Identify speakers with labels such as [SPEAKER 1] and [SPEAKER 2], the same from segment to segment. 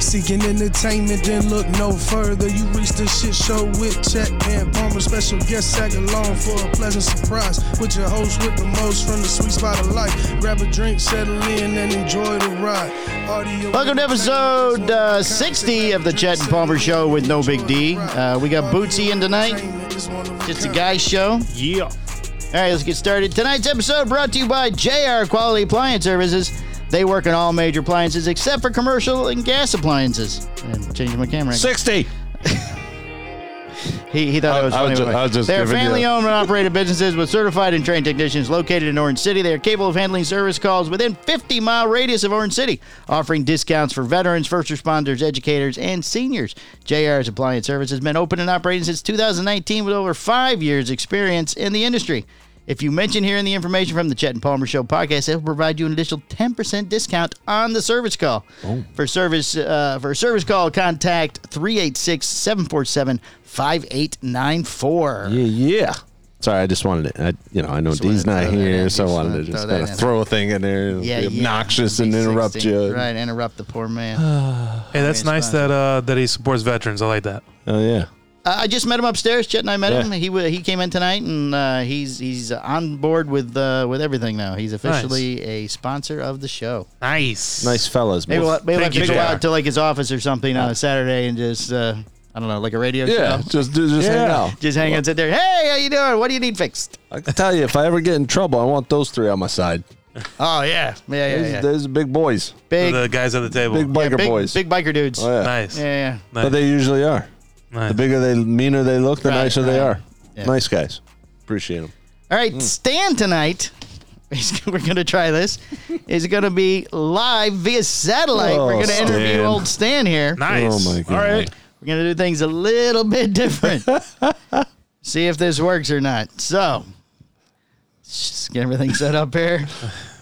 [SPEAKER 1] Seeking entertainment, then look no further. You reach the shit show with Chet and Palmer. Special guest tag along for a pleasant surprise. With your host with the most from the sweet spot of life. Grab a drink, settle in, and enjoy the ride. Audio
[SPEAKER 2] Welcome to episode uh, 60 of the Chet and Palmer Show with No Big D. Uh, we got Bootsy in tonight. Just a guy's show.
[SPEAKER 3] Yeah.
[SPEAKER 2] All right, let's get started. Tonight's episode brought to you by JR Quality Appliance Services. They work on all major appliances except for commercial and gas appliances. And changing my camera. angle.
[SPEAKER 3] 60.
[SPEAKER 2] He, he thought
[SPEAKER 4] I-
[SPEAKER 2] it was
[SPEAKER 4] I
[SPEAKER 2] funny.
[SPEAKER 4] was ju-
[SPEAKER 2] but-
[SPEAKER 4] I was just
[SPEAKER 2] They're
[SPEAKER 4] giving you-
[SPEAKER 2] family owned and operated businesses with certified and trained technicians located in Orange City. They are capable of handling service calls within 50 mile radius of Orange City, offering discounts for veterans, first responders, educators, and seniors. JR's Appliance Service has been open and operating since 2019 with over five years' experience in the industry. If you mention hearing the information from the Chet and Palmer Show podcast, they will provide you an additional 10% discount on the service call. For service uh, for a service call, contact 386-747-5894.
[SPEAKER 4] Yeah, yeah. Sorry, I just wanted to, I, you know, I know
[SPEAKER 2] wanted
[SPEAKER 4] D's
[SPEAKER 2] to
[SPEAKER 4] not
[SPEAKER 2] throw that in,
[SPEAKER 4] here, so I
[SPEAKER 2] just
[SPEAKER 4] wanted
[SPEAKER 2] wanted
[SPEAKER 4] to
[SPEAKER 2] to
[SPEAKER 4] just
[SPEAKER 2] throw that
[SPEAKER 4] kind
[SPEAKER 2] in.
[SPEAKER 4] of throw a thing in there, and
[SPEAKER 2] Yeah,
[SPEAKER 4] be
[SPEAKER 2] yeah.
[SPEAKER 4] obnoxious, and interrupt
[SPEAKER 2] 16,
[SPEAKER 4] you.
[SPEAKER 2] Right, interrupt the poor man.
[SPEAKER 5] Hey, that's nice that uh, that he supports veterans. I like that.
[SPEAKER 4] Oh yeah.
[SPEAKER 2] I I just met him upstairs. Chet and I met
[SPEAKER 4] Yeah.
[SPEAKER 2] him. He wa- he came in tonight, and uh, he's he's on board with uh, with everything now. He's officially a sponsor of the show.
[SPEAKER 5] Nice.
[SPEAKER 4] Nice fellas.
[SPEAKER 2] Maybe we'll,
[SPEAKER 4] both.
[SPEAKER 2] maybe we'll have
[SPEAKER 5] Thank
[SPEAKER 2] to
[SPEAKER 5] you,
[SPEAKER 2] go
[SPEAKER 5] JR.
[SPEAKER 2] out to like his office or something on a Saturday and just uh, I don't know, like a radio
[SPEAKER 4] yeah,
[SPEAKER 2] show.
[SPEAKER 4] just do- just hang
[SPEAKER 2] Yeah.
[SPEAKER 4] out.
[SPEAKER 2] Just hang and sit there. Hey, how you doing? What do you need fixed?
[SPEAKER 4] I can tell you, if I ever get in trouble, I want those three on my side.
[SPEAKER 2] Oh yeah, yeah, yeah,
[SPEAKER 4] Those,
[SPEAKER 2] yeah.
[SPEAKER 4] those big boys,
[SPEAKER 2] Big,
[SPEAKER 5] the guys at the table.
[SPEAKER 4] big biker
[SPEAKER 2] yeah, big,
[SPEAKER 4] boys.
[SPEAKER 2] big biker dudes.
[SPEAKER 4] oh, yeah.
[SPEAKER 5] Nice.
[SPEAKER 2] Yeah, yeah.
[SPEAKER 5] nice.
[SPEAKER 4] But they usually are.
[SPEAKER 5] nice.
[SPEAKER 4] The bigger they, meaner they look, the
[SPEAKER 2] Right,
[SPEAKER 4] nicer they
[SPEAKER 2] right.
[SPEAKER 4] are.
[SPEAKER 2] Yeah.
[SPEAKER 4] Nice guys. Appreciate them.
[SPEAKER 2] All right,
[SPEAKER 4] Mm.
[SPEAKER 2] Stan tonight. is- We're gonna try this. Is going to be live via satellite. We're
[SPEAKER 4] Oh,
[SPEAKER 2] going to interview
[SPEAKER 4] Stan.
[SPEAKER 2] old Stan here.
[SPEAKER 5] nice.
[SPEAKER 4] Oh, my God.
[SPEAKER 5] All right.
[SPEAKER 2] We're going to do things a little bit different. See if this works or not. So, just get everything set up here.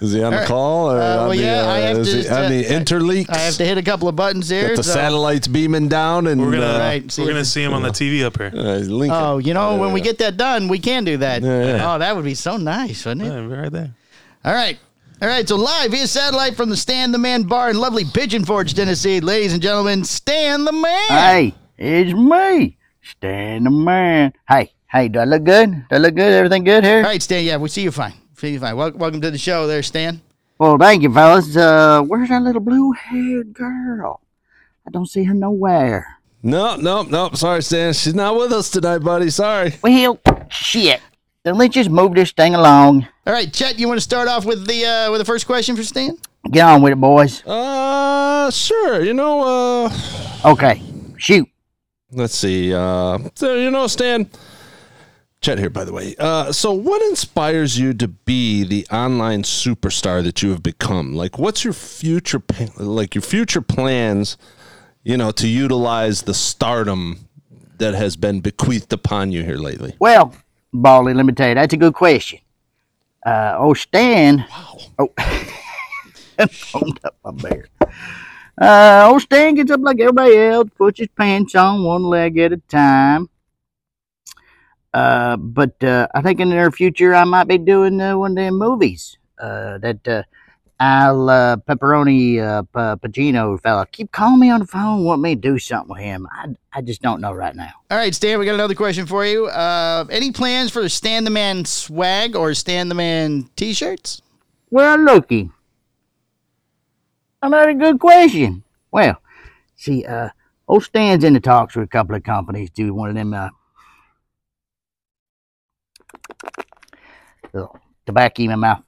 [SPEAKER 4] Is he on
[SPEAKER 2] All
[SPEAKER 4] the
[SPEAKER 2] right.
[SPEAKER 4] call or
[SPEAKER 2] Uh, well,
[SPEAKER 4] on the,
[SPEAKER 2] yeah,
[SPEAKER 4] uh,
[SPEAKER 2] I have
[SPEAKER 4] is
[SPEAKER 2] to-
[SPEAKER 4] he on the interleaks?
[SPEAKER 2] I have to hit a couple of buttons here.
[SPEAKER 4] Got the
[SPEAKER 2] so-
[SPEAKER 4] satellites beaming down and
[SPEAKER 5] We're gonna
[SPEAKER 4] uh,
[SPEAKER 2] Right, see
[SPEAKER 5] we're
[SPEAKER 2] if-
[SPEAKER 5] gonna see him on the TV up here.
[SPEAKER 4] uh, link it.
[SPEAKER 2] Oh, you know,
[SPEAKER 4] Yeah,
[SPEAKER 2] when we
[SPEAKER 4] yeah.
[SPEAKER 2] get that done, we can do that.
[SPEAKER 4] Yeah, yeah.
[SPEAKER 2] Oh, that would be so nice, wouldn't it?
[SPEAKER 5] Yeah, right there.
[SPEAKER 2] All right. All right, so live via satellite from the Stan the Man bar in lovely Pigeon Forge, Tennessee. Ladies and gentlemen, Stan the Man.
[SPEAKER 6] Hey, it's me, Stan the Man. Hey, hey, do I look good? Do I look good? Everything good
[SPEAKER 2] All
[SPEAKER 6] here?
[SPEAKER 2] right, Stan, yeah, we see you fine. See you fine. Wel- welcome to the show there, Stan.
[SPEAKER 6] Well, thank you, fellas. Uh, where's that little blue-haired girl? I don't see her nowhere.
[SPEAKER 4] No, no, no. Sorry, Stan. She's not with us tonight, buddy. Sorry.
[SPEAKER 6] Well, shit. Then let's just move this thing along.
[SPEAKER 2] All right, Chet, you want to start off with the uh, with the first question for Stan?
[SPEAKER 6] Get on with it, boys.
[SPEAKER 4] Uh, sure. You know, uh,
[SPEAKER 6] Okay, shoot.
[SPEAKER 4] let's see. Uh, so, you know, Stan. Chet here, by the way. Uh, so what inspires you to be the online superstar that you have become? Like, what's your future, pa- like your future plans? You know, to utilize the stardom that has been bequeathed upon you here lately.
[SPEAKER 6] Well, Baldy, let me tell you, that's a good question. Uh, oh, Stan. Oh, hold up my beard. Uh, old Stan gets up like everybody else, puts his pants on one leg at a time. Uh, but uh, I think in the near future, I might be doing uh, one of them movies uh, that uh, Al uh, Pepperoni uh, P- Pacino fella keep calling me on the phone, want me to do something with him. I, I just don't know right now.
[SPEAKER 2] All right, Stan, we got another question for you. Uh, any plans for Stan the Man swag or Stan the Man T-shirts?
[SPEAKER 6] Well, looky. Another good question. Well, see, uh, old Stan's in the talks with a couple of companies to do one of them, uh, little tobacco in my mouth,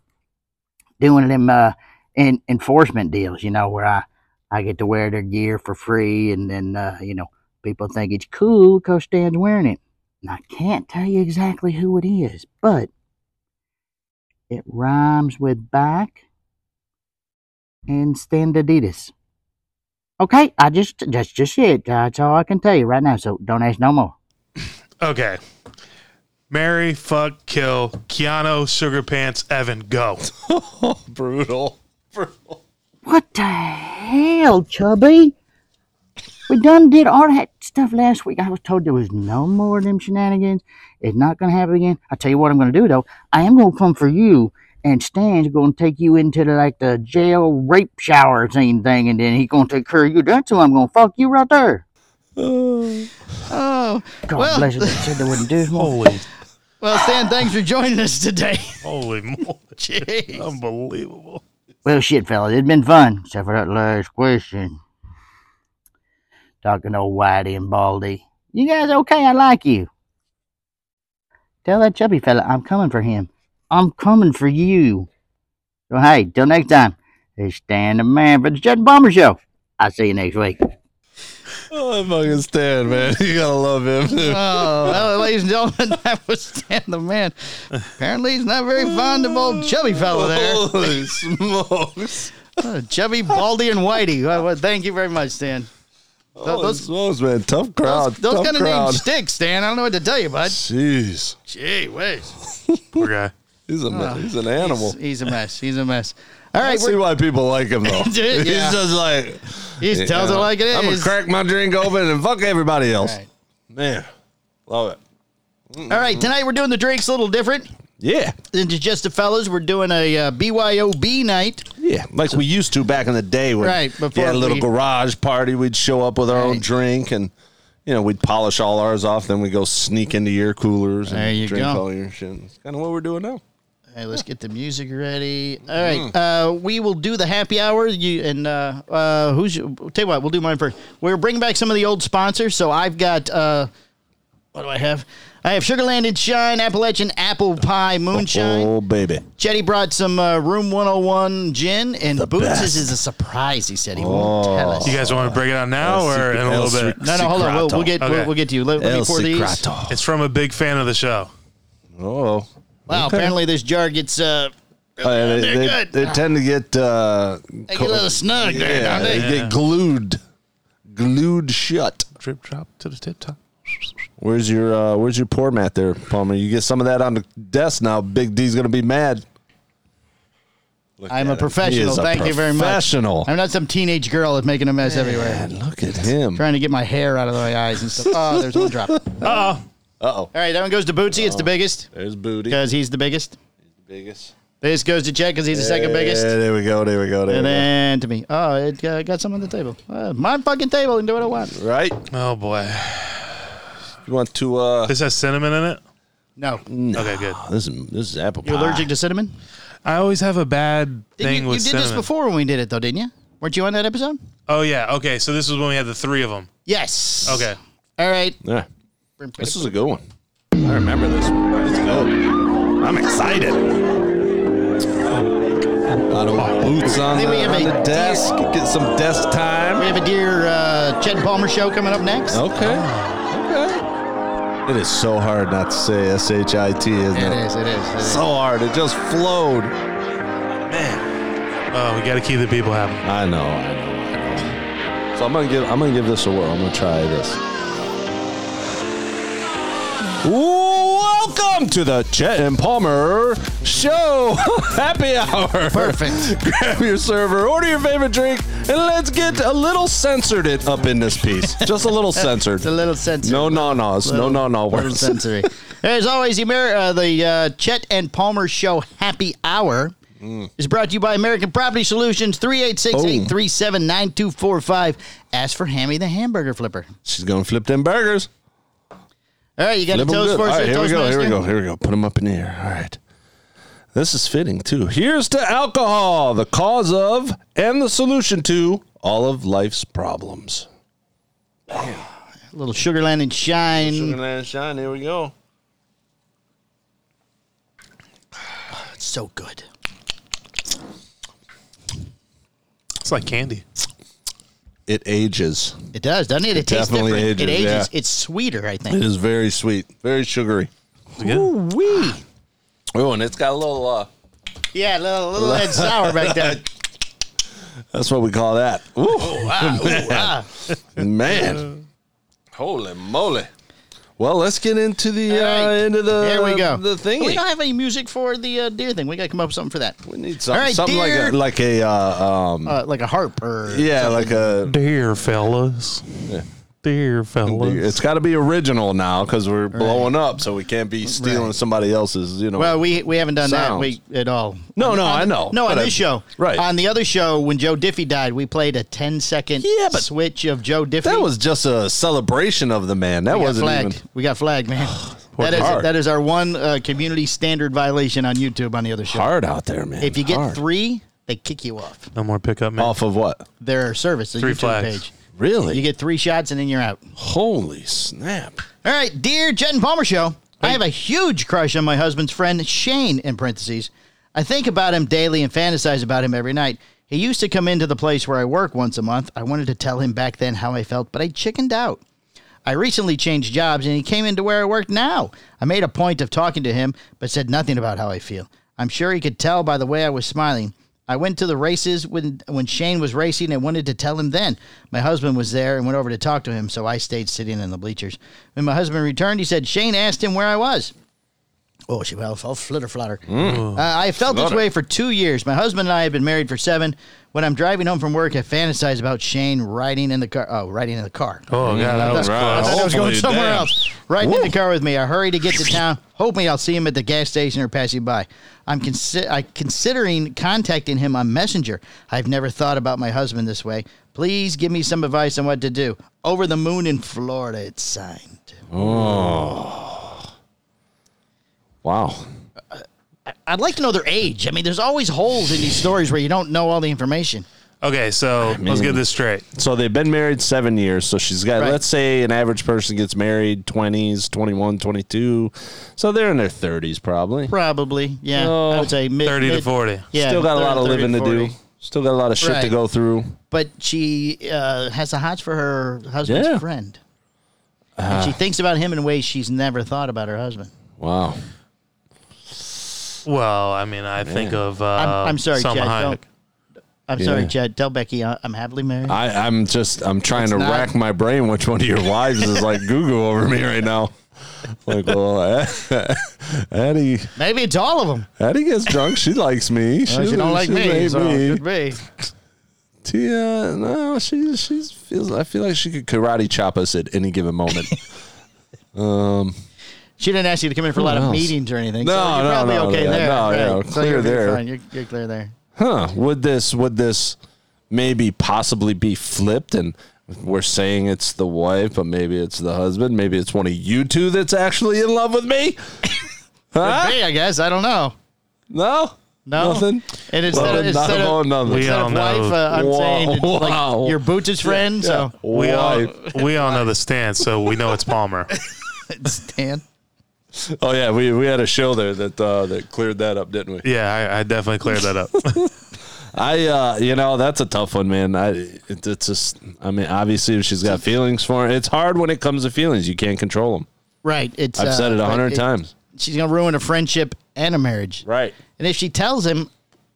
[SPEAKER 6] do one of them, uh, en- enforcement deals, you know, where I, I get to wear their gear for free and then, uh, you know, people think it's cool because Stan's wearing it. And I can't tell you exactly who it is, but it rhymes with back and stand Adidas. Okay, I just that's just it. That's all I can tell you right now. So don't ask no more.
[SPEAKER 5] Okay. Mary, fuck, kill, Keanu, sugar pants, Evan, go.
[SPEAKER 4] Brutal.
[SPEAKER 6] What the hell, Chubby? We done did all that stuff last week. I was told there was no more of them shenanigans. It's not gonna happen again. I tell you what I'm gonna do though. I am gonna come for you and Stan's gonna take you into the, like the jail rape shower scene thing, and then he gonna take care of you. That's who I'm gonna fuck you right there.
[SPEAKER 2] Oh,
[SPEAKER 6] God
[SPEAKER 2] Well-
[SPEAKER 6] bless you. They said they wouldn't do more.
[SPEAKER 5] Holy,
[SPEAKER 2] well, Stan, thanks for joining us today.
[SPEAKER 5] holy moly.
[SPEAKER 2] Jeez.
[SPEAKER 5] Unbelievable.
[SPEAKER 6] Well, shit, fellas, it's been fun, except for that last question. Talking to old Whitey and Baldy. You guys okay? I like you. Tell that chubby fella I'm coming for him. I'm coming for you. So, hey, till next time, it's Stan the Man for the Jet Bomber Show. I'll see you next week.
[SPEAKER 4] Oh, I fucking Stan, man. You gotta love him.
[SPEAKER 2] Oh, well, ladies and gentlemen, that was Stan the man. Apparently, he's not very fond of old chubby fella there.
[SPEAKER 4] Holy smokes.
[SPEAKER 2] Uh, chubby, baldy, and whitey. Uh, Well, well, thank you very much, Stan. Th-
[SPEAKER 4] Holy
[SPEAKER 2] Those,
[SPEAKER 4] smokes, man. Tough crowd.
[SPEAKER 2] those
[SPEAKER 4] Tough
[SPEAKER 2] kind of
[SPEAKER 4] Oh, crowd.
[SPEAKER 2] names stick, Stan. I don't know what to tell you, bud.
[SPEAKER 4] Jeez.
[SPEAKER 2] Gee whiz.
[SPEAKER 5] Poor guy.
[SPEAKER 4] He's a ma- he's an
[SPEAKER 2] Ah,
[SPEAKER 4] animal.
[SPEAKER 2] He's, he's a mess. He's a mess. All
[SPEAKER 4] I
[SPEAKER 2] right,
[SPEAKER 4] see
[SPEAKER 2] we're-
[SPEAKER 4] why people like him though.
[SPEAKER 2] Dude, yeah.
[SPEAKER 4] He's just like
[SPEAKER 2] he just tells it
[SPEAKER 4] Yeah.
[SPEAKER 2] like it
[SPEAKER 4] I'm
[SPEAKER 2] is.
[SPEAKER 4] gonna crack my drink open and fuck everybody else.
[SPEAKER 2] Right.
[SPEAKER 4] Man, love it.
[SPEAKER 2] All right, tonight we're doing the drinks a little different
[SPEAKER 4] Yeah,
[SPEAKER 2] than to just the fellas. We're doing a uh, BYOB night.
[SPEAKER 4] yeah. Like we used to back in the day when
[SPEAKER 2] Right,
[SPEAKER 4] you
[SPEAKER 2] before
[SPEAKER 4] had a little
[SPEAKER 2] we-
[SPEAKER 4] garage party. We'd show up with our own
[SPEAKER 2] Right.
[SPEAKER 4] drink and. You know, we'd polish all ours off, then we go sneak into your coolers
[SPEAKER 2] There
[SPEAKER 4] and
[SPEAKER 2] you
[SPEAKER 4] drink
[SPEAKER 2] go.
[SPEAKER 4] all your shit. It's kind of what we're doing now.
[SPEAKER 2] All right, let's get the music ready. All right,
[SPEAKER 4] Mm.
[SPEAKER 2] uh, we will do the happy hour. You and uh, uh, who's your, tell you what, we'll do mine first. We're bringing back some of the old sponsors. So I've got uh, what do I have? I have Sugarland and Shine, Appalachian Apple Pie Moonshine.
[SPEAKER 4] Oh, baby.
[SPEAKER 2] Jetty brought some uh, Room 101 gin, and Boots
[SPEAKER 4] best. Oh.
[SPEAKER 2] is, is a surprise. He said he won't tell us.
[SPEAKER 5] You guys want to break it out now or in a little bit?
[SPEAKER 2] no, no, hold on. We'll, we'll get
[SPEAKER 5] Okay.
[SPEAKER 2] we'll, we'll get to you. Let, let me
[SPEAKER 4] El
[SPEAKER 2] pour these.
[SPEAKER 4] Secreto.
[SPEAKER 5] It's from a big fan of the show.
[SPEAKER 4] Oh.
[SPEAKER 2] Wow,
[SPEAKER 4] Okay.
[SPEAKER 2] apparently this jar gets uh,
[SPEAKER 4] Uh, they,
[SPEAKER 2] they're
[SPEAKER 4] they-
[SPEAKER 2] good.
[SPEAKER 4] they tend to get uh,
[SPEAKER 2] they get a little snug there,
[SPEAKER 4] yeah,
[SPEAKER 2] don't
[SPEAKER 4] they
[SPEAKER 2] they?
[SPEAKER 4] get glued, glued shut.
[SPEAKER 5] Drip drop to the tip top.
[SPEAKER 4] Where's your uh, Where's your pour mat there, Palmer? You get some of that on the desk now. Big D's gonna be mad. Look
[SPEAKER 2] I'm a
[SPEAKER 4] at him.
[SPEAKER 2] professional.
[SPEAKER 4] He is a
[SPEAKER 2] Thank you very much.
[SPEAKER 4] Professional.
[SPEAKER 2] I'm not some teenage girl that's making a mess everywhere.
[SPEAKER 4] And look at him.
[SPEAKER 2] Trying to get my hair out of my eyes and stuff. Oh, there's one drop. All
[SPEAKER 5] Uh
[SPEAKER 4] Uh oh.
[SPEAKER 2] right, that one goes to Bootsy.
[SPEAKER 5] Oh.
[SPEAKER 2] It's the biggest
[SPEAKER 4] There's booty.
[SPEAKER 2] because he's the biggest.
[SPEAKER 4] Biggest.
[SPEAKER 2] This goes to Chet because he's the second
[SPEAKER 4] Yeah,
[SPEAKER 2] biggest.
[SPEAKER 4] there we go. There we go. There
[SPEAKER 2] And
[SPEAKER 4] we
[SPEAKER 2] then to me. Oh, it uh, got some on the table. Uh, my fucking table and do what I want.
[SPEAKER 4] go. Right.
[SPEAKER 5] oh. Oh boy.
[SPEAKER 4] You want to? uh
[SPEAKER 5] This has cinnamon in it?
[SPEAKER 2] No.
[SPEAKER 5] Okay, good.
[SPEAKER 4] This is this is apple pie.
[SPEAKER 2] You're allergic to cinnamon?
[SPEAKER 5] I always have a bad
[SPEAKER 2] Did
[SPEAKER 5] thing
[SPEAKER 2] you,
[SPEAKER 5] with
[SPEAKER 2] you did
[SPEAKER 5] cinnamon.
[SPEAKER 2] this before when we did it, though, didn't you? Weren't you on that episode?
[SPEAKER 5] Oh yeah. Okay. So this is when we had the three of them.
[SPEAKER 2] Yes.
[SPEAKER 5] Okay.
[SPEAKER 2] All right.
[SPEAKER 4] Yeah. This is a good one. I remember this. one. It's good. I'm excited. Got old boots on,
[SPEAKER 2] Then we
[SPEAKER 4] the,
[SPEAKER 2] have
[SPEAKER 4] on
[SPEAKER 2] a-
[SPEAKER 4] the desk. Get some desk
[SPEAKER 2] We
[SPEAKER 4] time.
[SPEAKER 2] have a dear uh, Chet Palmer show coming up next.
[SPEAKER 4] Okay. Okay. Oh. It is so hard not to say S H I T, isn't
[SPEAKER 2] It
[SPEAKER 4] it?
[SPEAKER 2] is, it is. It is.
[SPEAKER 4] So hard. It just flowed.
[SPEAKER 5] Oh, we got to keep the people happy.
[SPEAKER 4] I know. I know. I know. So I'm gonna give. I'm gonna give this a whirl. I'm gonna try this. Welcome to the Chet and Palmer Show Happy Hour.
[SPEAKER 2] Perfect.
[SPEAKER 4] Grab your server, order your favorite drink, and let's get a little censored it up in this piece. Just a little censored.
[SPEAKER 2] It's a little sensitive.
[SPEAKER 4] No no nos. No no no
[SPEAKER 2] Little
[SPEAKER 4] words.
[SPEAKER 2] sensory. As always, the, Amer- uh, the uh, Chet and Palmer Show Happy Hour
[SPEAKER 4] Mm.
[SPEAKER 2] is brought to you by American Property Solutions, 386-837-9245. Ask for Hammy the Hamburger Flipper.
[SPEAKER 4] She's gonna flip them burgers.
[SPEAKER 2] All right, you got a
[SPEAKER 4] Flip 'em
[SPEAKER 2] toast
[SPEAKER 4] good.
[SPEAKER 2] for
[SPEAKER 4] All
[SPEAKER 2] us,
[SPEAKER 4] right,
[SPEAKER 2] a
[SPEAKER 4] here we go. Here we
[SPEAKER 2] Toastmaster?
[SPEAKER 4] go. Here we go. Put them up in the air. All right. This is fitting too. Here's to alcohol, the cause of and the solution to all of life's problems.
[SPEAKER 2] A little Sugarland Mm. and Shine.
[SPEAKER 4] and shine. Here we go.
[SPEAKER 2] It's so good.
[SPEAKER 5] It's like candy.
[SPEAKER 4] It ages.
[SPEAKER 2] It does, doesn't it? It, tastes
[SPEAKER 4] definitely
[SPEAKER 2] different. it
[SPEAKER 4] ages,
[SPEAKER 2] ages.
[SPEAKER 4] yeah.
[SPEAKER 2] It's sweeter, I
[SPEAKER 4] It
[SPEAKER 2] think.
[SPEAKER 4] is very sweet, very sugary.
[SPEAKER 2] Ooh wee.
[SPEAKER 4] Oh, and it's got a little. Uh,
[SPEAKER 2] Yeah, a little, little head sour back there.
[SPEAKER 4] that's what we call that. Ooh,
[SPEAKER 2] Wow, ooh, ah.
[SPEAKER 4] man, holy moly! Well, let's get into the
[SPEAKER 2] All
[SPEAKER 4] uh,
[SPEAKER 2] right.
[SPEAKER 4] into the
[SPEAKER 2] There we go.
[SPEAKER 4] the
[SPEAKER 2] But We
[SPEAKER 4] thingy.
[SPEAKER 2] don't have any music for the uh, deer thing. We got to come up with something for that.
[SPEAKER 4] We need something,
[SPEAKER 2] All right,
[SPEAKER 4] something like
[SPEAKER 2] dear-
[SPEAKER 4] a like a uh, um,
[SPEAKER 2] Uh, like a harp or
[SPEAKER 4] yeah, like a
[SPEAKER 5] Dear fellas, dear fellas.
[SPEAKER 4] It's got to be original now because we're blowing up, so we can't be stealing somebody else's. You know,
[SPEAKER 2] Well, we we haven't done
[SPEAKER 4] Sounds.
[SPEAKER 2] that we, at all.
[SPEAKER 4] No,
[SPEAKER 2] On-
[SPEAKER 4] no,
[SPEAKER 2] on-
[SPEAKER 4] I know,
[SPEAKER 2] No, on
[SPEAKER 4] but
[SPEAKER 2] this
[SPEAKER 4] I-
[SPEAKER 2] show.
[SPEAKER 4] right.
[SPEAKER 2] On the other show, when Joe Diffie died, we played a 10 second
[SPEAKER 4] Yeah, but-
[SPEAKER 2] switch of Joe Diffie.
[SPEAKER 4] that was just a celebration of the man. That
[SPEAKER 2] we got
[SPEAKER 4] wasn't
[SPEAKER 2] flagged.
[SPEAKER 4] even.
[SPEAKER 2] We got flagged, man. that is
[SPEAKER 4] hard.
[SPEAKER 2] that is our one uh, community standard violation on YouTube on the other show.
[SPEAKER 4] Hard out there, man.
[SPEAKER 2] If you get
[SPEAKER 4] Hard.
[SPEAKER 2] three, they kick you off
[SPEAKER 5] no more pickup man.
[SPEAKER 4] off of what?
[SPEAKER 2] their service, the
[SPEAKER 5] Three
[SPEAKER 2] YouTube
[SPEAKER 5] flags.
[SPEAKER 2] page.
[SPEAKER 4] Really?
[SPEAKER 2] You get three shots and then you're out.
[SPEAKER 4] Holy snap!
[SPEAKER 2] All right, dear Jen and Palmer show. I have a huge crush on my husband's friend Shane. In parentheses, I think about him daily and fantasize about him every night. He used to come into the place where I work once a month. I wanted to tell him back then how I felt, but I chickened out. I recently changed jobs and he came into where I work now. I made a point of talking to him, but said nothing about how I feel. I'm sure he could tell by the way I was smiling. I went to the races when, when Shane was racing and wanted to tell him then. My husband was there and went over to talk to him, so I stayed sitting in the bleachers. When my husband returned, he said Shane asked him where I was. Oh, she well, oh, flitter, flutter. Uh, I felt this way for two years. My husband and I have been married for seven. When I'm driving home from work, I fantasize about Shane riding in the car. Oh, riding in the car.
[SPEAKER 5] oh, God, that was
[SPEAKER 2] I
[SPEAKER 4] right.
[SPEAKER 5] close.
[SPEAKER 2] thought I was going
[SPEAKER 4] Hopefully,
[SPEAKER 2] somewhere
[SPEAKER 4] damn.
[SPEAKER 2] else. Riding in the car with me, I hurry to get to town, hoping I'll see him at the gas station or passing by. I'm consi- I considering contacting him on Messenger. I've never thought about my husband this way. Please give me some advice on what to do. Over the moon in Florida, it's signed.
[SPEAKER 4] Wow.
[SPEAKER 2] I'd like to know their age. I mean, there's always holes in these stories where you don't know all the information.
[SPEAKER 5] Okay, so let's get this straight.
[SPEAKER 4] So they've been married seven years. So she's got,
[SPEAKER 2] Right.
[SPEAKER 4] let's say an average person gets married 20s, 21, 22. So they're in their 30s probably.
[SPEAKER 2] Probably, yeah. I
[SPEAKER 4] Oh,
[SPEAKER 2] would say mid,
[SPEAKER 5] 30 to
[SPEAKER 2] mid-
[SPEAKER 5] 40.
[SPEAKER 2] Yeah,
[SPEAKER 4] Still got a
[SPEAKER 2] 30,
[SPEAKER 4] lot of
[SPEAKER 2] 30
[SPEAKER 4] living to
[SPEAKER 2] 40.
[SPEAKER 4] do. Still got a lot of shit to
[SPEAKER 2] Right.
[SPEAKER 4] go through.
[SPEAKER 2] but she uh, has a hodge for her husband's
[SPEAKER 4] Yeah. Uh,
[SPEAKER 2] friend. and she thinks about him in ways she's never thought about her husband.
[SPEAKER 4] Wow.
[SPEAKER 5] Well, I mean, I think of. Uh,
[SPEAKER 2] I'm, I'm sorry,
[SPEAKER 5] Selma
[SPEAKER 2] Chad.
[SPEAKER 5] Hayek.
[SPEAKER 2] don't- I'm sorry,
[SPEAKER 4] Yeah.
[SPEAKER 2] Chad. Tell Becky I- I'm happily married.
[SPEAKER 4] I, I'm just, I'm trying to
[SPEAKER 2] not-
[SPEAKER 4] rack my brain which one of your wives is like goo goo over me right now. Like, well, Addie,
[SPEAKER 2] Maybe it's all of them.
[SPEAKER 4] Addie gets drunk. She likes me. She,
[SPEAKER 2] she don't like
[SPEAKER 4] she
[SPEAKER 2] me,
[SPEAKER 4] like
[SPEAKER 2] so
[SPEAKER 4] me.
[SPEAKER 2] it could be.
[SPEAKER 4] Tia, no, she she feels. I feel like she could karate chop us at any given moment.
[SPEAKER 2] She didn't ask you to come in for a lot
[SPEAKER 4] Who
[SPEAKER 2] of
[SPEAKER 4] else?
[SPEAKER 2] meetings or anything.
[SPEAKER 4] No,
[SPEAKER 2] so you're
[SPEAKER 4] no,
[SPEAKER 2] probably
[SPEAKER 4] no,
[SPEAKER 2] okay
[SPEAKER 4] yeah,
[SPEAKER 2] there.
[SPEAKER 4] no, yeah,
[SPEAKER 2] right. So
[SPEAKER 4] clear
[SPEAKER 2] you're,
[SPEAKER 4] there.
[SPEAKER 2] You're, fine. You're, you're clear there.
[SPEAKER 4] huh? Would this would this maybe possibly be flipped? And we're saying it's the wife, but maybe it's the husband. Maybe it's one of you two that's actually in love with me. Huh?
[SPEAKER 2] Hey, I guess I don't know.
[SPEAKER 4] No,
[SPEAKER 2] No,
[SPEAKER 4] nothing.
[SPEAKER 2] And instead
[SPEAKER 4] Well,
[SPEAKER 2] of instead
[SPEAKER 4] no,
[SPEAKER 2] of,
[SPEAKER 4] nothing.
[SPEAKER 5] We
[SPEAKER 2] instead
[SPEAKER 5] all
[SPEAKER 2] of
[SPEAKER 5] know.
[SPEAKER 2] wife, uh, I'm
[SPEAKER 4] Wow,
[SPEAKER 2] saying it's
[SPEAKER 4] wow.
[SPEAKER 2] like your boots' friend. So
[SPEAKER 5] We all,
[SPEAKER 4] Wife.
[SPEAKER 5] we all know the stance, so we know it's Palmer.
[SPEAKER 2] Stan.
[SPEAKER 4] Oh yeah, we, we had a show there that uh, that cleared that up, didn't we?
[SPEAKER 5] Yeah, I, I definitely cleared that up.
[SPEAKER 4] I, uh, you know, that's a tough one, man. I, it, it's just, I mean, obviously, if she's got feelings for it, it's hard when it comes to feelings. You can't control them.
[SPEAKER 2] Right. It's
[SPEAKER 4] I've
[SPEAKER 2] uh,
[SPEAKER 4] said it a
[SPEAKER 2] but
[SPEAKER 4] hundred times.
[SPEAKER 2] She's gonna ruin a friendship and a marriage.
[SPEAKER 4] Right.
[SPEAKER 2] And if she tells him,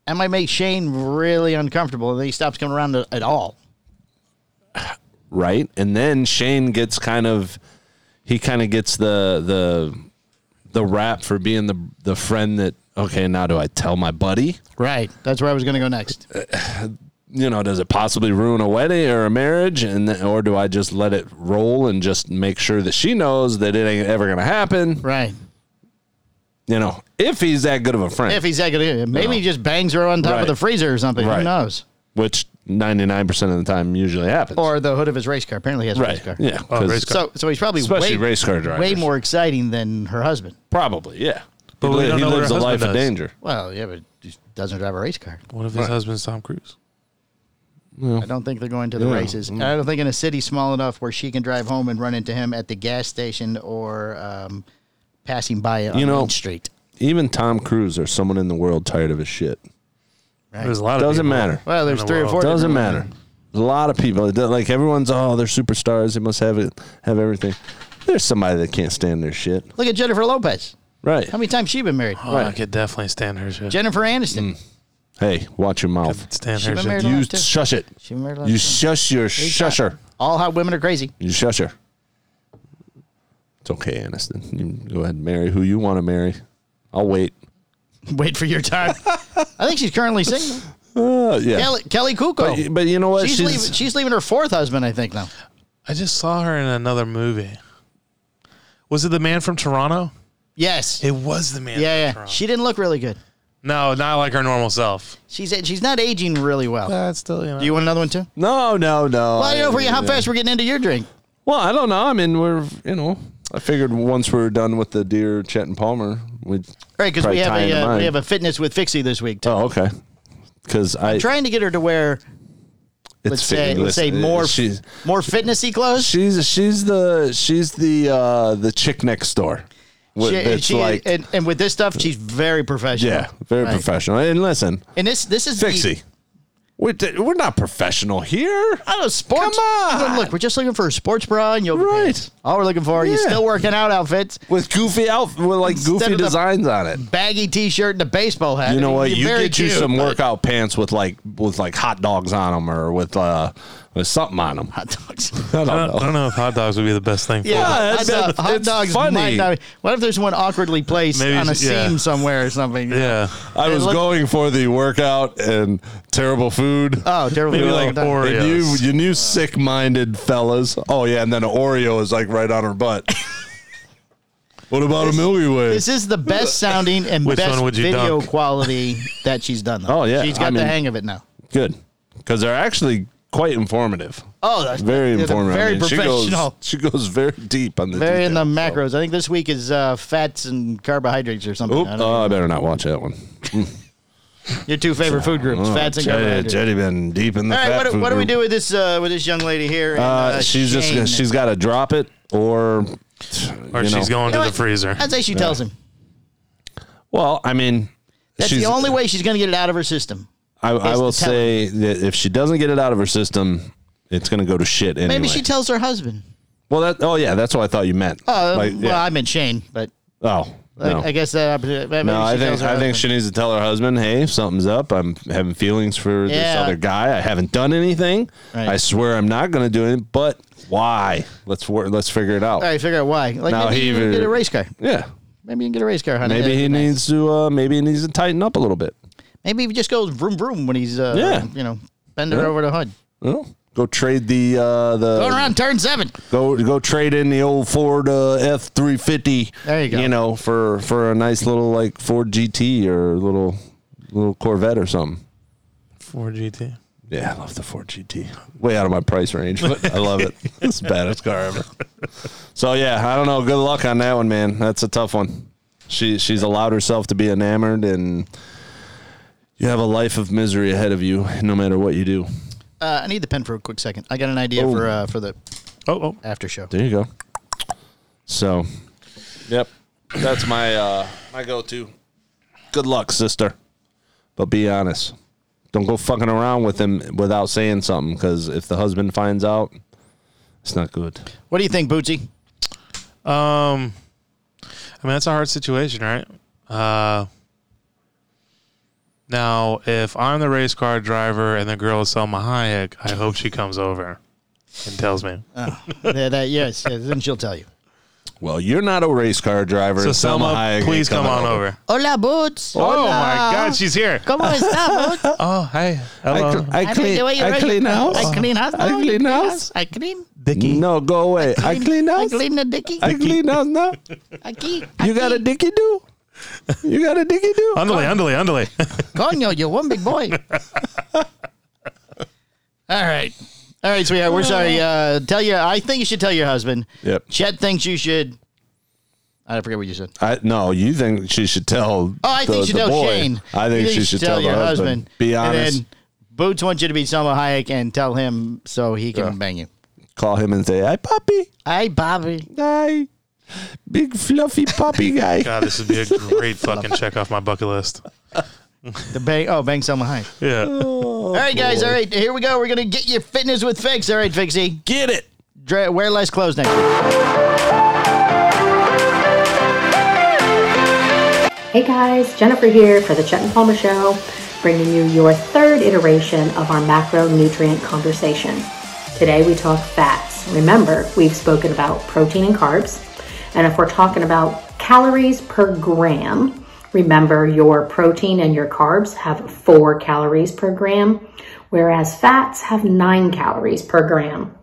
[SPEAKER 2] that might make Shane really uncomfortable, and then he stops coming around at at all.
[SPEAKER 4] Right. And then Shane gets kind of, he kind of gets the, the, the rap for being the, the friend that, okay, now do I tell my buddy?
[SPEAKER 2] Right. That's where I was gonna go next.
[SPEAKER 4] Uh, You know, does it possibly ruin a wedding or a marriage? And, then- or do I just let it roll and just make sure that she knows that it ain't ever going to happen?
[SPEAKER 2] Right.
[SPEAKER 4] You know, if he's that good of a friend.
[SPEAKER 2] If he's that good, maybe he just bangs her on top
[SPEAKER 4] Right.
[SPEAKER 2] of the freezer or something. Who
[SPEAKER 4] Right.
[SPEAKER 2] knows?
[SPEAKER 4] which 99% of the time usually happens.
[SPEAKER 2] Or the hood of his race car. Apparently, he has a race car.
[SPEAKER 4] right. Yeah.
[SPEAKER 5] Oh,
[SPEAKER 4] 'cause
[SPEAKER 5] race car.
[SPEAKER 2] So, so he's probably
[SPEAKER 4] Especially
[SPEAKER 2] way,
[SPEAKER 4] race car
[SPEAKER 2] way
[SPEAKER 4] drivers.
[SPEAKER 2] more exciting than her husband.
[SPEAKER 4] Probably, yeah.
[SPEAKER 5] But
[SPEAKER 4] he
[SPEAKER 5] we
[SPEAKER 4] li-
[SPEAKER 5] don't
[SPEAKER 4] he
[SPEAKER 5] know what
[SPEAKER 4] lives
[SPEAKER 5] her
[SPEAKER 4] a life
[SPEAKER 5] husband
[SPEAKER 4] of
[SPEAKER 5] does.
[SPEAKER 4] danger.
[SPEAKER 2] Well, yeah, but he doesn't drive a race car.
[SPEAKER 5] what if his husband's Tom Cruise?
[SPEAKER 2] I don't think they're going to the races.
[SPEAKER 4] Mm.
[SPEAKER 2] And I don't think in a city small enough where she can drive home and run into him at the gas station or um, passing by on
[SPEAKER 4] You know-
[SPEAKER 2] Main Street.
[SPEAKER 4] Even Tom Cruise or someone in the world tired of his shit.
[SPEAKER 5] There's a lot of
[SPEAKER 4] Doesn't
[SPEAKER 5] people.
[SPEAKER 4] matter.
[SPEAKER 2] Well, there's
[SPEAKER 5] In the
[SPEAKER 2] three or
[SPEAKER 5] world.
[SPEAKER 2] four.
[SPEAKER 4] Doesn't
[SPEAKER 2] different
[SPEAKER 4] matter. A lot of people, it does- like everyone's, oh, they're superstars. They must have it, have everything. There's somebody that can't stand their shit.
[SPEAKER 2] Look at Jennifer Lopez.
[SPEAKER 4] Right.
[SPEAKER 2] How many times she been married?
[SPEAKER 5] Oh, I could definitely stand her shit.
[SPEAKER 2] Jennifer Aniston.
[SPEAKER 4] Mm. Hey, watch your mouth.
[SPEAKER 5] stand
[SPEAKER 2] She
[SPEAKER 5] her
[SPEAKER 2] been
[SPEAKER 5] shit.
[SPEAKER 2] married a
[SPEAKER 4] You
[SPEAKER 2] lot, too.
[SPEAKER 4] shush it.
[SPEAKER 2] She been married a lot,
[SPEAKER 4] You
[SPEAKER 2] too.
[SPEAKER 4] shush your shusher.
[SPEAKER 2] All hot women are crazy.
[SPEAKER 4] You shush her. It's okay, Aniston. You go ahead and marry who you want to marry. I'll wait.
[SPEAKER 2] Wait for your time. I think she's currently single.
[SPEAKER 4] Uh, yeah.
[SPEAKER 2] Kelly, Kelly Kuko.
[SPEAKER 4] But you know what?
[SPEAKER 2] she's, leaving, she's leaving her fourth husband, I think, now.
[SPEAKER 5] I just saw her in another movie. Was it the man from Toronto?
[SPEAKER 2] Yes.
[SPEAKER 5] It was the man.
[SPEAKER 2] Yeah,
[SPEAKER 5] from
[SPEAKER 2] yeah.
[SPEAKER 5] Toronto.
[SPEAKER 2] She didn't look really good.
[SPEAKER 5] no, not like her normal self.
[SPEAKER 2] She's she's not aging really well.
[SPEAKER 5] That's still, you know.
[SPEAKER 2] Do you want another one too?
[SPEAKER 4] No, no, no.
[SPEAKER 2] Well, I don't know for you how
[SPEAKER 4] yeah.
[SPEAKER 2] fast we're getting into your drink.
[SPEAKER 4] Well, I don't know. I mean, we're you know, I figured once we're done with the deer, Chet and Palmer, we'd.
[SPEAKER 2] All right, because we
[SPEAKER 4] Probably
[SPEAKER 2] have
[SPEAKER 4] tying
[SPEAKER 2] a
[SPEAKER 4] to
[SPEAKER 2] uh, we
[SPEAKER 4] mine.
[SPEAKER 2] have a fitness with Fixie this week. Too.
[SPEAKER 4] Oh, okay. Because I
[SPEAKER 2] Trying to get her to wear let's
[SPEAKER 4] it's
[SPEAKER 2] say
[SPEAKER 4] fitting.
[SPEAKER 2] let's say
[SPEAKER 4] Listen,
[SPEAKER 2] more
[SPEAKER 4] She's
[SPEAKER 2] more fitnessy clothes.
[SPEAKER 4] she's she's the she's the uh the chick next door. Wh-
[SPEAKER 2] She-
[SPEAKER 4] that's
[SPEAKER 2] she-
[SPEAKER 4] like
[SPEAKER 2] and, and with this stuff, she's very professional.
[SPEAKER 4] yeah, very
[SPEAKER 2] Right.
[SPEAKER 4] professional. And listen,
[SPEAKER 2] And this this is the-
[SPEAKER 4] Fixie, we're d- we're not professional here.
[SPEAKER 2] I don't know, sports.
[SPEAKER 4] Come on.
[SPEAKER 2] Look, we're just looking for a sports bra and yoga
[SPEAKER 4] Right.
[SPEAKER 2] pants. All we're looking for. You're
[SPEAKER 4] Yeah.
[SPEAKER 2] still working out outfits,
[SPEAKER 4] With goofy outfit, with like
[SPEAKER 2] Instead
[SPEAKER 4] goofy
[SPEAKER 2] of the-
[SPEAKER 4] designs on it.
[SPEAKER 2] baggy t-shirt and a baseball hat.
[SPEAKER 4] You know
[SPEAKER 2] It'd
[SPEAKER 4] what?
[SPEAKER 2] be
[SPEAKER 4] You
[SPEAKER 2] very
[SPEAKER 4] get you
[SPEAKER 2] cute,
[SPEAKER 4] some
[SPEAKER 2] but-
[SPEAKER 4] workout pants with like with like hot dogs on them or with uh with something on them.
[SPEAKER 2] Hot dogs.
[SPEAKER 4] I
[SPEAKER 5] I
[SPEAKER 4] don't
[SPEAKER 5] don't, I
[SPEAKER 4] know.
[SPEAKER 5] don't know if hot dogs would be the best thing.
[SPEAKER 2] Yeah,
[SPEAKER 4] Yeah,
[SPEAKER 2] hot,
[SPEAKER 4] it's-
[SPEAKER 2] dog- hot
[SPEAKER 4] it's
[SPEAKER 2] dogs
[SPEAKER 4] funny.
[SPEAKER 2] might not be- what if there's one awkwardly placed
[SPEAKER 5] Maybe
[SPEAKER 2] on a
[SPEAKER 5] it's- yeah.
[SPEAKER 2] seam somewhere or something?
[SPEAKER 5] For, yeah.
[SPEAKER 4] I was
[SPEAKER 2] look-
[SPEAKER 4] going for the workout and terrible food.
[SPEAKER 2] Oh, terrible.
[SPEAKER 5] Maybe
[SPEAKER 2] food.
[SPEAKER 5] like
[SPEAKER 2] Well done.
[SPEAKER 5] or-
[SPEAKER 4] And you,
[SPEAKER 5] Oreos.
[SPEAKER 4] you new sick-minded fellas. Oh yeah, and then an Oreo is like right on her butt. what about a Milky Way?
[SPEAKER 2] This is the best sounding and
[SPEAKER 5] Which
[SPEAKER 2] best
[SPEAKER 5] one would you
[SPEAKER 2] video
[SPEAKER 5] dunk?
[SPEAKER 2] quality that she's done. Though.
[SPEAKER 4] Oh, yeah.
[SPEAKER 2] she's got
[SPEAKER 4] I
[SPEAKER 2] the
[SPEAKER 4] mean-
[SPEAKER 2] hang of it now.
[SPEAKER 4] Good, because they're actually quite informative.
[SPEAKER 2] Oh, that's
[SPEAKER 4] Very
[SPEAKER 2] they're
[SPEAKER 4] informative. I
[SPEAKER 2] Very
[SPEAKER 4] mean,
[SPEAKER 2] professional.
[SPEAKER 4] She goes, she goes very deep on the
[SPEAKER 2] Very in the
[SPEAKER 4] details, so.
[SPEAKER 2] macros. I think this week is uh, fats and carbohydrates or something.
[SPEAKER 4] Oop,
[SPEAKER 2] I don't know.
[SPEAKER 4] oh, I better not watch that one.
[SPEAKER 2] Your two favorite food groups,
[SPEAKER 4] Oh,
[SPEAKER 2] fats and
[SPEAKER 4] Jetty,
[SPEAKER 2] carbohydrates.
[SPEAKER 4] Jetty been deep in the
[SPEAKER 2] All right,
[SPEAKER 4] fat
[SPEAKER 2] what, do-
[SPEAKER 4] food
[SPEAKER 2] what do we
[SPEAKER 4] group.
[SPEAKER 2] do with this uh, with this young lady here?
[SPEAKER 4] Uh, she's just gonna- she's got to drop it, or
[SPEAKER 5] Or
[SPEAKER 4] you
[SPEAKER 5] she's
[SPEAKER 4] know.
[SPEAKER 5] going to the freezer.
[SPEAKER 2] I'd say she tells him.
[SPEAKER 4] Well, I mean,
[SPEAKER 2] That's
[SPEAKER 4] she's-
[SPEAKER 2] the only way she's going to get it out of her system.
[SPEAKER 4] I, I
[SPEAKER 2] is
[SPEAKER 4] will
[SPEAKER 2] to tell
[SPEAKER 4] say that if she doesn't get it out of her system, it's going to go to shit anyway.
[SPEAKER 2] Maybe she tells her husband.
[SPEAKER 4] well, that oh yeah, that's what I thought you meant.
[SPEAKER 2] Uh,
[SPEAKER 4] Like,
[SPEAKER 2] Well,
[SPEAKER 4] yeah.
[SPEAKER 2] I meant Shane, but uh,
[SPEAKER 4] oh no.
[SPEAKER 2] I, I guess that. opposite- Maybe
[SPEAKER 4] no,
[SPEAKER 2] she
[SPEAKER 4] I think
[SPEAKER 2] tells her
[SPEAKER 4] I think
[SPEAKER 2] husband.
[SPEAKER 4] she needs to tell her husband, "Hey, something's up. I'm having feelings for this
[SPEAKER 2] Yeah.
[SPEAKER 4] other guy. I haven't done anything.
[SPEAKER 2] Right.
[SPEAKER 4] I swear I'm not going to do it. But why? Let's wor- let's figure it out.
[SPEAKER 2] All right, figure out why. Like
[SPEAKER 4] Now
[SPEAKER 2] maybe
[SPEAKER 4] he
[SPEAKER 2] you can
[SPEAKER 4] either-
[SPEAKER 2] get a race car.
[SPEAKER 4] Yeah,
[SPEAKER 2] Maybe you can get a race car, honey.
[SPEAKER 4] maybe
[SPEAKER 2] That'd
[SPEAKER 4] he
[SPEAKER 2] be nice.
[SPEAKER 4] needs to. Uh, maybe he needs to tighten up a little bit.
[SPEAKER 2] Maybe he just goes vroom vroom when he's uh,
[SPEAKER 4] Yeah.
[SPEAKER 2] you know bend her
[SPEAKER 4] Yeah.
[SPEAKER 2] over the hood.
[SPEAKER 4] Well, go trade the uh, the
[SPEAKER 2] Going around turn seven.
[SPEAKER 4] go go trade in the old Ford uh, F three fifty.
[SPEAKER 2] There you go.
[SPEAKER 4] You know, for for a nice little like Ford GT or little little Corvette or something.
[SPEAKER 5] Four GT.
[SPEAKER 4] Yeah, I love the Ford GT. Way out of my price range, but I love it. It's the baddest car ever. So yeah, I don't know. Good luck on that one, man. That's a tough one. She she's allowed herself to be enamored, and you have a life of misery ahead of you, no matter what you do.
[SPEAKER 2] Uh, I need the pen for a quick second. I got an idea
[SPEAKER 4] Oh.
[SPEAKER 2] for uh, for the
[SPEAKER 5] Oh, oh.
[SPEAKER 2] after show.
[SPEAKER 4] There you go. So, yep, that's my uh my go-to. Good luck, sister. But be honest. Don't go fucking around with him without saying something because if the husband finds out, it's not good.
[SPEAKER 2] What do you think, Bootsy?
[SPEAKER 5] Um, I mean that's a hard situation, right? Uh, now if I'm the race car driver and the girl is Selma Hayek, I hope she comes over and tells me.
[SPEAKER 2] yeah, that yes, yes, then she'll tell you.
[SPEAKER 4] Well, you're not a race car driver.
[SPEAKER 5] so Selma, please come on over.
[SPEAKER 2] Hola, Boots.
[SPEAKER 5] Oh my God, she's here.
[SPEAKER 2] Como está, Boots?
[SPEAKER 5] Oh hi, hello,
[SPEAKER 4] I, clean. I clean house.
[SPEAKER 2] I clean house.
[SPEAKER 4] I clean house.
[SPEAKER 2] I clean.
[SPEAKER 5] Dicky.
[SPEAKER 4] No, go away. I clean
[SPEAKER 2] I
[SPEAKER 4] house.
[SPEAKER 2] clean the dicky.
[SPEAKER 4] I clean house now.
[SPEAKER 2] Aquí.
[SPEAKER 4] You got a dicky do? You got a dicky do?
[SPEAKER 5] Underlay, underlay, underlay.
[SPEAKER 2] Coño, you one big boy. All right. All right, sweetheart. We're sorry. Uh, tell your. I think you should tell your husband.
[SPEAKER 4] Yep.
[SPEAKER 2] Chet thinks you should. I forget what you said.
[SPEAKER 4] I no, you think she should tell?
[SPEAKER 2] Oh, I
[SPEAKER 4] the-
[SPEAKER 2] think you should
[SPEAKER 4] the
[SPEAKER 2] tell
[SPEAKER 4] boy.
[SPEAKER 2] Shane.
[SPEAKER 4] I
[SPEAKER 2] You
[SPEAKER 4] think, she should tell,
[SPEAKER 2] your
[SPEAKER 4] the husband. Be honest.
[SPEAKER 2] And then Boots wants you to be Selma Hayek and tell him so he can bang you.
[SPEAKER 4] Call him and say, "Hi, puppy.
[SPEAKER 2] Hey, Bobby.
[SPEAKER 4] Hi, big fluffy puppy guy."
[SPEAKER 5] God, this would be a great fucking check off my bucket list.
[SPEAKER 2] The bang. Oh, bang Selma Hayek.
[SPEAKER 5] Yeah,
[SPEAKER 4] Oh,
[SPEAKER 2] all right, guys. All right, here we go. We're gonna get your fitness with Fix. All right, Fixie.
[SPEAKER 4] Get it.
[SPEAKER 2] Dre- wear less clothes next week.
[SPEAKER 3] Hey guys, Jennifer here for the Chet and Palmer Show, bringing you your third iteration of our macronutrient conversation. Today we talk fats. Remember, we've spoken about protein and carbs, and if we're talking about calories per gram, remember your protein and your carbs have four calories per gram, whereas fats have nine calories per gram.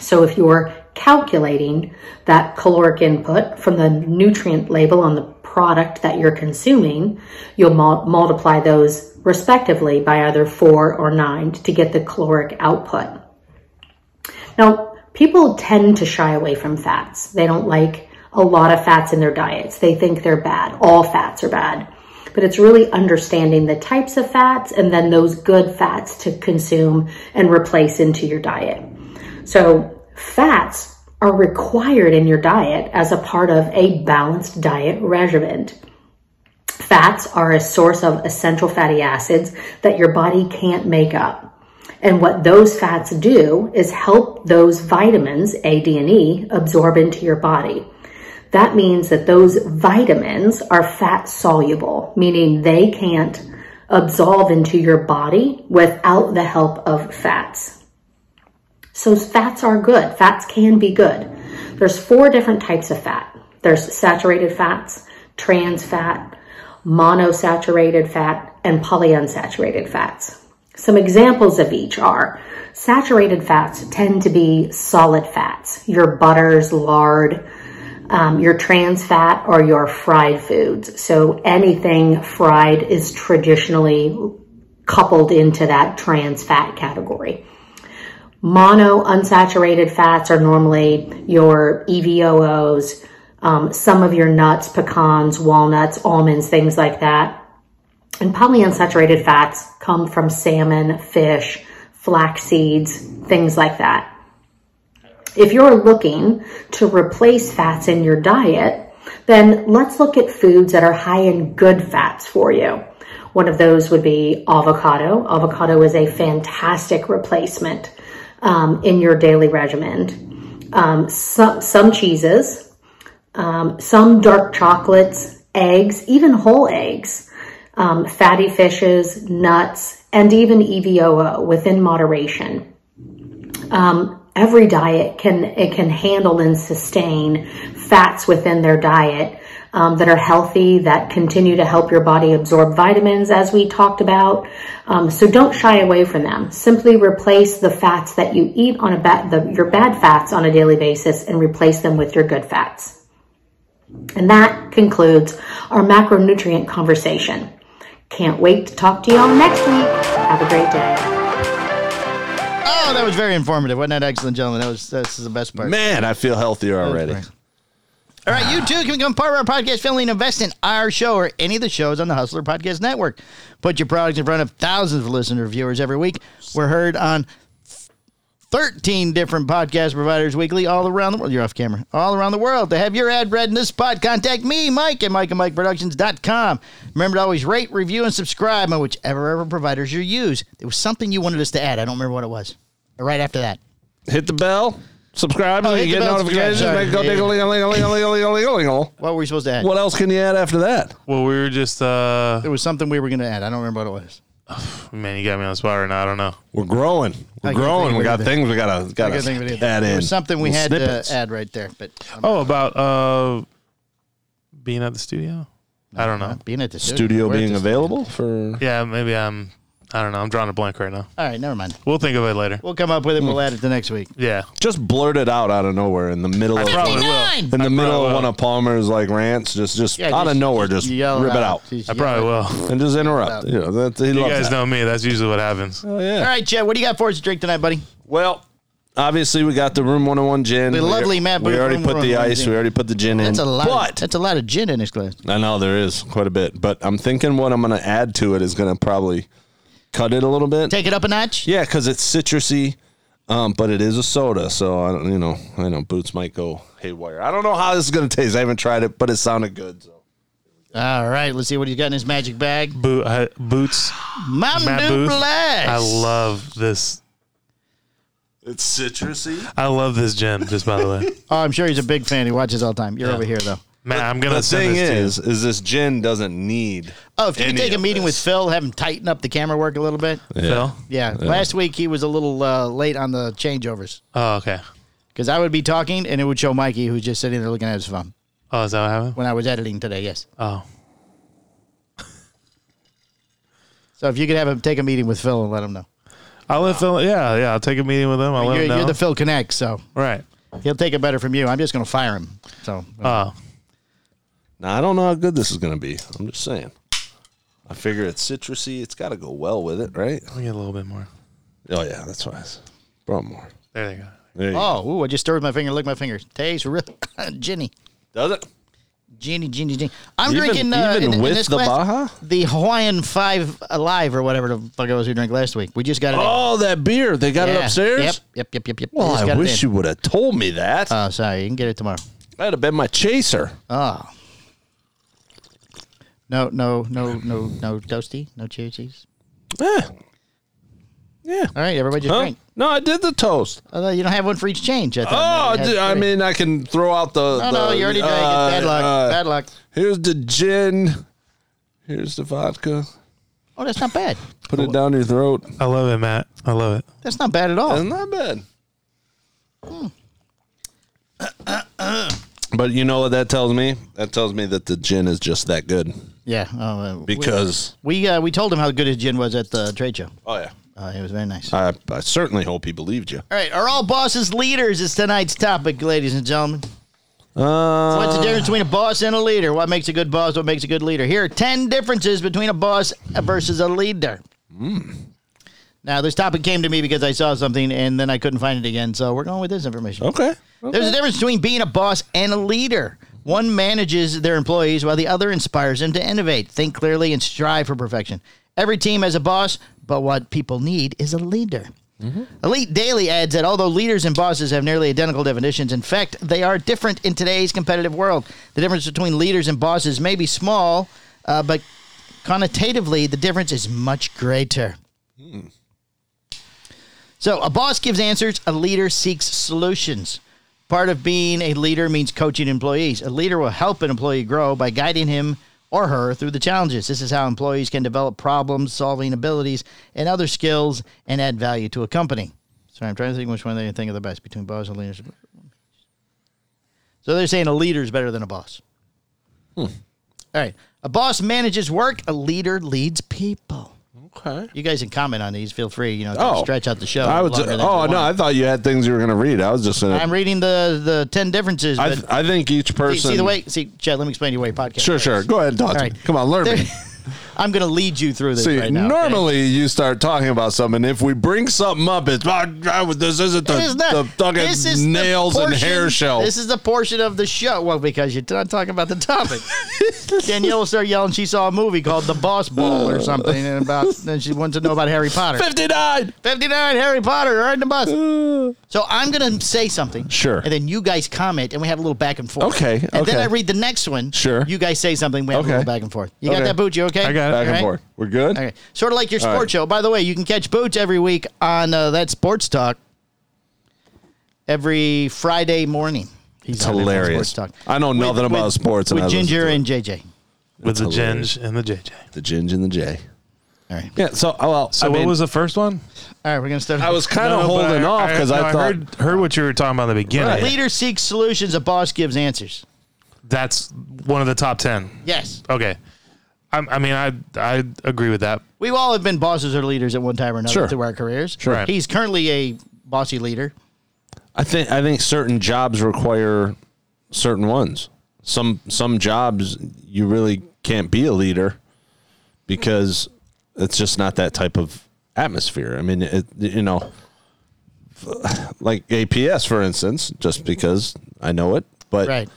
[SPEAKER 3] So if you're calculating that caloric input from the nutrient label on the product that you're consuming, you'll mul- multiply those respectively by either four or nine to get the caloric output. Now, people tend to shy away from fats. They don't like a lot of fats in their diets. They think they're bad. All fats are bad. But it's really understanding the types of fats and then those good fats to consume and replace into your diet. So, fats are required in your diet as a part of a balanced diet regimen. Fats are a source of essential fatty acids that your body can't make up. And what those fats do is help those vitamins, A, D, and E, absorb into your body. That means that those vitamins are fat soluble, meaning they can't absorb into your body without the help of fats. So fats are good. Fats can be good. There's four different types of fat. There's saturated fats, trans fat, monosaturated fat, and polyunsaturated fats. Some examples of each are saturated fats tend to be solid fats, your butters, lard, um, your trans fat, or your fried foods. So anything fried is traditionally coupled into that trans fat category. Mono unsaturated fats are normally your E EVOOs, um, some of your nuts, pecans, walnuts, almonds, things like that. And polyunsaturated fats come from salmon, fish, flax seeds, things like that. If you're looking to replace fats in your diet, then let's look at foods that are high in good fats for you. One of those would be avocado. Avocado is a fantastic replacement um, in your daily regimen. Um, some, some cheeses, um, some dark chocolates, eggs, even whole eggs um, fatty fishes, nuts, and even E EVOO within moderation. Um, every diet can it can handle and sustain fats within their diet um, that are healthy that continue to help your body absorb vitamins as we talked about um, so don't shy away from them simply replace the fats that you eat on a bad the, your bad fats on a daily basis and replace them with your good fats and that concludes our macronutrient conversation can't wait to talk to you all next week have a great day
[SPEAKER 2] Oh, that was very informative. Wasn't that excellent, gentlemen? That was that's the best part.
[SPEAKER 4] Man, I feel healthier already.
[SPEAKER 2] great. All right, you too can become part of our podcast family and invest in our show or any of the shows on the Hustler Podcast Network. Put your products in front of thousands of listener viewers every week. We're heard on 13 different podcast providers weekly all around the world. You're off camera. All around the world. To have your ad read in this spot, contact me, Mike, at Mike and Mike Productions.com. Remember to always rate, review, and subscribe on whichever ever providers you use. There was something you wanted us to add. I don't remember what it was. Right after that.
[SPEAKER 4] Hit the bell, subscribe,
[SPEAKER 2] Oh,
[SPEAKER 4] and
[SPEAKER 2] hit
[SPEAKER 4] you
[SPEAKER 2] the
[SPEAKER 4] get
[SPEAKER 2] bell, subscribe.
[SPEAKER 4] notifications.
[SPEAKER 2] Sorry.
[SPEAKER 4] Go ding a ling a ling a ling a ling a ling a ling a ling a ling.
[SPEAKER 2] What were we supposed to add?
[SPEAKER 4] What else can you add after that?
[SPEAKER 5] Well, we were just, uh,
[SPEAKER 2] There was something we were going to add. I don't remember what it was.
[SPEAKER 5] man, you got me on the spot right now. I don't know.
[SPEAKER 4] We're
[SPEAKER 2] I
[SPEAKER 4] growing. We're
[SPEAKER 2] can't think
[SPEAKER 4] growing.
[SPEAKER 2] of
[SPEAKER 4] We got
[SPEAKER 2] anything.
[SPEAKER 4] things we gotta
[SPEAKER 2] I can't think of
[SPEAKER 4] gotta
[SPEAKER 2] it either.
[SPEAKER 4] add
[SPEAKER 2] There
[SPEAKER 4] in.
[SPEAKER 2] was something we
[SPEAKER 4] Little
[SPEAKER 2] had to
[SPEAKER 4] snippets.
[SPEAKER 2] add right there, but um,
[SPEAKER 5] Oh, about uh, being at the studio? I don't know.
[SPEAKER 2] being at the studio,
[SPEAKER 4] Studio
[SPEAKER 2] we're at
[SPEAKER 4] being
[SPEAKER 2] the-
[SPEAKER 4] available for
[SPEAKER 5] Yeah, maybe I'm, I don't know. I'm drawing a blank right now.
[SPEAKER 2] All right, never mind.
[SPEAKER 5] We'll think of it later.
[SPEAKER 2] We'll come up with it. We'll add it the next week.
[SPEAKER 5] Yeah.
[SPEAKER 4] just blurt it out out of nowhere in the middle of
[SPEAKER 5] probably will.
[SPEAKER 4] in the middle of
[SPEAKER 5] will.
[SPEAKER 4] one of Palmer's like rants. Just just out of nowhere, just
[SPEAKER 2] yell
[SPEAKER 4] rip it out
[SPEAKER 5] I probably will.
[SPEAKER 4] and just interrupt. You know, that, he
[SPEAKER 5] You
[SPEAKER 4] loves
[SPEAKER 5] guys
[SPEAKER 4] that.
[SPEAKER 5] know me. That's usually what happens.
[SPEAKER 4] Oh, yeah.
[SPEAKER 2] All right, Chad, what do you got for us to drink tonight, buddy?
[SPEAKER 4] Well, obviously we got the room 101 gin.
[SPEAKER 2] The
[SPEAKER 4] We-
[SPEAKER 2] lovely Matt
[SPEAKER 4] We
[SPEAKER 2] Booth
[SPEAKER 4] already
[SPEAKER 2] Room
[SPEAKER 4] put the
[SPEAKER 2] 101
[SPEAKER 4] ice.
[SPEAKER 2] gin.
[SPEAKER 4] We already put the gin in.
[SPEAKER 2] That's a lot.
[SPEAKER 4] But
[SPEAKER 2] that's a lot of gin in this glass.
[SPEAKER 4] I know there is quite a bit. But I'm thinking what I'm going to add to it is going to probably cut it a little bit.
[SPEAKER 2] Take it up a notch.
[SPEAKER 4] yeah, because it's citrusy, um, but it is a soda. So I don't, you know, I know boots might go haywire. I don't know how this is going to taste. I haven't tried it, but it sounded good. So.
[SPEAKER 2] All right, let's see what he's got in his magic bag.
[SPEAKER 5] Boot, I, uh, boots.
[SPEAKER 2] Mountain
[SPEAKER 5] Matt
[SPEAKER 2] Dew
[SPEAKER 5] Booth.
[SPEAKER 2] Blast.
[SPEAKER 5] I love this.
[SPEAKER 4] It's citrusy.
[SPEAKER 5] I love this gin. Just by the way,
[SPEAKER 2] Oh, I'm sure he's a big fan. He watches all the time. You're over here though.
[SPEAKER 5] man, I'm gonna
[SPEAKER 4] The
[SPEAKER 5] send
[SPEAKER 4] thing
[SPEAKER 5] this to you.
[SPEAKER 4] is, is this gin doesn't need.
[SPEAKER 2] Oh, if you could
[SPEAKER 4] Any
[SPEAKER 2] take a
[SPEAKER 4] of
[SPEAKER 2] meeting with
[SPEAKER 4] this.
[SPEAKER 2] Phil, have him tighten up the camera work a little bit.
[SPEAKER 5] Phil.
[SPEAKER 2] Yeah, last week he was a little uh, late on the changeovers
[SPEAKER 5] Oh, okay.
[SPEAKER 2] because I would be talking and it would show Mikey who's just sitting there looking at his phone
[SPEAKER 5] Oh, is that what happened?
[SPEAKER 2] when I was editing today. Yes.
[SPEAKER 5] Oh,
[SPEAKER 2] So if you could have him take a meeting with Phil and let him know.
[SPEAKER 5] I'll let Phil. Yeah, yeah. I'll take a meeting with him. I'll let
[SPEAKER 2] You're,
[SPEAKER 5] him know.
[SPEAKER 2] you're the Phil Connect, so
[SPEAKER 5] right.
[SPEAKER 2] he'll take it better from you. I'm just going to fire him. So
[SPEAKER 5] Uh,
[SPEAKER 4] Now I don't know how good this is going to be. I'm just saying. I figure it's citrusy. It's got to go well with it, right?
[SPEAKER 5] let me get a little bit more.
[SPEAKER 4] Oh yeah, that's why. I s- Brought more.
[SPEAKER 5] There you go.
[SPEAKER 4] There you
[SPEAKER 2] Oh, ooh, I just stirred with my finger. Look at my fingers. Tastes really Ginny.
[SPEAKER 4] go. Does it?
[SPEAKER 2] Ginny, Ginny, Ginny. I'm
[SPEAKER 4] Even-
[SPEAKER 2] drinking uh,
[SPEAKER 4] even
[SPEAKER 2] in- in
[SPEAKER 4] with
[SPEAKER 2] this
[SPEAKER 4] the
[SPEAKER 2] glass,
[SPEAKER 4] Baja?
[SPEAKER 2] the Hawaiian Five Alive or whatever the fuck it was we drank last week. We just got it. in.
[SPEAKER 4] Oh, that beer. They got it
[SPEAKER 2] Yeah.
[SPEAKER 4] upstairs.
[SPEAKER 2] Yep, yep, yep, yep, yep. We
[SPEAKER 4] Well,
[SPEAKER 2] just
[SPEAKER 4] I
[SPEAKER 2] got it
[SPEAKER 4] wish
[SPEAKER 2] in.
[SPEAKER 4] you would have told me that.
[SPEAKER 2] Oh, sorry, you can get it tomorrow.
[SPEAKER 4] That'd have been my chaser.
[SPEAKER 2] Oh. No, no, no, no, no toasty, no cherry cheese.
[SPEAKER 4] Eh. Yeah.
[SPEAKER 2] All right, everybody just
[SPEAKER 4] Huh?
[SPEAKER 2] drink.
[SPEAKER 4] No, I did the toast.
[SPEAKER 2] Although you don't have one for each change. I
[SPEAKER 4] Oh,
[SPEAKER 2] thought.
[SPEAKER 4] I,
[SPEAKER 2] You had
[SPEAKER 4] did- I
[SPEAKER 2] three.
[SPEAKER 4] mean, I can throw out the.
[SPEAKER 2] no,
[SPEAKER 4] the,
[SPEAKER 2] no, you already drank
[SPEAKER 4] uh,
[SPEAKER 2] it. Bad luck.
[SPEAKER 4] uh,
[SPEAKER 2] Bad luck.
[SPEAKER 4] Here's the gin. Here's the vodka.
[SPEAKER 2] Oh, that's not bad.
[SPEAKER 4] Put it down your throat.
[SPEAKER 5] I love it, Matt. I love it.
[SPEAKER 2] That's not bad at all.
[SPEAKER 4] That's not bad.
[SPEAKER 2] Hmm.
[SPEAKER 4] But you know what that tells me? That tells me that the gin is just that good
[SPEAKER 2] Yeah. Oh, uh, we-
[SPEAKER 4] because
[SPEAKER 2] we uh, we told him how good his gin was at the trade show.
[SPEAKER 4] oh yeah,
[SPEAKER 2] Uh, it was very nice.
[SPEAKER 4] I, I certainly hope he believed you.
[SPEAKER 2] All right, are all bosses leaders? Is tonight's topic, ladies and gentlemen.
[SPEAKER 4] Uh,
[SPEAKER 2] What's the difference between a boss and a leader? What makes a good boss? What makes a good leader? Here are 10 differences between a boss versus a leader. Now, this topic came to me because I saw something and then I couldn't find it again. So we're going with this information.
[SPEAKER 4] okay.
[SPEAKER 2] There's a difference between being a boss and a leader. One manages their employees while the other inspires them to innovate, think clearly, and strive for perfection. Every team has a boss, but what people need is a leader. Elite Daily adds that although leaders and bosses have nearly identical definitions, in fact, they are different in today's competitive world. The difference between leaders and bosses may be small, uh, but connotatively, the difference is much greater. So a boss gives answers, a leader seeks solutions. Part of being a leader means coaching employees. A leader will help an employee grow by guiding him or her through the challenges. This is how employees can develop problem solving abilities and other skills and add value to a company. Sorry, I'm trying to think which one they think of the best between boss and leaders. So they're saying a leader is better than a boss.
[SPEAKER 4] Hmm.
[SPEAKER 2] All right. A boss manages work, a leader leads people.
[SPEAKER 4] Okay.
[SPEAKER 2] You guys can comment on these. Feel free. You know, to
[SPEAKER 4] Oh.
[SPEAKER 2] stretch out the show.
[SPEAKER 4] I was.
[SPEAKER 2] longer than you
[SPEAKER 4] Oh
[SPEAKER 2] want.
[SPEAKER 4] no, I thought you had things you were going to read. I was just
[SPEAKER 2] I'm
[SPEAKER 4] gonna.
[SPEAKER 2] reading the the ten differences.
[SPEAKER 4] I,
[SPEAKER 2] But
[SPEAKER 4] th- I think each
[SPEAKER 2] see,
[SPEAKER 4] person.
[SPEAKER 2] see the way. See, Chad, let me explain to you way podcast.
[SPEAKER 4] Sure,
[SPEAKER 2] works.
[SPEAKER 4] sure. Go ahead and talk to
[SPEAKER 2] All
[SPEAKER 4] me.
[SPEAKER 2] right.
[SPEAKER 4] Come on, learn me.
[SPEAKER 2] There- I'm going to lead you through this
[SPEAKER 4] See,
[SPEAKER 2] right now. okay?
[SPEAKER 4] normally you start talking about something. If we bring something up, it's "Ah, ah, this isn't the,
[SPEAKER 2] It is not.
[SPEAKER 4] the fucking
[SPEAKER 2] This is the
[SPEAKER 4] nails and
[SPEAKER 2] portion-
[SPEAKER 4] hair show.
[SPEAKER 2] This is the portion of the show. Well, because you're not talking about the topic. Danielle will start yelling. She saw a movie called The Boss Ball or something, and about then she wants to know about Harry Potter.
[SPEAKER 4] Fifty nine.
[SPEAKER 2] Fifty nine Harry Potter riding the bus. So I'm gonna say something.
[SPEAKER 4] Mm. Sure.
[SPEAKER 2] And then you guys comment, and we have a little back and forth.
[SPEAKER 4] Okay,
[SPEAKER 2] And then
[SPEAKER 4] okay.
[SPEAKER 2] I read the next one.
[SPEAKER 4] Sure.
[SPEAKER 2] You guys say something. We have
[SPEAKER 4] Okay.
[SPEAKER 2] a little back and forth. You got
[SPEAKER 4] Okay.
[SPEAKER 2] that, Booch? You okay?
[SPEAKER 5] I got it.
[SPEAKER 4] Back
[SPEAKER 2] All
[SPEAKER 4] and
[SPEAKER 2] right?
[SPEAKER 4] forth. We're good.
[SPEAKER 2] Okay. Sort of like your sports
[SPEAKER 4] right.
[SPEAKER 2] show. By the way, you can catch Booch every week on uh, that sports talk every Friday morning. He's
[SPEAKER 4] It's
[SPEAKER 2] on that
[SPEAKER 4] hilarious.
[SPEAKER 2] Sports talk.
[SPEAKER 4] I know nothing about sports and
[SPEAKER 2] With
[SPEAKER 4] I listen
[SPEAKER 2] Ginger
[SPEAKER 4] to it.
[SPEAKER 2] and JJ.
[SPEAKER 5] With the
[SPEAKER 4] hilarious.
[SPEAKER 5] ginge and the JJ.
[SPEAKER 4] The Ginge and the J.
[SPEAKER 2] All right.
[SPEAKER 4] Yeah. So, oh, well,
[SPEAKER 5] So
[SPEAKER 4] I
[SPEAKER 5] what
[SPEAKER 4] mean,
[SPEAKER 5] was the first one?
[SPEAKER 2] All right. We're gonna start.
[SPEAKER 4] I was kind
[SPEAKER 5] No,
[SPEAKER 4] of
[SPEAKER 5] but
[SPEAKER 4] holding off because
[SPEAKER 5] no,
[SPEAKER 4] I, thought
[SPEAKER 5] heard, heard what you were talking about in the beginning.
[SPEAKER 4] Right.
[SPEAKER 2] Leader seeks solutions. A boss gives answers.
[SPEAKER 5] That's one of the top ten.
[SPEAKER 2] Yes.
[SPEAKER 5] Okay. I, I mean, I I agree with that.
[SPEAKER 2] We all have been bosses or leaders at one time or another
[SPEAKER 4] Sure.
[SPEAKER 2] through our careers.
[SPEAKER 4] Sure.
[SPEAKER 5] Right.
[SPEAKER 2] He's currently a bossy leader.
[SPEAKER 4] I think I think certain jobs require certain ones. Some some jobs you really can't be a leader because it's just not that type of atmosphere. I mean, it, you know, like APS for instance, just because I know it, but
[SPEAKER 2] Right.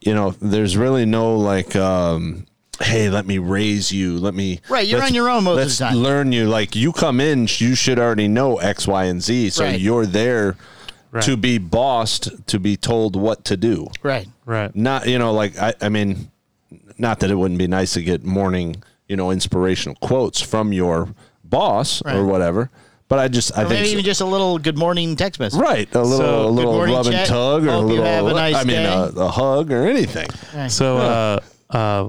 [SPEAKER 4] you know, there's really no like, um, hey, let me raise you, let me.
[SPEAKER 2] Right, you're
[SPEAKER 4] let's-
[SPEAKER 2] on your own most of the
[SPEAKER 4] let's
[SPEAKER 2] time.
[SPEAKER 4] Learn you like you come in, sh- you should already know X, Y, and Z, so
[SPEAKER 2] Right.
[SPEAKER 4] you're there
[SPEAKER 5] Right.
[SPEAKER 4] to be bossed, to be told what to do.
[SPEAKER 2] Right.
[SPEAKER 5] Right.
[SPEAKER 4] Not you know, like I, I mean, not that it wouldn't be nice to get morning, you know, inspirational quotes from your boss
[SPEAKER 2] Right.
[SPEAKER 4] or whatever. But I just, I
[SPEAKER 2] Or
[SPEAKER 4] think
[SPEAKER 2] maybe
[SPEAKER 4] so.
[SPEAKER 2] even just a little good morning text message.
[SPEAKER 4] Right, a little,
[SPEAKER 5] So,
[SPEAKER 4] a
[SPEAKER 5] good
[SPEAKER 4] little
[SPEAKER 2] morning,
[SPEAKER 4] rub and
[SPEAKER 2] Chet.
[SPEAKER 4] tug, or a
[SPEAKER 2] Hope you
[SPEAKER 4] little,
[SPEAKER 2] have a nice
[SPEAKER 4] I mean,
[SPEAKER 2] day.
[SPEAKER 4] a, a hug or anything.
[SPEAKER 5] So uh, uh,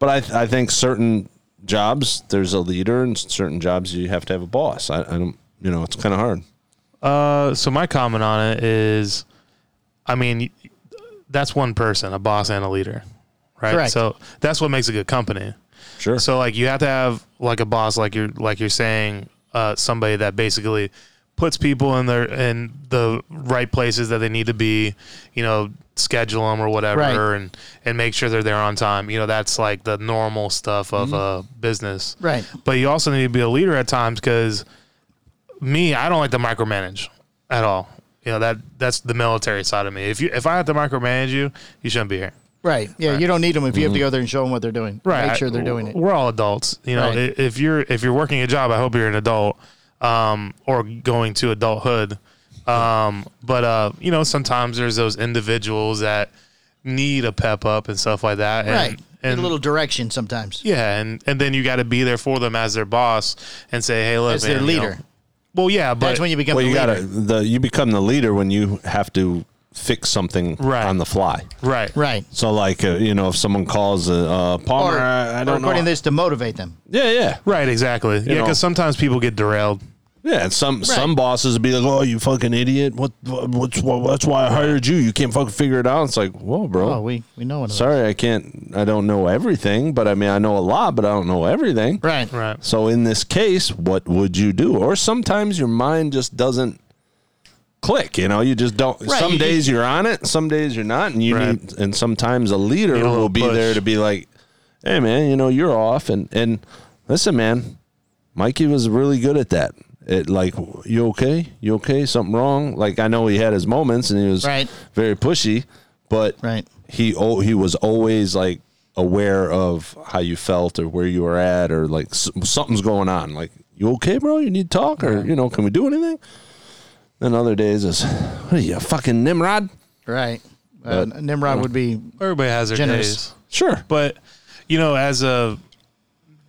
[SPEAKER 4] But I, th- I think certain jobs there's a leader, and certain jobs you have to have a boss. I, I don't, you know, it's kind of hard.
[SPEAKER 5] uh, so my comment on it is, I mean, that's one person, a boss and a leader, right?
[SPEAKER 2] Correct.
[SPEAKER 5] So that's what makes a good company.
[SPEAKER 4] Sure.
[SPEAKER 5] So like you have to have like a boss, like you're like you're saying, uh, somebody that basically puts people in their in the right places that they need to be. You know, schedule them or whatever,
[SPEAKER 2] Right.
[SPEAKER 5] and and make sure they're there on time. You know, that's like the normal stuff of uh, business.
[SPEAKER 2] Mm-hmm. Right.
[SPEAKER 5] But you also need to be a leader at times because me, I don't like to micromanage at all. You know that that's the military side of me. If you if I have to micromanage you, you shouldn't be here.
[SPEAKER 2] Right. Yeah. You don't need them if you have to
[SPEAKER 4] Mm-hmm.
[SPEAKER 2] go there and show them what they're doing.
[SPEAKER 5] Right.
[SPEAKER 2] Make sure they're doing it.
[SPEAKER 5] We're all adults. You know,
[SPEAKER 2] Right.
[SPEAKER 5] i- if you're if you're working a job, I hope you're an adult um, or going to adulthood. Um, but uh, you know, sometimes there's those individuals that need a pep up and stuff like that. And,
[SPEAKER 2] Right. And
[SPEAKER 5] And
[SPEAKER 2] a little direction sometimes.
[SPEAKER 5] yeah, and and then you got to be there for them as their boss and say, hey, look,
[SPEAKER 2] As their
[SPEAKER 5] man, you know-
[SPEAKER 2] leader.
[SPEAKER 5] well, yeah, but
[SPEAKER 2] That's when you become
[SPEAKER 4] well,
[SPEAKER 2] the
[SPEAKER 4] you
[SPEAKER 2] leader.
[SPEAKER 4] gotta the you become the leader when you have to fix something
[SPEAKER 5] Right.
[SPEAKER 4] on the fly.
[SPEAKER 5] right,
[SPEAKER 2] right.
[SPEAKER 4] So, like, uh, you know, if someone calls uh, uh, Palmer,
[SPEAKER 2] Or,
[SPEAKER 4] I I don't
[SPEAKER 2] or putting
[SPEAKER 4] know.
[SPEAKER 2] this to motivate them.
[SPEAKER 4] yeah, yeah,
[SPEAKER 5] right, exactly. Yeah, 'cause yeah,
[SPEAKER 4] know.
[SPEAKER 5] because sometimes people get derailed.
[SPEAKER 4] yeah. And some some bosses be like, "Oh, you fucking idiot! What, what what's what, that's why I hired you? You can't fucking figure it out." It's like, whoa, bro.
[SPEAKER 2] Oh, we we know one of
[SPEAKER 4] Sorry, I can't. I don't know everything, but I mean, I know a lot, but I don't know everything.
[SPEAKER 2] those. Right.
[SPEAKER 5] Right.
[SPEAKER 4] So in this case, what would you do? Or sometimes your mind just doesn't click. You know, you just don't.
[SPEAKER 2] Right,
[SPEAKER 4] some
[SPEAKER 2] you-
[SPEAKER 4] days you're on it, some days you're not, and you
[SPEAKER 5] Right.
[SPEAKER 4] need. And sometimes a leader
[SPEAKER 5] Need a little
[SPEAKER 4] will be
[SPEAKER 5] push.
[SPEAKER 4] there to be like, "Hey, man, you know you're off." And and listen, man, Mikey was really good at that. It like, you okay? You okay? Something wrong? Like I know he had his moments, and he was
[SPEAKER 2] Right.
[SPEAKER 4] very pushy, but
[SPEAKER 2] Right.
[SPEAKER 4] he oh, he was always like aware of how you felt or where you were at or like s- something's going on. Like you okay, bro? You need to talk or you know can we do anything? Then other days is what are you a fucking Nimrod?
[SPEAKER 2] Right. Uh,
[SPEAKER 4] But-
[SPEAKER 2] Nimrod would be
[SPEAKER 5] Everybody has their
[SPEAKER 2] Generous.
[SPEAKER 5] days.
[SPEAKER 4] Sure,
[SPEAKER 5] But you know, as a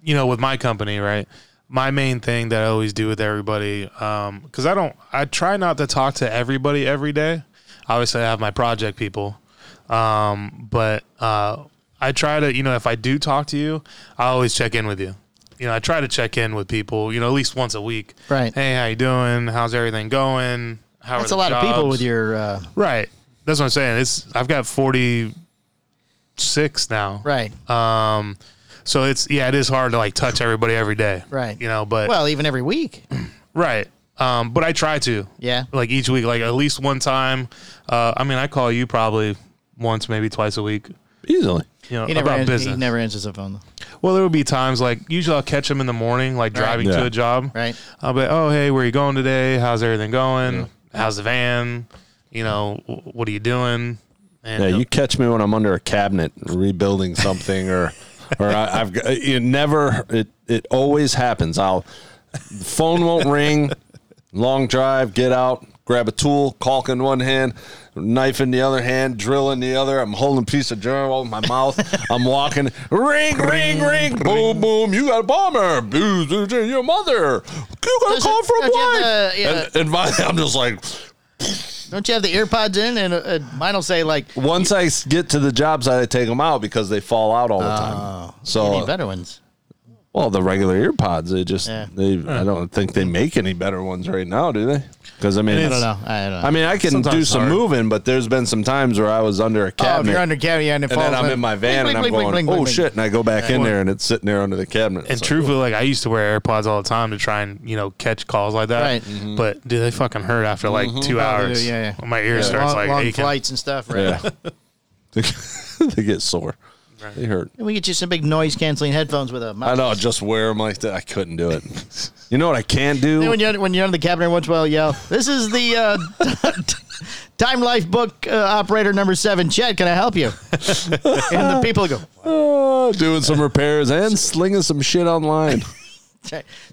[SPEAKER 5] you know, with my company, right? My main thing that I always do with everybody, because I don't, I try not to talk to everybody every day. Obviously, I have my project people, um, but uh, I try to, you know, if I do talk to you, I always check in with you. You know, I try to check in with people, you know, at least once a week.
[SPEAKER 2] Right.
[SPEAKER 5] Hey, how you doing? How's everything going? How
[SPEAKER 2] that's
[SPEAKER 5] are
[SPEAKER 2] a
[SPEAKER 5] the
[SPEAKER 2] lot of people
[SPEAKER 5] jobs?"
[SPEAKER 2] with your uh,
[SPEAKER 5] right. That's what I'm saying. It's I've got 46 now.
[SPEAKER 2] right.
[SPEAKER 5] Um, so it's yeah, it is hard to like touch everybody every day,
[SPEAKER 2] Right.
[SPEAKER 5] You know, but
[SPEAKER 2] well, even every week.
[SPEAKER 5] right. Um, but I try to,
[SPEAKER 2] Yeah.
[SPEAKER 5] like each week, like at least one time. Uh, I mean, I call you probably once, maybe twice a week.
[SPEAKER 4] easily.
[SPEAKER 5] You know,
[SPEAKER 2] He never
[SPEAKER 5] about
[SPEAKER 2] ans-
[SPEAKER 5] business.
[SPEAKER 2] he never answers the phone. though.
[SPEAKER 5] well, there would be times like usually I'll catch him in the morning, like driving
[SPEAKER 4] Yeah.
[SPEAKER 5] to a job.
[SPEAKER 2] Right.
[SPEAKER 5] I'll be, oh hey, where you going today? How's everything going? How's the van? You know, w- what are you doing? And
[SPEAKER 4] Yeah,
[SPEAKER 5] he'll-
[SPEAKER 4] you catch me when I'm under a cabinet rebuilding something, or or I, I've got- you never it it always happens. I'll the phone won't ring, long drive, get out, grab a tool, caulk in one hand, knife in the other hand, drill in the other. I'm holding a piece of journal in my mouth. I'm walking, ring, ring, ring, boom, boom. You got a bomber, Boo, boo, boo, your mother. You got a
[SPEAKER 2] Doesn't-
[SPEAKER 4] call from
[SPEAKER 2] don't you have
[SPEAKER 4] wife.
[SPEAKER 2] the- yeah.
[SPEAKER 4] And, and my, I'm just like.
[SPEAKER 2] Don't you have the ear pods in? And, uh, uh, mine'll say like,
[SPEAKER 4] Once I s- get to the job site, I take them out because they fall out all the time.
[SPEAKER 2] you
[SPEAKER 4] So,
[SPEAKER 2] need Ah. better ones.
[SPEAKER 4] well, the regular ear pods, they just
[SPEAKER 2] Yeah.
[SPEAKER 4] they. I don't think they make any better ones right now, do they? Because I mean,
[SPEAKER 2] I
[SPEAKER 4] it's-
[SPEAKER 2] don't know. I don't know. Oh,
[SPEAKER 4] I mean, I can
[SPEAKER 5] Sometimes
[SPEAKER 4] do
[SPEAKER 5] it's
[SPEAKER 4] some
[SPEAKER 5] hard.
[SPEAKER 4] moving, but there's been some times where I was under a
[SPEAKER 2] oh, if
[SPEAKER 4] cabinet.
[SPEAKER 2] you're under cabinet and it
[SPEAKER 4] and
[SPEAKER 2] falls,
[SPEAKER 4] then I'm
[SPEAKER 2] then-
[SPEAKER 4] in my van
[SPEAKER 2] bling,
[SPEAKER 4] and I'm
[SPEAKER 2] bling, bling,
[SPEAKER 4] going,
[SPEAKER 2] bling, bling,
[SPEAKER 4] oh
[SPEAKER 2] bling."
[SPEAKER 4] shit! And I go back in there and it's sitting there under the cabinet.
[SPEAKER 5] And
[SPEAKER 4] It's like,
[SPEAKER 5] truthfully, like I used to wear AirPods all the time to try and you know catch calls like that.
[SPEAKER 2] Right. mm-hmm.
[SPEAKER 5] But do they fucking hurt after like two
[SPEAKER 2] Oh, they do,
[SPEAKER 5] hours?
[SPEAKER 2] yeah, yeah.
[SPEAKER 5] My ear
[SPEAKER 2] Yeah,
[SPEAKER 5] starts
[SPEAKER 2] long,
[SPEAKER 5] like
[SPEAKER 2] long
[SPEAKER 5] aching.
[SPEAKER 2] flights and stuff. Right.
[SPEAKER 4] yeah, they, get- they get sore. They hurt.
[SPEAKER 2] Can we get you some big noise canceling headphones with a
[SPEAKER 4] I
[SPEAKER 2] mouse?
[SPEAKER 4] know. Just wear them like that. I couldn't do it. You know what I can do?
[SPEAKER 2] Then when you're when you're under the cabinet once in a while, yell, "This is the uh, Time Life book uh, operator number seven, Chad. Can I help you?" and the people go,
[SPEAKER 4] Oh, doing some repairs and slinging some shit online.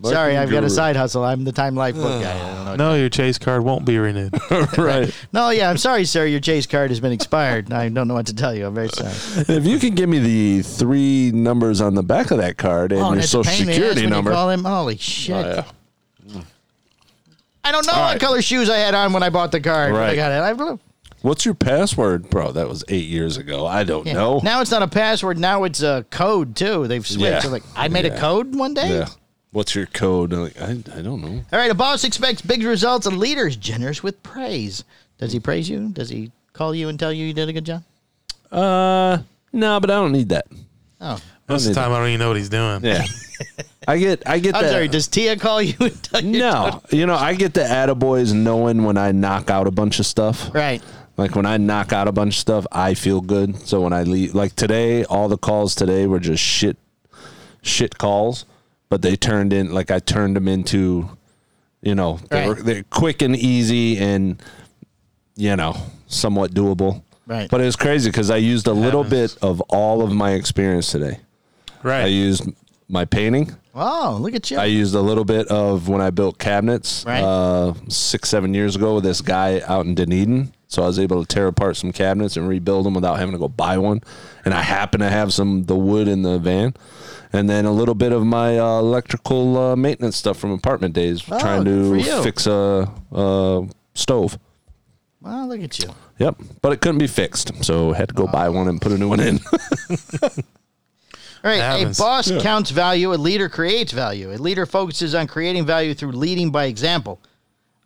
[SPEAKER 2] "Sorry, I've got
[SPEAKER 4] guru.
[SPEAKER 2] a side hustle. I'm the Time Life book guy. I don't know."
[SPEAKER 5] No, your Chase card won't be renewed.
[SPEAKER 4] right.
[SPEAKER 2] No, yeah, I'm sorry, sir. Your Chase card has been expired. I don't know what to tell you. I'm very sorry.
[SPEAKER 4] If you can give me the three numbers on the back of that card and
[SPEAKER 2] Oh,
[SPEAKER 4] your
[SPEAKER 2] that's a
[SPEAKER 4] social
[SPEAKER 2] pain in the ass
[SPEAKER 4] security
[SPEAKER 2] when you
[SPEAKER 4] number. Oh,
[SPEAKER 2] Call him. Holy shit.
[SPEAKER 4] yeah.
[SPEAKER 2] I don't know what
[SPEAKER 4] right.
[SPEAKER 2] color shoes I had on when I bought the card. When I
[SPEAKER 4] Right.
[SPEAKER 2] got it. I blew.
[SPEAKER 4] What's your password? Bro, that was eight years ago. I don't
[SPEAKER 2] Yeah.
[SPEAKER 4] know.
[SPEAKER 2] Now it's not a password. Now it's a code too. They've switched.
[SPEAKER 4] Yeah.
[SPEAKER 2] So, like I made a
[SPEAKER 4] Yeah.
[SPEAKER 2] code one day.
[SPEAKER 4] yeah. What's your code? Like, I, I don't know.
[SPEAKER 2] All right, a boss expects big results. A leader is generous with praise. Does he praise you? Does he call you and tell you you did a good job?
[SPEAKER 4] Uh, no, but I don't need that.
[SPEAKER 2] Oh,
[SPEAKER 5] Most of the time, I don't even know what he's doing.
[SPEAKER 4] Yeah. I get I get
[SPEAKER 2] I'm
[SPEAKER 4] that.
[SPEAKER 2] sorry. Does Tia call you? And tell you
[SPEAKER 4] no, you know I get the attaboys knowing when I knock out a bunch of stuff.
[SPEAKER 2] Right.
[SPEAKER 4] Like when I knock out a bunch of stuff, I feel good. So when I leave, like today, all the calls today were just shit, shit calls, but they turned in like I turned them into, you know, they were,
[SPEAKER 2] Right.
[SPEAKER 4] they're quick and easy and, you know, somewhat doable.
[SPEAKER 2] Right.
[SPEAKER 4] But it was crazy because I used a little
[SPEAKER 5] happens.
[SPEAKER 4] bit of all of my experience today. I
[SPEAKER 5] Right.
[SPEAKER 4] used my painting.
[SPEAKER 2] Wow. Oh, Look at you.
[SPEAKER 4] I used a little bit of when I built cabinets
[SPEAKER 2] Right.
[SPEAKER 4] uh, six, seven years ago with this guy out in Dunedin. So I was able to tear apart some cabinets and rebuild them without having to go buy one. And I happen to have some the wood in the van, and then a little bit of my uh, electrical uh, maintenance stuff from apartment days,
[SPEAKER 2] Oh,
[SPEAKER 4] trying
[SPEAKER 2] good for
[SPEAKER 4] to
[SPEAKER 2] you.
[SPEAKER 4] fix a, a stove.
[SPEAKER 2] wow. Look at you.
[SPEAKER 4] Yep, but it couldn't be fixed, so I had to go buy one and put a new one in.
[SPEAKER 2] All
[SPEAKER 5] It
[SPEAKER 2] right. A
[SPEAKER 5] happens.
[SPEAKER 2] boss counts value. A leader creates value. A leader focuses on creating value through leading by example.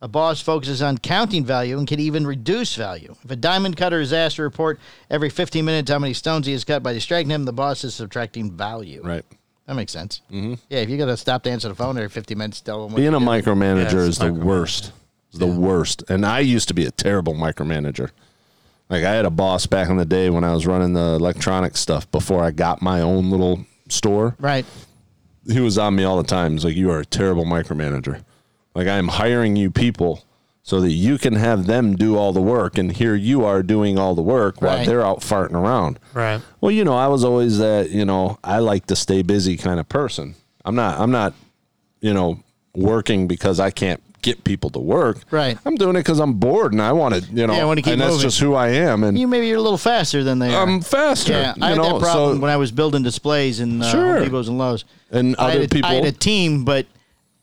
[SPEAKER 2] A boss focuses on counting value and can even reduce value. If a diamond cutter is asked to report every 15 minutes how many stones he has cut by distracting him, the boss is subtracting value.
[SPEAKER 4] right.
[SPEAKER 2] That makes sense. Mm-hmm. Yeah, if you got to stop to answer the phone every 15 minutes, tell them what
[SPEAKER 4] Being
[SPEAKER 2] you
[SPEAKER 4] a
[SPEAKER 2] did.
[SPEAKER 4] micromanager
[SPEAKER 5] Yeah,
[SPEAKER 4] is
[SPEAKER 5] it's
[SPEAKER 4] the
[SPEAKER 5] micromanaging.
[SPEAKER 4] worst. It's the worst. And I used to be a terrible micromanager. Like I had a boss back in the day when I was running the electronic stuff before I got my own little store.
[SPEAKER 2] Right.
[SPEAKER 4] He was on me all the time. He's like, "You are a terrible micromanager. Like I am hiring you people so that you can have them do all the work, and here you are doing all the work while
[SPEAKER 2] Right.
[SPEAKER 4] they're out farting around."
[SPEAKER 5] Right.
[SPEAKER 4] Well, you know, I was always that, you know, I like to stay busy kind of person. I'm not I'm not, you know, working because I can't get people to work.
[SPEAKER 2] Right.
[SPEAKER 4] I'm doing it cuz I'm bored and I want to, you know,
[SPEAKER 2] Yeah, I wanna keep
[SPEAKER 4] and that's
[SPEAKER 2] moving.
[SPEAKER 4] just who I am and
[SPEAKER 2] You maybe you're a little faster than
[SPEAKER 5] Um,
[SPEAKER 2] they are.
[SPEAKER 4] I'm faster.
[SPEAKER 2] yeah,
[SPEAKER 4] you
[SPEAKER 2] I had
[SPEAKER 4] know,
[SPEAKER 2] that problem
[SPEAKER 4] so
[SPEAKER 2] when I was building displays in uh,
[SPEAKER 4] Sure.
[SPEAKER 2] Home Depots and Lowe's.
[SPEAKER 4] and
[SPEAKER 2] I
[SPEAKER 4] other
[SPEAKER 2] had, a,
[SPEAKER 4] people
[SPEAKER 2] I had a team, but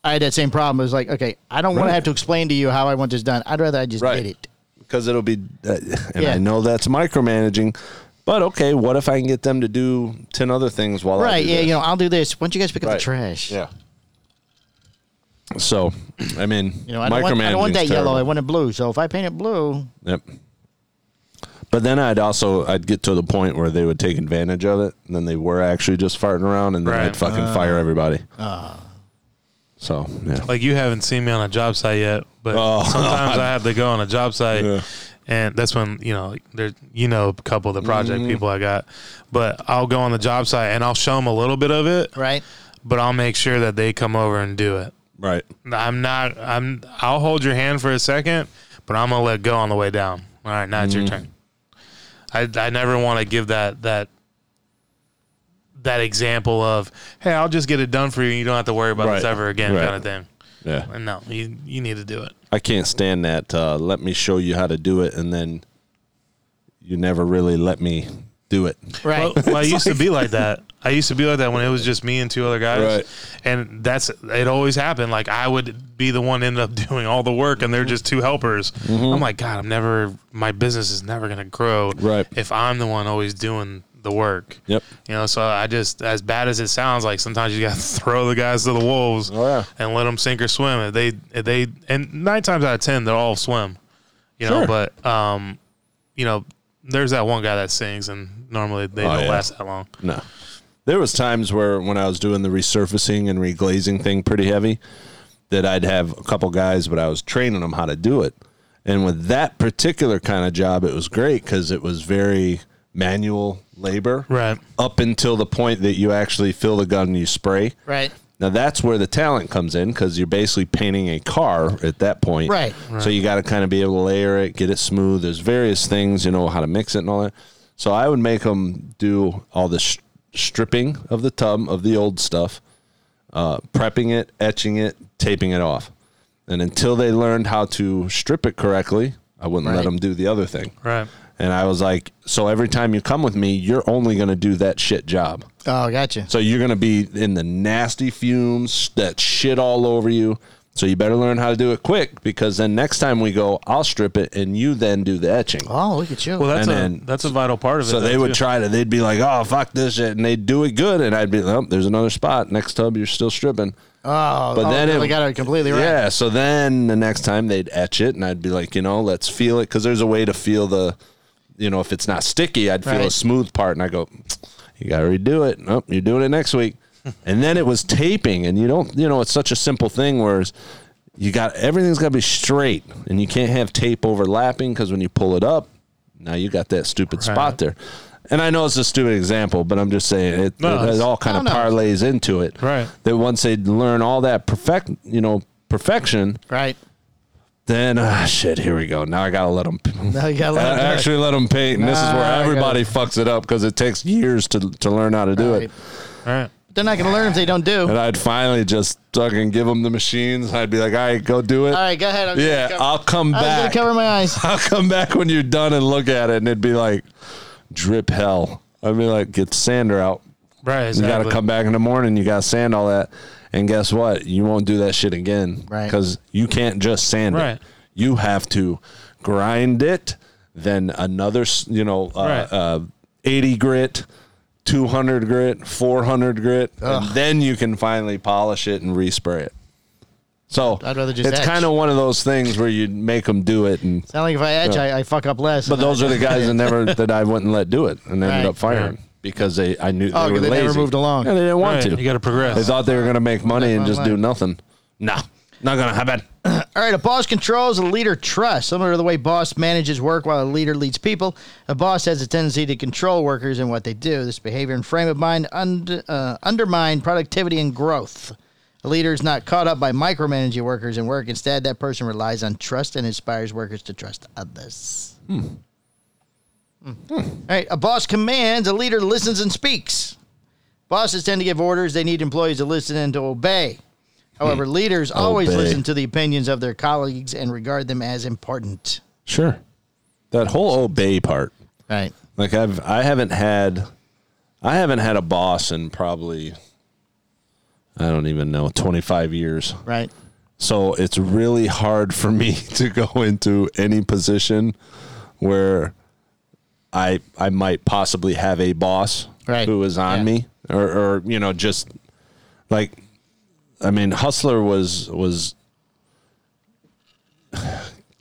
[SPEAKER 2] I had that same problem. It was like, okay, I don't want to
[SPEAKER 4] Right.
[SPEAKER 2] have to explain to you how I want this done. I'd rather I just
[SPEAKER 4] Right.
[SPEAKER 2] did it.
[SPEAKER 4] because it'll be uh, and
[SPEAKER 2] Yeah.
[SPEAKER 4] I know that's micromanaging, but okay, what if I can get them to do 10 other things while I
[SPEAKER 2] Right.
[SPEAKER 4] do
[SPEAKER 2] Yeah.
[SPEAKER 4] this?
[SPEAKER 2] You know, I'll do this. Why don't you guys pick up
[SPEAKER 4] Right.
[SPEAKER 2] the trash?
[SPEAKER 4] Yeah. So, I mean,
[SPEAKER 2] You know, I don't, want, I don't want that
[SPEAKER 4] micromanaging's
[SPEAKER 2] yellow.
[SPEAKER 4] terrible.
[SPEAKER 2] I want it blue. So if I paint it blue,
[SPEAKER 4] Yep. But then I'd also I'd get to the point where they would take advantage of it, and then they were actually just farting around, and then
[SPEAKER 5] Right.
[SPEAKER 4] I'd fucking fire everybody.
[SPEAKER 2] Uh.
[SPEAKER 4] so yeah,
[SPEAKER 5] Like you haven't seen me on a job site yet, but
[SPEAKER 4] Oh.
[SPEAKER 5] sometimes I have to go on a job site,
[SPEAKER 4] Yeah.
[SPEAKER 5] and that's when you know there. You know, a couple of the project
[SPEAKER 2] Mm-hmm.
[SPEAKER 5] people I got, but I'll go on the job site and I'll show them a little bit of it,
[SPEAKER 2] right?
[SPEAKER 5] but I'll make sure that they come over and do it.
[SPEAKER 4] right.
[SPEAKER 5] I'm not. I'm. I'll hold your hand for a second, but I'm gonna let go on the way down. All right, now
[SPEAKER 4] Mm.
[SPEAKER 5] it's your turn. I I never want to give that that that example of hey, I'll just get it done for you. You don't have to worry about this
[SPEAKER 4] Right.
[SPEAKER 5] ever again,
[SPEAKER 4] Right.
[SPEAKER 5] kind of thing.
[SPEAKER 4] Yeah,
[SPEAKER 5] And no, you you need to do it.
[SPEAKER 4] I can't stand that. Uh, let me show you how to do it, and then you never really let me do it.
[SPEAKER 2] Right.
[SPEAKER 5] Well, well, I used to be like that. I used to be like that when it was just me and two other guys,
[SPEAKER 4] Right.
[SPEAKER 5] and that's it. Always happened. Like I would be the one ended up doing all the work, and they're just two helpers.
[SPEAKER 4] Mm-hmm.
[SPEAKER 5] I'm like, God, I'm never. My business is never going to grow
[SPEAKER 4] Right.
[SPEAKER 5] if I'm the one always doing the work.
[SPEAKER 4] Yep.
[SPEAKER 5] You know, so I just as bad as it sounds, like sometimes you got to throw the guys to the wolves
[SPEAKER 4] Oh, yeah.
[SPEAKER 5] and let them sink or swim. If they, if they, and nine times out of ten, they'll all swim. You
[SPEAKER 4] Sure.
[SPEAKER 5] know, but um, you know, there's that one guy that sings, and normally they
[SPEAKER 4] Oh,
[SPEAKER 5] don't
[SPEAKER 4] yeah.
[SPEAKER 5] last that long.
[SPEAKER 4] No. There was times where when I was doing the resurfacing and reglazing thing pretty heavy that I'd have a couple guys but I was training them how to do it. And with that particular kind of job it was great cuz it was very manual labor.
[SPEAKER 5] Right.
[SPEAKER 4] Up until the point that you actually fill the gun and you spray.
[SPEAKER 2] right.
[SPEAKER 4] Now that's where the talent comes in because you're basically painting a car at that point.
[SPEAKER 2] Right.
[SPEAKER 4] So you got to kind of be able to layer it, get it smooth. There's various things, you know, how to mix it and all that. So I would make them do all the sh- stripping of the tub of the old stuff, uh, prepping it, etching it, taping it off. And until they learned how to strip it correctly, I wouldn't let
[SPEAKER 2] Right.
[SPEAKER 4] them do the other thing.
[SPEAKER 5] Right.
[SPEAKER 4] And I was like, so every time you come with me, you're only going to do that shit job.
[SPEAKER 2] Oh, gotcha.
[SPEAKER 4] So you're gonna be in the nasty fumes, that shit all over you. So you better learn how to do it quick because then next time we go, I'll strip it and you then do the etching.
[SPEAKER 2] Oh, look at you.
[SPEAKER 5] Well, that's
[SPEAKER 4] And
[SPEAKER 5] a
[SPEAKER 4] then-
[SPEAKER 5] that's a vital part of it.
[SPEAKER 4] So they
[SPEAKER 5] though,
[SPEAKER 4] would
[SPEAKER 5] too.
[SPEAKER 4] try to, they'd be like, oh, fuck this shit. And they'd do it good. And I'd be like, oh, there's another spot. Next tub, you're still stripping.
[SPEAKER 2] oh,
[SPEAKER 4] but
[SPEAKER 2] oh,
[SPEAKER 4] then it-
[SPEAKER 2] really got it completely right.
[SPEAKER 4] Yeah. So then the next time they'd etch it and I'd be like, you know, let's feel it. Cause there's a way to feel the, you know, if it's not sticky, I'd feel a
[SPEAKER 2] Right.
[SPEAKER 4] smooth part. And I go, you gotta redo it. Nope, you're doing it next week. and then it was taping, and you don't, you know, it's such a simple thing. Whereas you got everything's got to be straight, and you can't have tape overlapping because when you pull it up, now you got that stupid spot there. And I know it's a stupid example, but I'm just saying it,
[SPEAKER 5] No,
[SPEAKER 4] it,
[SPEAKER 5] it's-
[SPEAKER 4] it all kind of
[SPEAKER 2] no, no.
[SPEAKER 4] parlays into it.
[SPEAKER 5] Right.
[SPEAKER 4] That once they learn all that perfect, you know, perfection,
[SPEAKER 2] Right.
[SPEAKER 4] then ah shit, here we go. Now I gotta let them.
[SPEAKER 2] Now you gotta let 'em do it.
[SPEAKER 4] actually let them paint, and this is
[SPEAKER 2] Nah,
[SPEAKER 4] where
[SPEAKER 2] I got
[SPEAKER 4] everybody fucks it up because it takes years to to learn how to do
[SPEAKER 2] Right.
[SPEAKER 4] it.
[SPEAKER 5] Right.
[SPEAKER 2] They're not going to learn if they don't do.
[SPEAKER 4] And
[SPEAKER 2] All
[SPEAKER 4] I'd finally just fucking give them the machines. I'd be like, all right, go do it.
[SPEAKER 2] right, go ahead. I'm just
[SPEAKER 4] yeah,
[SPEAKER 2] gonna cover-
[SPEAKER 4] I'll come
[SPEAKER 2] I was going
[SPEAKER 4] back.
[SPEAKER 2] to cover my eyes.
[SPEAKER 4] I'll come back when you're done and look at it, and it'd be like drip hell. I'd be like, get the sander out.
[SPEAKER 5] Right.
[SPEAKER 4] You got to
[SPEAKER 5] exactly.
[SPEAKER 4] come back in the morning. You got to sand all that. And guess what? You won't do that shit again.
[SPEAKER 2] Right.
[SPEAKER 4] Because you can't just sand
[SPEAKER 5] Right.
[SPEAKER 4] it. You have to grind it, then another, s- you know, uh,
[SPEAKER 5] Right.
[SPEAKER 4] uh, 80 grit, 200 grit, 400 grit. And then you can finally polish it and respray it. So
[SPEAKER 2] I'd rather just
[SPEAKER 4] it's
[SPEAKER 2] etch.
[SPEAKER 4] kind of one of those things where you make them do it. And,
[SPEAKER 2] It's not like if I edge, I, I fuck up less.
[SPEAKER 4] but those are the guys that never, that I wouldn't let do it and ended
[SPEAKER 2] Right.
[SPEAKER 4] up firing. Because they, I knew
[SPEAKER 2] Oh,
[SPEAKER 4] they were
[SPEAKER 2] they
[SPEAKER 4] lazy.
[SPEAKER 2] never moved along.
[SPEAKER 4] Yeah, they didn't want to.
[SPEAKER 5] Right, You got to
[SPEAKER 4] They
[SPEAKER 5] progress.
[SPEAKER 4] thought they were going to make money and
[SPEAKER 2] That's
[SPEAKER 4] just
[SPEAKER 2] my
[SPEAKER 4] do
[SPEAKER 2] line.
[SPEAKER 4] nothing. No, not going to happen.
[SPEAKER 2] All right, a boss controls, a leader trusts. Similar to the way boss manages work while a leader leads people, a boss has a tendency to control workers and what they do. This behavior and frame of mind und- uh, undermine productivity and growth. A leader is not caught up by micromanaging workers and work. Instead, that person relies on trust and inspires workers to trust others. Hmm. All right, a boss commands, a leader listens and speaks. Bosses tend to give orders they need employees to listen and to obey. However, leaders always
[SPEAKER 4] Obey.
[SPEAKER 2] listen to the opinions of their colleagues and regard them as important.
[SPEAKER 4] Sure. That whole obey part.
[SPEAKER 2] Right.
[SPEAKER 4] Like I've I haven't had I haven't had a boss in probably I don't even know 25 years.
[SPEAKER 2] Right.
[SPEAKER 4] So it's really hard for me to go into any position where I I might possibly have a boss
[SPEAKER 2] Right.
[SPEAKER 4] who is on
[SPEAKER 2] Yeah.
[SPEAKER 4] me or or you know just like I mean Hustler was was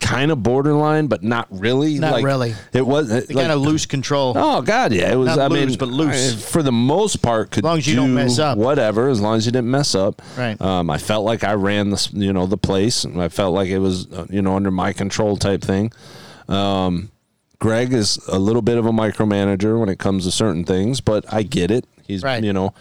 [SPEAKER 4] kind of borderline but not really
[SPEAKER 2] Not
[SPEAKER 4] like,
[SPEAKER 2] really.
[SPEAKER 4] it was
[SPEAKER 2] They kind of lose control.
[SPEAKER 4] Oh God, yeah, it was.
[SPEAKER 2] Not
[SPEAKER 4] I
[SPEAKER 2] loose,
[SPEAKER 4] mean,
[SPEAKER 2] but loose.
[SPEAKER 4] I- for the most part. Could
[SPEAKER 2] As long as you don't
[SPEAKER 4] do
[SPEAKER 2] mess up.
[SPEAKER 4] whatever. As long as you didn't mess up,
[SPEAKER 2] Right.
[SPEAKER 4] Um, I felt like I ran the s- you know the place, and I felt like it was uh, you know under my control type thing. Um, Greg is a little bit of a micromanager when it comes to certain things, but I get it. He's
[SPEAKER 2] Right.
[SPEAKER 4] you know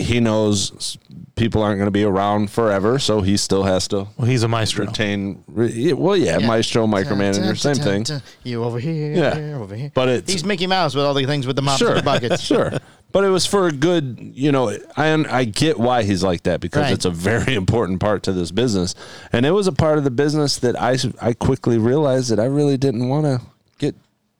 [SPEAKER 4] he knows s- people aren't going to be around forever, so he still has to
[SPEAKER 5] well, he's a maestro.
[SPEAKER 4] retain. Re, yeah, well, yeah,
[SPEAKER 2] Yeah.
[SPEAKER 4] maestro, micromanager,
[SPEAKER 2] Dun, dun,
[SPEAKER 4] same
[SPEAKER 2] dun,
[SPEAKER 4] thing.
[SPEAKER 2] dun. You over here.
[SPEAKER 4] Yeah.
[SPEAKER 2] Over here.
[SPEAKER 4] But it's-
[SPEAKER 2] He's Mickey Mouse with all the things with the mops
[SPEAKER 4] sure,
[SPEAKER 2] and the buckets.
[SPEAKER 4] sure. But it was for a good, you know. I I get why he's like that because
[SPEAKER 2] Right.
[SPEAKER 4] it's a very important part to this business, and it was a part of the business that I I quickly realized that I really didn't want to get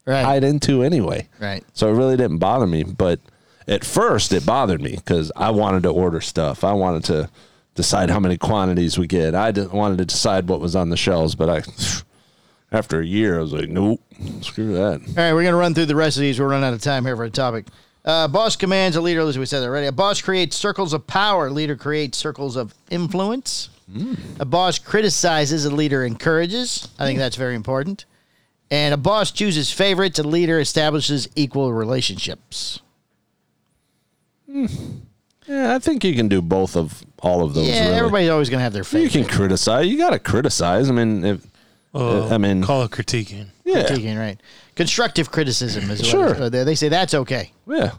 [SPEAKER 2] Right.
[SPEAKER 4] tied into anyway.
[SPEAKER 2] Right.
[SPEAKER 4] So it really didn't bother me, but at first it bothered me because I wanted to order stuff. I wanted to decide how many quantities we get. I didn't, wanted to decide what was on the shelves, but I. After a year, I was like, "Nope, screw that."
[SPEAKER 2] All right, we're going to run through the rest of these. We're running out of time here for a topic. Uh, boss commands a leader, as we said already. A boss creates circles of power. Leader creates circles of influence.
[SPEAKER 4] Hmm.
[SPEAKER 2] A boss criticizes. A leader encourages. I think that's very important. And a boss chooses favorites. A leader establishes equal relationships.
[SPEAKER 4] Yeah, I think you can do both of all of those.
[SPEAKER 2] yeah,
[SPEAKER 4] really.
[SPEAKER 2] everybody's always going to have their
[SPEAKER 4] You
[SPEAKER 2] favorite.
[SPEAKER 4] can criticize. You got to criticize. I mean, if
[SPEAKER 5] Oh,
[SPEAKER 4] I mean,
[SPEAKER 5] call it
[SPEAKER 4] uh,
[SPEAKER 5] critiquing.
[SPEAKER 4] yeah,
[SPEAKER 2] critiquing, right? Constructive criticism is what
[SPEAKER 4] Sure.
[SPEAKER 2] uh, they they say that's okay.
[SPEAKER 4] yeah,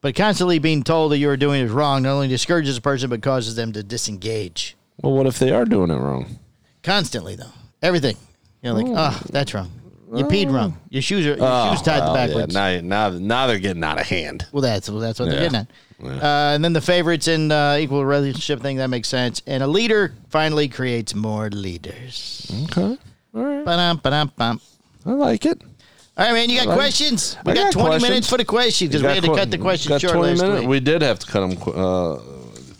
[SPEAKER 2] But constantly being told that you are doing is wrong not only discourages a person but causes them to disengage.
[SPEAKER 4] Well, what if they are doing it wrong?
[SPEAKER 2] constantly though. Everything. You're like, oh, that's wrong. You peed wrong. Your shoes are your shoes tied
[SPEAKER 4] well,
[SPEAKER 2] backwards.
[SPEAKER 4] Oh, Yeah, now, now, now they're getting out of hand.
[SPEAKER 2] well, that's well, that's what they're
[SPEAKER 4] Yeah.
[SPEAKER 2] getting at. Uh, and then the favorites and uh, equal relationship thing that makes sense. And a leader finally creates more leaders.
[SPEAKER 4] Okay, all right,
[SPEAKER 2] Ba-dum, ba-dum, bum.
[SPEAKER 4] I like it.
[SPEAKER 2] All right, man. You got
[SPEAKER 4] like-
[SPEAKER 2] questions? We
[SPEAKER 4] I
[SPEAKER 2] got,
[SPEAKER 4] got
[SPEAKER 2] twenty
[SPEAKER 4] questions.
[SPEAKER 2] minutes for the questions because we had to cut the questions
[SPEAKER 4] got
[SPEAKER 2] short
[SPEAKER 4] 20
[SPEAKER 2] last
[SPEAKER 4] minute-
[SPEAKER 2] week.
[SPEAKER 4] We did have to cut them. Uh,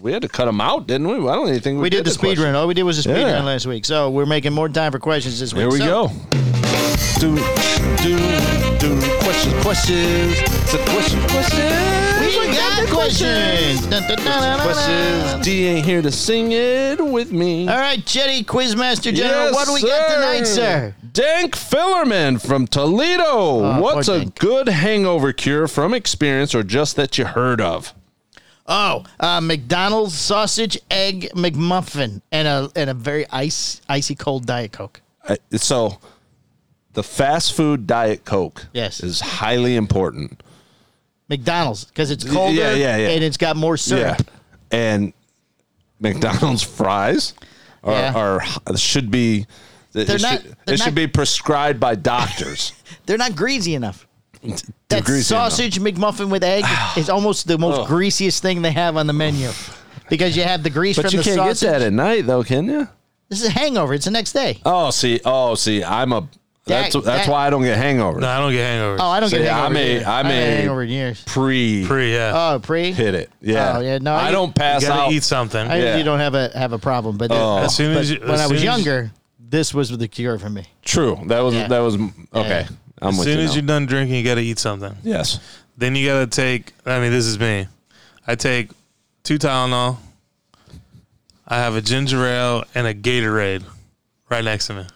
[SPEAKER 4] we had to cut them out, didn't we? I don't even think we,
[SPEAKER 2] We did the speed
[SPEAKER 4] question.
[SPEAKER 2] run. All we did was a speed
[SPEAKER 4] Yeah.
[SPEAKER 2] run last week, so we're making more time for questions this week.
[SPEAKER 4] Here we
[SPEAKER 2] So-
[SPEAKER 4] go. Do do do questions questions. It's a question questions.
[SPEAKER 2] We got questions. Dun, dun, dun, dun, dun, dun.
[SPEAKER 4] questions. D ain't here to sing it with me.
[SPEAKER 2] All right, Jetty Quizmaster General, what do we got tonight, sir? Oh,
[SPEAKER 4] Dank Fillerman from Toledo.
[SPEAKER 2] poor
[SPEAKER 4] What's a
[SPEAKER 2] Dank.
[SPEAKER 4] good hangover cure from experience or just that you heard of?
[SPEAKER 2] Oh, uh, McDonald's sausage egg McMuffin and a and a very ice icy cold diet coke.
[SPEAKER 4] I, so the fast food diet coke
[SPEAKER 2] Yes.
[SPEAKER 4] is highly important.
[SPEAKER 2] McDonald's because it's colder
[SPEAKER 4] yeah, yeah.
[SPEAKER 2] and it's got more syrup.
[SPEAKER 4] And McDonald's fries are,
[SPEAKER 2] Yeah.
[SPEAKER 4] are should be it,
[SPEAKER 2] They're
[SPEAKER 4] should,
[SPEAKER 2] not-
[SPEAKER 4] it
[SPEAKER 2] they're
[SPEAKER 4] should
[SPEAKER 2] not-
[SPEAKER 4] be prescribed by doctors.
[SPEAKER 2] They're not greasy enough.
[SPEAKER 4] They're
[SPEAKER 2] That
[SPEAKER 4] greasy enough.
[SPEAKER 2] sausage McMuffin with egg is almost the most greasiest thing they have on the menu because you have the grease
[SPEAKER 4] But
[SPEAKER 2] from
[SPEAKER 4] you
[SPEAKER 2] the
[SPEAKER 4] can't
[SPEAKER 2] sausage.
[SPEAKER 4] get that at night though, can you?
[SPEAKER 2] This is a hangover. It's the next day.
[SPEAKER 4] Oh, see, oh, see, I'm a that's
[SPEAKER 2] That-
[SPEAKER 4] that's
[SPEAKER 2] that-
[SPEAKER 4] why I don't get hangovers.
[SPEAKER 5] No, I don't get hangovers.
[SPEAKER 2] Oh, I don't
[SPEAKER 4] See,
[SPEAKER 2] get hangover.
[SPEAKER 4] I'm a-
[SPEAKER 2] either.
[SPEAKER 4] I'm
[SPEAKER 2] I haven't had
[SPEAKER 4] a-
[SPEAKER 2] hangover in years.
[SPEAKER 4] Pre,
[SPEAKER 5] Pre, yeah.
[SPEAKER 2] Oh, pre
[SPEAKER 4] hit it. Yeah.
[SPEAKER 2] Oh, yeah, no,
[SPEAKER 4] I
[SPEAKER 2] you-
[SPEAKER 4] don't pass
[SPEAKER 5] you gotta
[SPEAKER 4] out.
[SPEAKER 5] eat something.
[SPEAKER 2] I
[SPEAKER 4] Yeah. Oh.
[SPEAKER 2] usually don't have a have a problem, but
[SPEAKER 5] as soon
[SPEAKER 2] but
[SPEAKER 5] as you,
[SPEAKER 2] when
[SPEAKER 5] as
[SPEAKER 2] I
[SPEAKER 5] soon as
[SPEAKER 2] was
[SPEAKER 5] you-
[SPEAKER 2] younger, this was the cure for me.
[SPEAKER 4] True. That was
[SPEAKER 2] Yeah.
[SPEAKER 4] that was okay. I'm
[SPEAKER 5] as
[SPEAKER 4] with
[SPEAKER 5] soon
[SPEAKER 4] you.
[SPEAKER 5] as
[SPEAKER 4] now.
[SPEAKER 5] you're done drinking, you gotta eat something.
[SPEAKER 4] yes.
[SPEAKER 5] Then you gotta take. I mean, this is me. I take two Tylenol. I have a ginger ale and a Gatorade right next to me.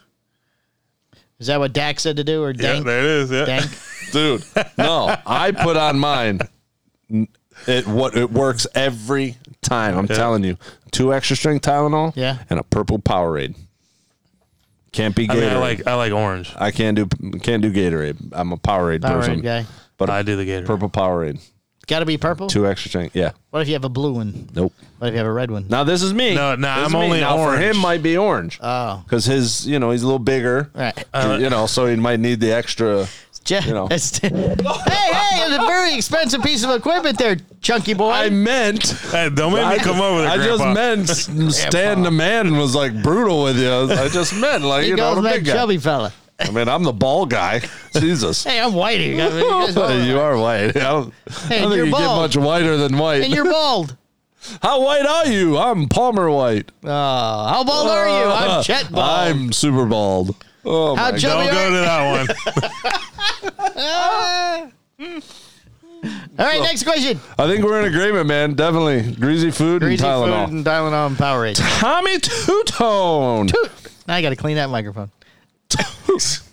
[SPEAKER 2] Is that what Dak said to do or
[SPEAKER 5] Yeah,
[SPEAKER 2] Dank?
[SPEAKER 5] there it is. Yeah.
[SPEAKER 2] Dank?
[SPEAKER 4] Dude, no. I put on mine. It what it works every time. I'm telling you. Two extra strength Tylenol
[SPEAKER 2] Yeah.
[SPEAKER 4] and a purple Powerade. Can't be Gatorade.
[SPEAKER 5] I
[SPEAKER 4] I,
[SPEAKER 5] mean, I like I like orange.
[SPEAKER 4] can't do can't do Gatorade. I'm a Powerade, person.
[SPEAKER 2] Powerade guy.
[SPEAKER 4] But
[SPEAKER 5] I
[SPEAKER 4] I
[SPEAKER 5] do the Gatorade.
[SPEAKER 4] purple Powerade.
[SPEAKER 2] Got to be purple.
[SPEAKER 4] Two extra strength. Yeah.
[SPEAKER 2] What if you have a blue one?
[SPEAKER 4] Nope.
[SPEAKER 2] What if you have a red one?
[SPEAKER 4] Now this is me.
[SPEAKER 5] No, no,
[SPEAKER 4] This is
[SPEAKER 5] I'm
[SPEAKER 4] me.
[SPEAKER 5] only
[SPEAKER 4] now for
[SPEAKER 5] orange.
[SPEAKER 4] him might be orange.
[SPEAKER 2] Oh.
[SPEAKER 4] Cuz his, you know, he's a little bigger.
[SPEAKER 2] All right.
[SPEAKER 4] you know, so he might need the extra
[SPEAKER 2] Je-
[SPEAKER 4] you know.
[SPEAKER 2] that's- hey, hey, it's a very expensive piece of equipment there, chunky boy.
[SPEAKER 4] I meant.
[SPEAKER 5] Hey, don't make me come over there.
[SPEAKER 4] I just
[SPEAKER 5] Grandpa.
[SPEAKER 4] meant s- Stan the man was like brutal with you. I just meant like
[SPEAKER 2] he
[SPEAKER 4] you know
[SPEAKER 2] goes
[SPEAKER 4] the
[SPEAKER 2] that
[SPEAKER 4] big guy.
[SPEAKER 2] chubby fella.
[SPEAKER 4] I mean, I'm the ball guy. Jesus,
[SPEAKER 2] Hey, I'm whitey. I mean, you guys all right.
[SPEAKER 4] you are white. I don't, I
[SPEAKER 2] Hey,
[SPEAKER 4] don't
[SPEAKER 2] you're
[SPEAKER 4] think you get
[SPEAKER 2] bald.
[SPEAKER 4] much whiter than white.
[SPEAKER 2] and you're bald.
[SPEAKER 4] How white are you? I'm Palmer white. Uh,
[SPEAKER 2] Oh, how bald are you? I'm Chet bald.
[SPEAKER 4] I'm super bald. Oh
[SPEAKER 2] how
[SPEAKER 4] my god.
[SPEAKER 2] chubby are
[SPEAKER 5] Don't go
[SPEAKER 2] you?
[SPEAKER 5] to that one.
[SPEAKER 2] All right, next question.
[SPEAKER 4] I think we're in agreement, man. Definitely greasy food
[SPEAKER 2] Greasy
[SPEAKER 4] and
[SPEAKER 2] food
[SPEAKER 4] Tylenol.
[SPEAKER 2] and Tylenol and Powerade.
[SPEAKER 4] Tommy Two Tone.
[SPEAKER 2] now I got to clean that microphone.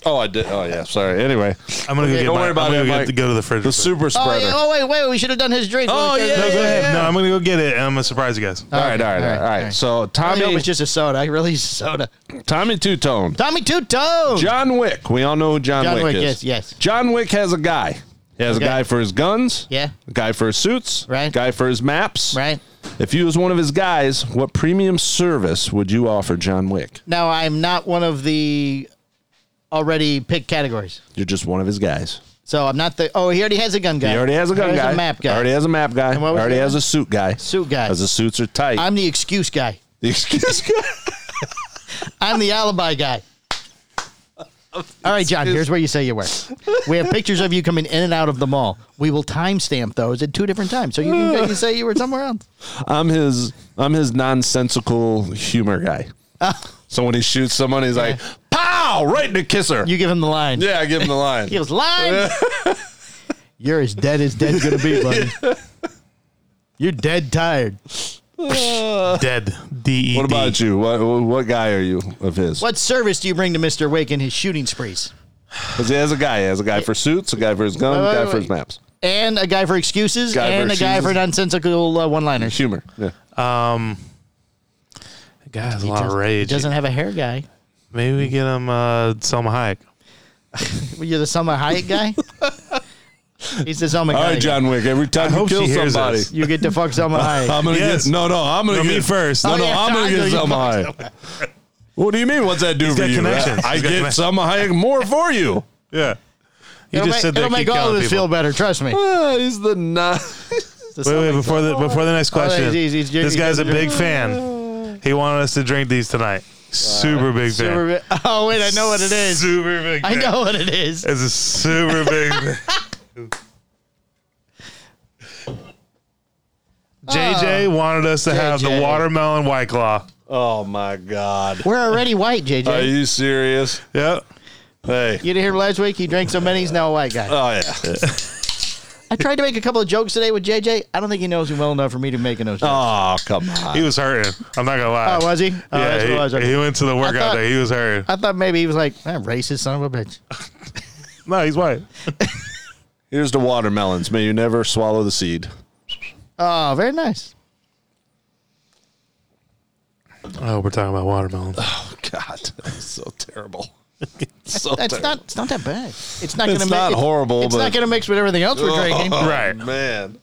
[SPEAKER 4] Oh, I did. Oh yeah. Sorry. Anyway,
[SPEAKER 5] I'm gonna go get
[SPEAKER 4] don't
[SPEAKER 5] my,
[SPEAKER 4] worry about
[SPEAKER 5] I'm
[SPEAKER 4] it,
[SPEAKER 5] gonna go
[SPEAKER 4] Mike.
[SPEAKER 5] get, go to the fridge.
[SPEAKER 4] the
[SPEAKER 5] real quick.
[SPEAKER 4] super
[SPEAKER 2] Oh,
[SPEAKER 4] spreader.
[SPEAKER 2] yeah, oh, wait, wait. We should have done his drink.
[SPEAKER 4] Oh,
[SPEAKER 2] We-
[SPEAKER 4] yeah,
[SPEAKER 5] No, go ahead.
[SPEAKER 4] yeah,
[SPEAKER 5] No,
[SPEAKER 4] yeah.
[SPEAKER 5] I'm gonna go get it, and I'm gonna surprise you guys.
[SPEAKER 4] All right, all right, all right. All right. So
[SPEAKER 2] I hope
[SPEAKER 4] Tommy,
[SPEAKER 2] it's just a soda. I really soda.
[SPEAKER 4] Tommy Two Tone,
[SPEAKER 2] Tommy Two Tone.
[SPEAKER 4] John Wick. We all know who John,
[SPEAKER 2] John
[SPEAKER 4] Wick,
[SPEAKER 2] Wick,
[SPEAKER 4] is.
[SPEAKER 2] yes, yes.
[SPEAKER 4] John Wick has a guy. He has
[SPEAKER 2] Okay.
[SPEAKER 4] a guy for his guns.
[SPEAKER 2] Yeah.
[SPEAKER 4] A guy for his suits.
[SPEAKER 2] Right.
[SPEAKER 4] Guy for his maps.
[SPEAKER 2] right
[SPEAKER 4] If you was one of his guys, what premium service would you offer John Wick?
[SPEAKER 2] now, I'm not one of the already picked categories,
[SPEAKER 4] You're just one of his guys.
[SPEAKER 2] so I'm not the. Oh, he already has a gun guy.
[SPEAKER 4] He already has a gun
[SPEAKER 2] He
[SPEAKER 4] guy.
[SPEAKER 2] A map guy.
[SPEAKER 4] Already has a map guy.
[SPEAKER 2] what was
[SPEAKER 4] Already
[SPEAKER 2] the
[SPEAKER 4] has
[SPEAKER 2] other?
[SPEAKER 4] a suit guy.
[SPEAKER 2] Suit guy.
[SPEAKER 4] As the suits are tight.
[SPEAKER 2] I'm the excuse guy.
[SPEAKER 4] the excuse guy.
[SPEAKER 2] I'm the alibi guy. All right, John, here's where you say you were. We have pictures of you coming in and out of the mall. We will timestamp those at two different times. So you can, you can say you were somewhere else.
[SPEAKER 4] I'm his I'm his nonsensical humor guy. so when he shoots someone, he's like, "Pow!" Right in the kisser.
[SPEAKER 2] You give him the line.
[SPEAKER 4] yeah, I give him the line.
[SPEAKER 2] He was lying. You're as dead as dead's gonna be, buddy. You're dead tired. Uh,
[SPEAKER 5] Dead. D E.
[SPEAKER 4] what about you? What what guy are you of his?
[SPEAKER 2] What service do you bring to Mr. Wake in his shooting sprees?
[SPEAKER 4] Because he has a guy. He has a guy for suits, a guy for his gun,
[SPEAKER 2] Wait,
[SPEAKER 4] a guy
[SPEAKER 2] wait,
[SPEAKER 4] for his
[SPEAKER 2] wait.
[SPEAKER 4] maps.
[SPEAKER 2] And a guy for excuses,
[SPEAKER 4] Guy for
[SPEAKER 2] and a guy
[SPEAKER 4] excuses.
[SPEAKER 2] for nonsensical uh, one-liners.
[SPEAKER 4] Humor. Yeah.
[SPEAKER 5] Guy has a lot of
[SPEAKER 2] He
[SPEAKER 5] rage.
[SPEAKER 2] doesn't have a hair guy.
[SPEAKER 5] Maybe we get him uh, Selma Hayek.
[SPEAKER 2] You're the Selma Hayek guy. He's the Selma.
[SPEAKER 4] All
[SPEAKER 2] guy
[SPEAKER 4] right,
[SPEAKER 2] guy.
[SPEAKER 4] John Wick. Every time you
[SPEAKER 5] hope
[SPEAKER 4] kill
[SPEAKER 5] she hears
[SPEAKER 4] somebody,
[SPEAKER 5] this.
[SPEAKER 2] You get to fuck Selma Hayek.
[SPEAKER 4] I'm gonna
[SPEAKER 5] Yes.
[SPEAKER 4] get. No, no, I'm gonna
[SPEAKER 5] No,
[SPEAKER 4] get
[SPEAKER 5] me first.
[SPEAKER 4] No,
[SPEAKER 5] Oh,
[SPEAKER 4] no,
[SPEAKER 2] yeah,
[SPEAKER 4] I'm gonna
[SPEAKER 2] I know
[SPEAKER 4] get
[SPEAKER 2] you
[SPEAKER 4] Selma Hayek. What do you mean? What's that do for
[SPEAKER 5] got
[SPEAKER 4] you?
[SPEAKER 5] connections.
[SPEAKER 4] I
[SPEAKER 5] He's got
[SPEAKER 4] get
[SPEAKER 5] connections.
[SPEAKER 4] Selma Hayek more for you.
[SPEAKER 5] Yeah. You
[SPEAKER 2] It'll
[SPEAKER 5] just
[SPEAKER 2] make,
[SPEAKER 5] said
[SPEAKER 2] it'll
[SPEAKER 5] that.
[SPEAKER 2] make
[SPEAKER 5] Keep
[SPEAKER 2] all of
[SPEAKER 5] killing
[SPEAKER 2] us
[SPEAKER 5] people.
[SPEAKER 2] feel better. Trust me.
[SPEAKER 4] Ah, he's the not.
[SPEAKER 5] Wait, wait, before the before the
[SPEAKER 2] that's
[SPEAKER 5] next question.
[SPEAKER 2] easy. Oh, He's-
[SPEAKER 5] this
[SPEAKER 2] he's
[SPEAKER 5] guy's a
[SPEAKER 2] gonna
[SPEAKER 5] big fan. He wanted us to drink these tonight. Super big fan.
[SPEAKER 2] Super big- oh wait, I know what it is.
[SPEAKER 5] Super big.
[SPEAKER 2] I
[SPEAKER 5] fan.
[SPEAKER 2] know what it is.
[SPEAKER 5] It's a super big. fan. JJ wanted us to have the
[SPEAKER 2] JJ.
[SPEAKER 5] watermelon white claw.
[SPEAKER 4] Oh my God.
[SPEAKER 2] We're already white, JJ.
[SPEAKER 4] Are you serious?
[SPEAKER 5] Yep.
[SPEAKER 4] Hey.
[SPEAKER 2] you didn't hear last week? He drank so many, he's now a white guy.
[SPEAKER 4] Oh yeah.
[SPEAKER 2] I tried to make a couple of jokes today with JJ. I don't think he knows me well enough for me to make those jokes. Oh,
[SPEAKER 4] Oh come on.
[SPEAKER 5] He was hurting. I'm not gonna lie.
[SPEAKER 2] was he? Oh,
[SPEAKER 5] yeah,
[SPEAKER 2] that's what
[SPEAKER 5] he,
[SPEAKER 2] it was. Okay.
[SPEAKER 5] he went to the workout
[SPEAKER 2] thought-
[SPEAKER 5] day. He was hurting.
[SPEAKER 4] Oh.
[SPEAKER 2] I thought maybe he was like, "Ah, racist son of a bitch.
[SPEAKER 5] No, he's white.
[SPEAKER 4] Here's the watermelons. May you never swallow the seed.
[SPEAKER 2] Oh, very nice.
[SPEAKER 5] Oh, we're talking about watermelon.
[SPEAKER 4] Oh God, that's so terrible. so
[SPEAKER 2] That's
[SPEAKER 4] terrible.
[SPEAKER 2] not. It's not that bad. It's not going
[SPEAKER 4] It's
[SPEAKER 2] to.
[SPEAKER 4] not horrible,
[SPEAKER 2] It's
[SPEAKER 4] but-
[SPEAKER 2] not going to mix with everything else we're drinking.
[SPEAKER 4] Oh,
[SPEAKER 5] Right.
[SPEAKER 4] man.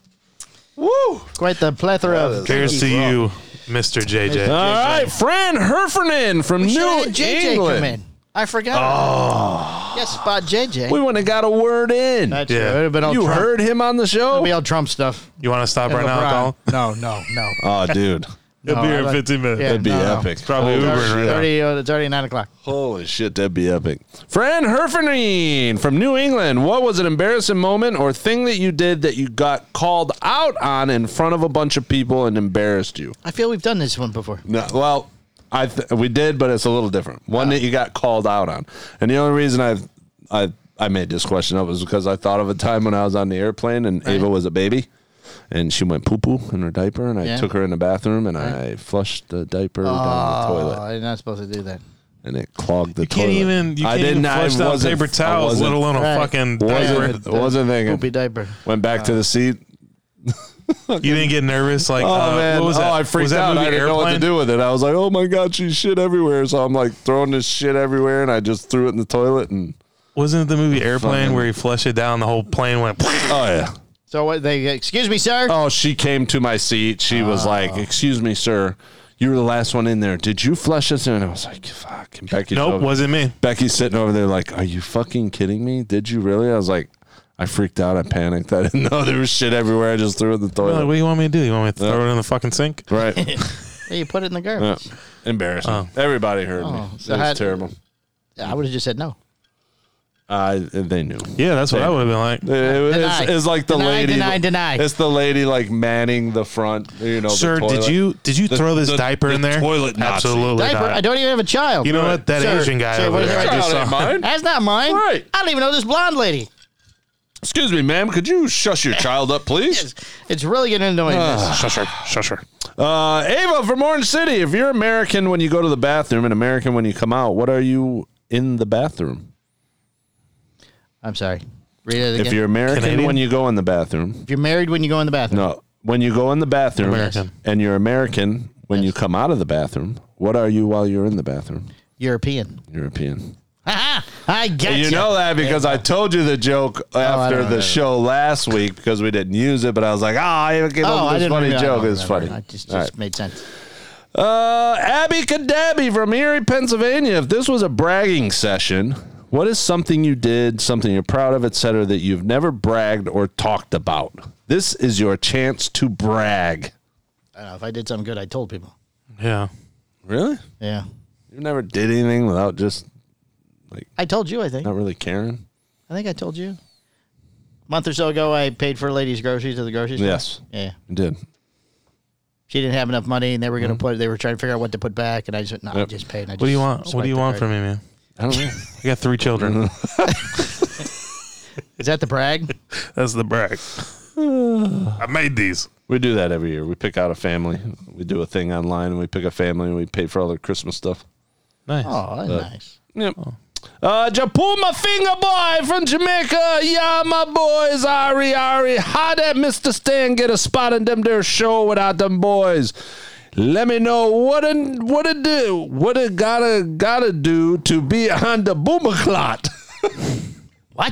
[SPEAKER 4] Woo!
[SPEAKER 2] Quite the plethora
[SPEAKER 4] That
[SPEAKER 2] of.
[SPEAKER 4] is-
[SPEAKER 5] Cheers to you, Mr. JJ.
[SPEAKER 4] All right, Fran Herfernan from
[SPEAKER 2] Should
[SPEAKER 4] New
[SPEAKER 2] have had JJ
[SPEAKER 4] England.
[SPEAKER 2] come in. I forgot. Oh. Yes, spot JJ.
[SPEAKER 4] We wouldn't have got a word in.
[SPEAKER 2] That's
[SPEAKER 5] Yeah.
[SPEAKER 2] yeah. It would have been all
[SPEAKER 4] you
[SPEAKER 2] Trump.
[SPEAKER 4] heard him on the
[SPEAKER 2] It'll
[SPEAKER 4] show?
[SPEAKER 2] be all Trump stuff.
[SPEAKER 5] You want to stop right now, Colin?
[SPEAKER 1] No, no, no.
[SPEAKER 4] Oh, dude.
[SPEAKER 5] You'll be
[SPEAKER 2] No,
[SPEAKER 5] here
[SPEAKER 2] I
[SPEAKER 5] in
[SPEAKER 2] like-
[SPEAKER 5] 15 minutes.
[SPEAKER 2] Yeah,
[SPEAKER 4] That'd be
[SPEAKER 2] no, no.
[SPEAKER 4] epic.
[SPEAKER 5] Probably
[SPEAKER 4] Holy
[SPEAKER 5] Ubering right
[SPEAKER 4] shit.
[SPEAKER 5] now.
[SPEAKER 2] Already, uh, it's already nine o'clock.
[SPEAKER 4] Holy shit, that'd be epic. Fran Herfernine from New England. What was an embarrassing moment or thing that you did that you got called out on in front of a bunch of people and embarrassed you?
[SPEAKER 2] I feel we've done this one before.
[SPEAKER 4] No, well, I th- we did, but it's a little different. One that you got called out on, and the only reason I I I made this question up was because I thought of a time when I was on the airplane and Ava was a baby, and she went poo poo in her diaper, and I
[SPEAKER 2] Yeah.
[SPEAKER 4] took her in the bathroom and I flushed the diaper down the
[SPEAKER 2] Oh,
[SPEAKER 4] toilet,
[SPEAKER 2] you're not supposed to do that.
[SPEAKER 4] and it clogged the
[SPEAKER 5] Ah. You can't
[SPEAKER 4] toilet.
[SPEAKER 5] even, you
[SPEAKER 4] I
[SPEAKER 5] can't
[SPEAKER 4] did
[SPEAKER 5] even
[SPEAKER 4] not-
[SPEAKER 5] flush
[SPEAKER 4] it
[SPEAKER 5] down
[SPEAKER 4] wasn't-
[SPEAKER 5] paper
[SPEAKER 4] I
[SPEAKER 5] towels, let
[SPEAKER 4] wasn't-
[SPEAKER 5] alone a
[SPEAKER 2] Right.
[SPEAKER 5] fucking uh, diaper.
[SPEAKER 4] Wasn't, wasn't thinking.
[SPEAKER 2] Poopy diaper.
[SPEAKER 4] Went back to the seat.
[SPEAKER 5] You didn't get nervous? Like,
[SPEAKER 4] Oh
[SPEAKER 5] uh,
[SPEAKER 4] man!
[SPEAKER 5] what was that?
[SPEAKER 4] Oh, I
[SPEAKER 5] Was
[SPEAKER 4] freaked
[SPEAKER 5] that
[SPEAKER 4] out.
[SPEAKER 5] movie
[SPEAKER 4] I didn't know what to
[SPEAKER 5] Airplane?
[SPEAKER 4] do with it. I was like, "Oh my god, she's shit everywhere!" So I'm like throwing this shit everywhere, and I just threw it in the toilet. And
[SPEAKER 5] Wasn't it the movie Airplane where he flushed it down? The whole plane went.
[SPEAKER 4] oh yeah,
[SPEAKER 2] So what they excuse me, sir.
[SPEAKER 4] Oh, she came to my seat. She
[SPEAKER 5] Ah.
[SPEAKER 4] was like, "Excuse me, sir, you were the last one in there. Did you flush us?" in?" And I was like, "Fuck." And Becky's
[SPEAKER 5] nope,
[SPEAKER 4] over-
[SPEAKER 5] wasn't me.
[SPEAKER 4] Becky's sitting over there like, "Are you fucking kidding me? Did you really?" I was like, "I freaked out. I panicked. I didn't know there was shit everywhere. I just threw it in the
[SPEAKER 5] They're like,
[SPEAKER 4] toilet."
[SPEAKER 5] what do you want me to do? You want me to throw it in the fucking sink?
[SPEAKER 4] Right.
[SPEAKER 2] Hey, you put it in the
[SPEAKER 4] Yeah.
[SPEAKER 2] garbage.
[SPEAKER 4] Embarrassing. Everybody heard me.
[SPEAKER 2] Oh,
[SPEAKER 4] It was
[SPEAKER 2] so how-
[SPEAKER 4] terrible.
[SPEAKER 2] I would have just said no.
[SPEAKER 4] I they knew.
[SPEAKER 5] Yeah, that's what I would have been like.
[SPEAKER 4] It, was-
[SPEAKER 2] Deny.
[SPEAKER 4] it's like the
[SPEAKER 2] Deny,
[SPEAKER 4] lady.
[SPEAKER 2] deny, deny.
[SPEAKER 4] It's the lady like manning the front. You know, the
[SPEAKER 5] Sir, did
[SPEAKER 4] toilet.
[SPEAKER 5] you did you
[SPEAKER 4] The-
[SPEAKER 5] throw this
[SPEAKER 4] the-
[SPEAKER 5] diaper in
[SPEAKER 4] the
[SPEAKER 5] there?
[SPEAKER 4] toilet Nazi.
[SPEAKER 5] Absolutely
[SPEAKER 2] Diaper.
[SPEAKER 5] not.
[SPEAKER 2] I don't even have a child.
[SPEAKER 5] You know what? That
[SPEAKER 2] Sir,
[SPEAKER 5] Asian guy
[SPEAKER 2] sir,
[SPEAKER 5] over
[SPEAKER 2] what
[SPEAKER 5] there.
[SPEAKER 2] is
[SPEAKER 5] I
[SPEAKER 2] that?
[SPEAKER 5] just
[SPEAKER 4] Child ain't
[SPEAKER 5] saw.
[SPEAKER 4] mine.
[SPEAKER 2] That's not mine.
[SPEAKER 4] Right.
[SPEAKER 2] I don't even know this blonde lady.
[SPEAKER 4] Excuse me, ma'am. Could you shush your child up, please?
[SPEAKER 2] It's, it's really getting annoying.
[SPEAKER 4] Ah.
[SPEAKER 2] this.
[SPEAKER 5] Shush her, shush her.
[SPEAKER 4] Uh, Ava from Orange City. If you're American when you go to the bathroom and American when you come out, what are you in the bathroom?
[SPEAKER 2] I'm sorry. Read it again.
[SPEAKER 4] If you're American
[SPEAKER 5] Canadian?
[SPEAKER 4] when you go in the bathroom,
[SPEAKER 2] If you're married when you go in the bathroom.
[SPEAKER 4] no, when you go in the bathroom,
[SPEAKER 5] American.
[SPEAKER 4] and you're American when you come out of the bathroom, what are you while you're in the bathroom?
[SPEAKER 2] European.
[SPEAKER 4] European.
[SPEAKER 2] Aha! I get
[SPEAKER 4] You know that because I told you the joke after
[SPEAKER 2] Oh, don't
[SPEAKER 4] the
[SPEAKER 2] remember.
[SPEAKER 4] show last week because we didn't use it, but I was like, ah, I came
[SPEAKER 2] Oh,
[SPEAKER 4] up
[SPEAKER 2] I
[SPEAKER 4] with this
[SPEAKER 2] didn't
[SPEAKER 4] funny
[SPEAKER 2] remember- I
[SPEAKER 4] joke.
[SPEAKER 2] don't
[SPEAKER 4] It's
[SPEAKER 2] remember.
[SPEAKER 4] funny.
[SPEAKER 2] I just,
[SPEAKER 4] All
[SPEAKER 2] just
[SPEAKER 4] right.
[SPEAKER 2] made sense.
[SPEAKER 4] Uh, Abby Kadabi from Erie, Pennsylvania. If this was a bragging session, what is something you did, something you're proud of, etc., that you've never bragged or talked about? This is your chance to brag.
[SPEAKER 2] I don't know if I did something good, I told people.
[SPEAKER 5] Yeah.
[SPEAKER 4] Really?
[SPEAKER 2] Yeah,
[SPEAKER 4] You never did anything without just
[SPEAKER 2] I told you. I think.
[SPEAKER 4] not really caring?
[SPEAKER 2] I think I told you. A month or so ago, I paid for a lady's groceries at the grocery store.
[SPEAKER 4] Yes.
[SPEAKER 2] Yeah.
[SPEAKER 4] You did.
[SPEAKER 2] She didn't have enough money, and they were going to put. They were trying to figure out what to put back, and I just went, no, I
[SPEAKER 4] Mm-hmm. Yep.
[SPEAKER 2] just paid. and I
[SPEAKER 5] What do you
[SPEAKER 2] just
[SPEAKER 5] want? What
[SPEAKER 2] swiped
[SPEAKER 5] do you
[SPEAKER 2] the
[SPEAKER 5] want
[SPEAKER 2] card."
[SPEAKER 5] from me, man?
[SPEAKER 4] I don't know.
[SPEAKER 5] I got three children.
[SPEAKER 2] Is that the brag?
[SPEAKER 5] That's the brag. I made these.
[SPEAKER 4] we do that every year. We pick out a family. We do a thing online and we pick a family and we pay for all their Christmas stuff.
[SPEAKER 5] Nice.
[SPEAKER 2] Oh, that's nice.
[SPEAKER 4] Yep. Uh, Japuma Finger Boy from Jamaica. Yeah, my boys. Ari, Ari. How did Mr. Stan get a spot in them there show without them boys? Let me know what it, what it do, what it gotta gotta do to be on the boomer clot.
[SPEAKER 2] What?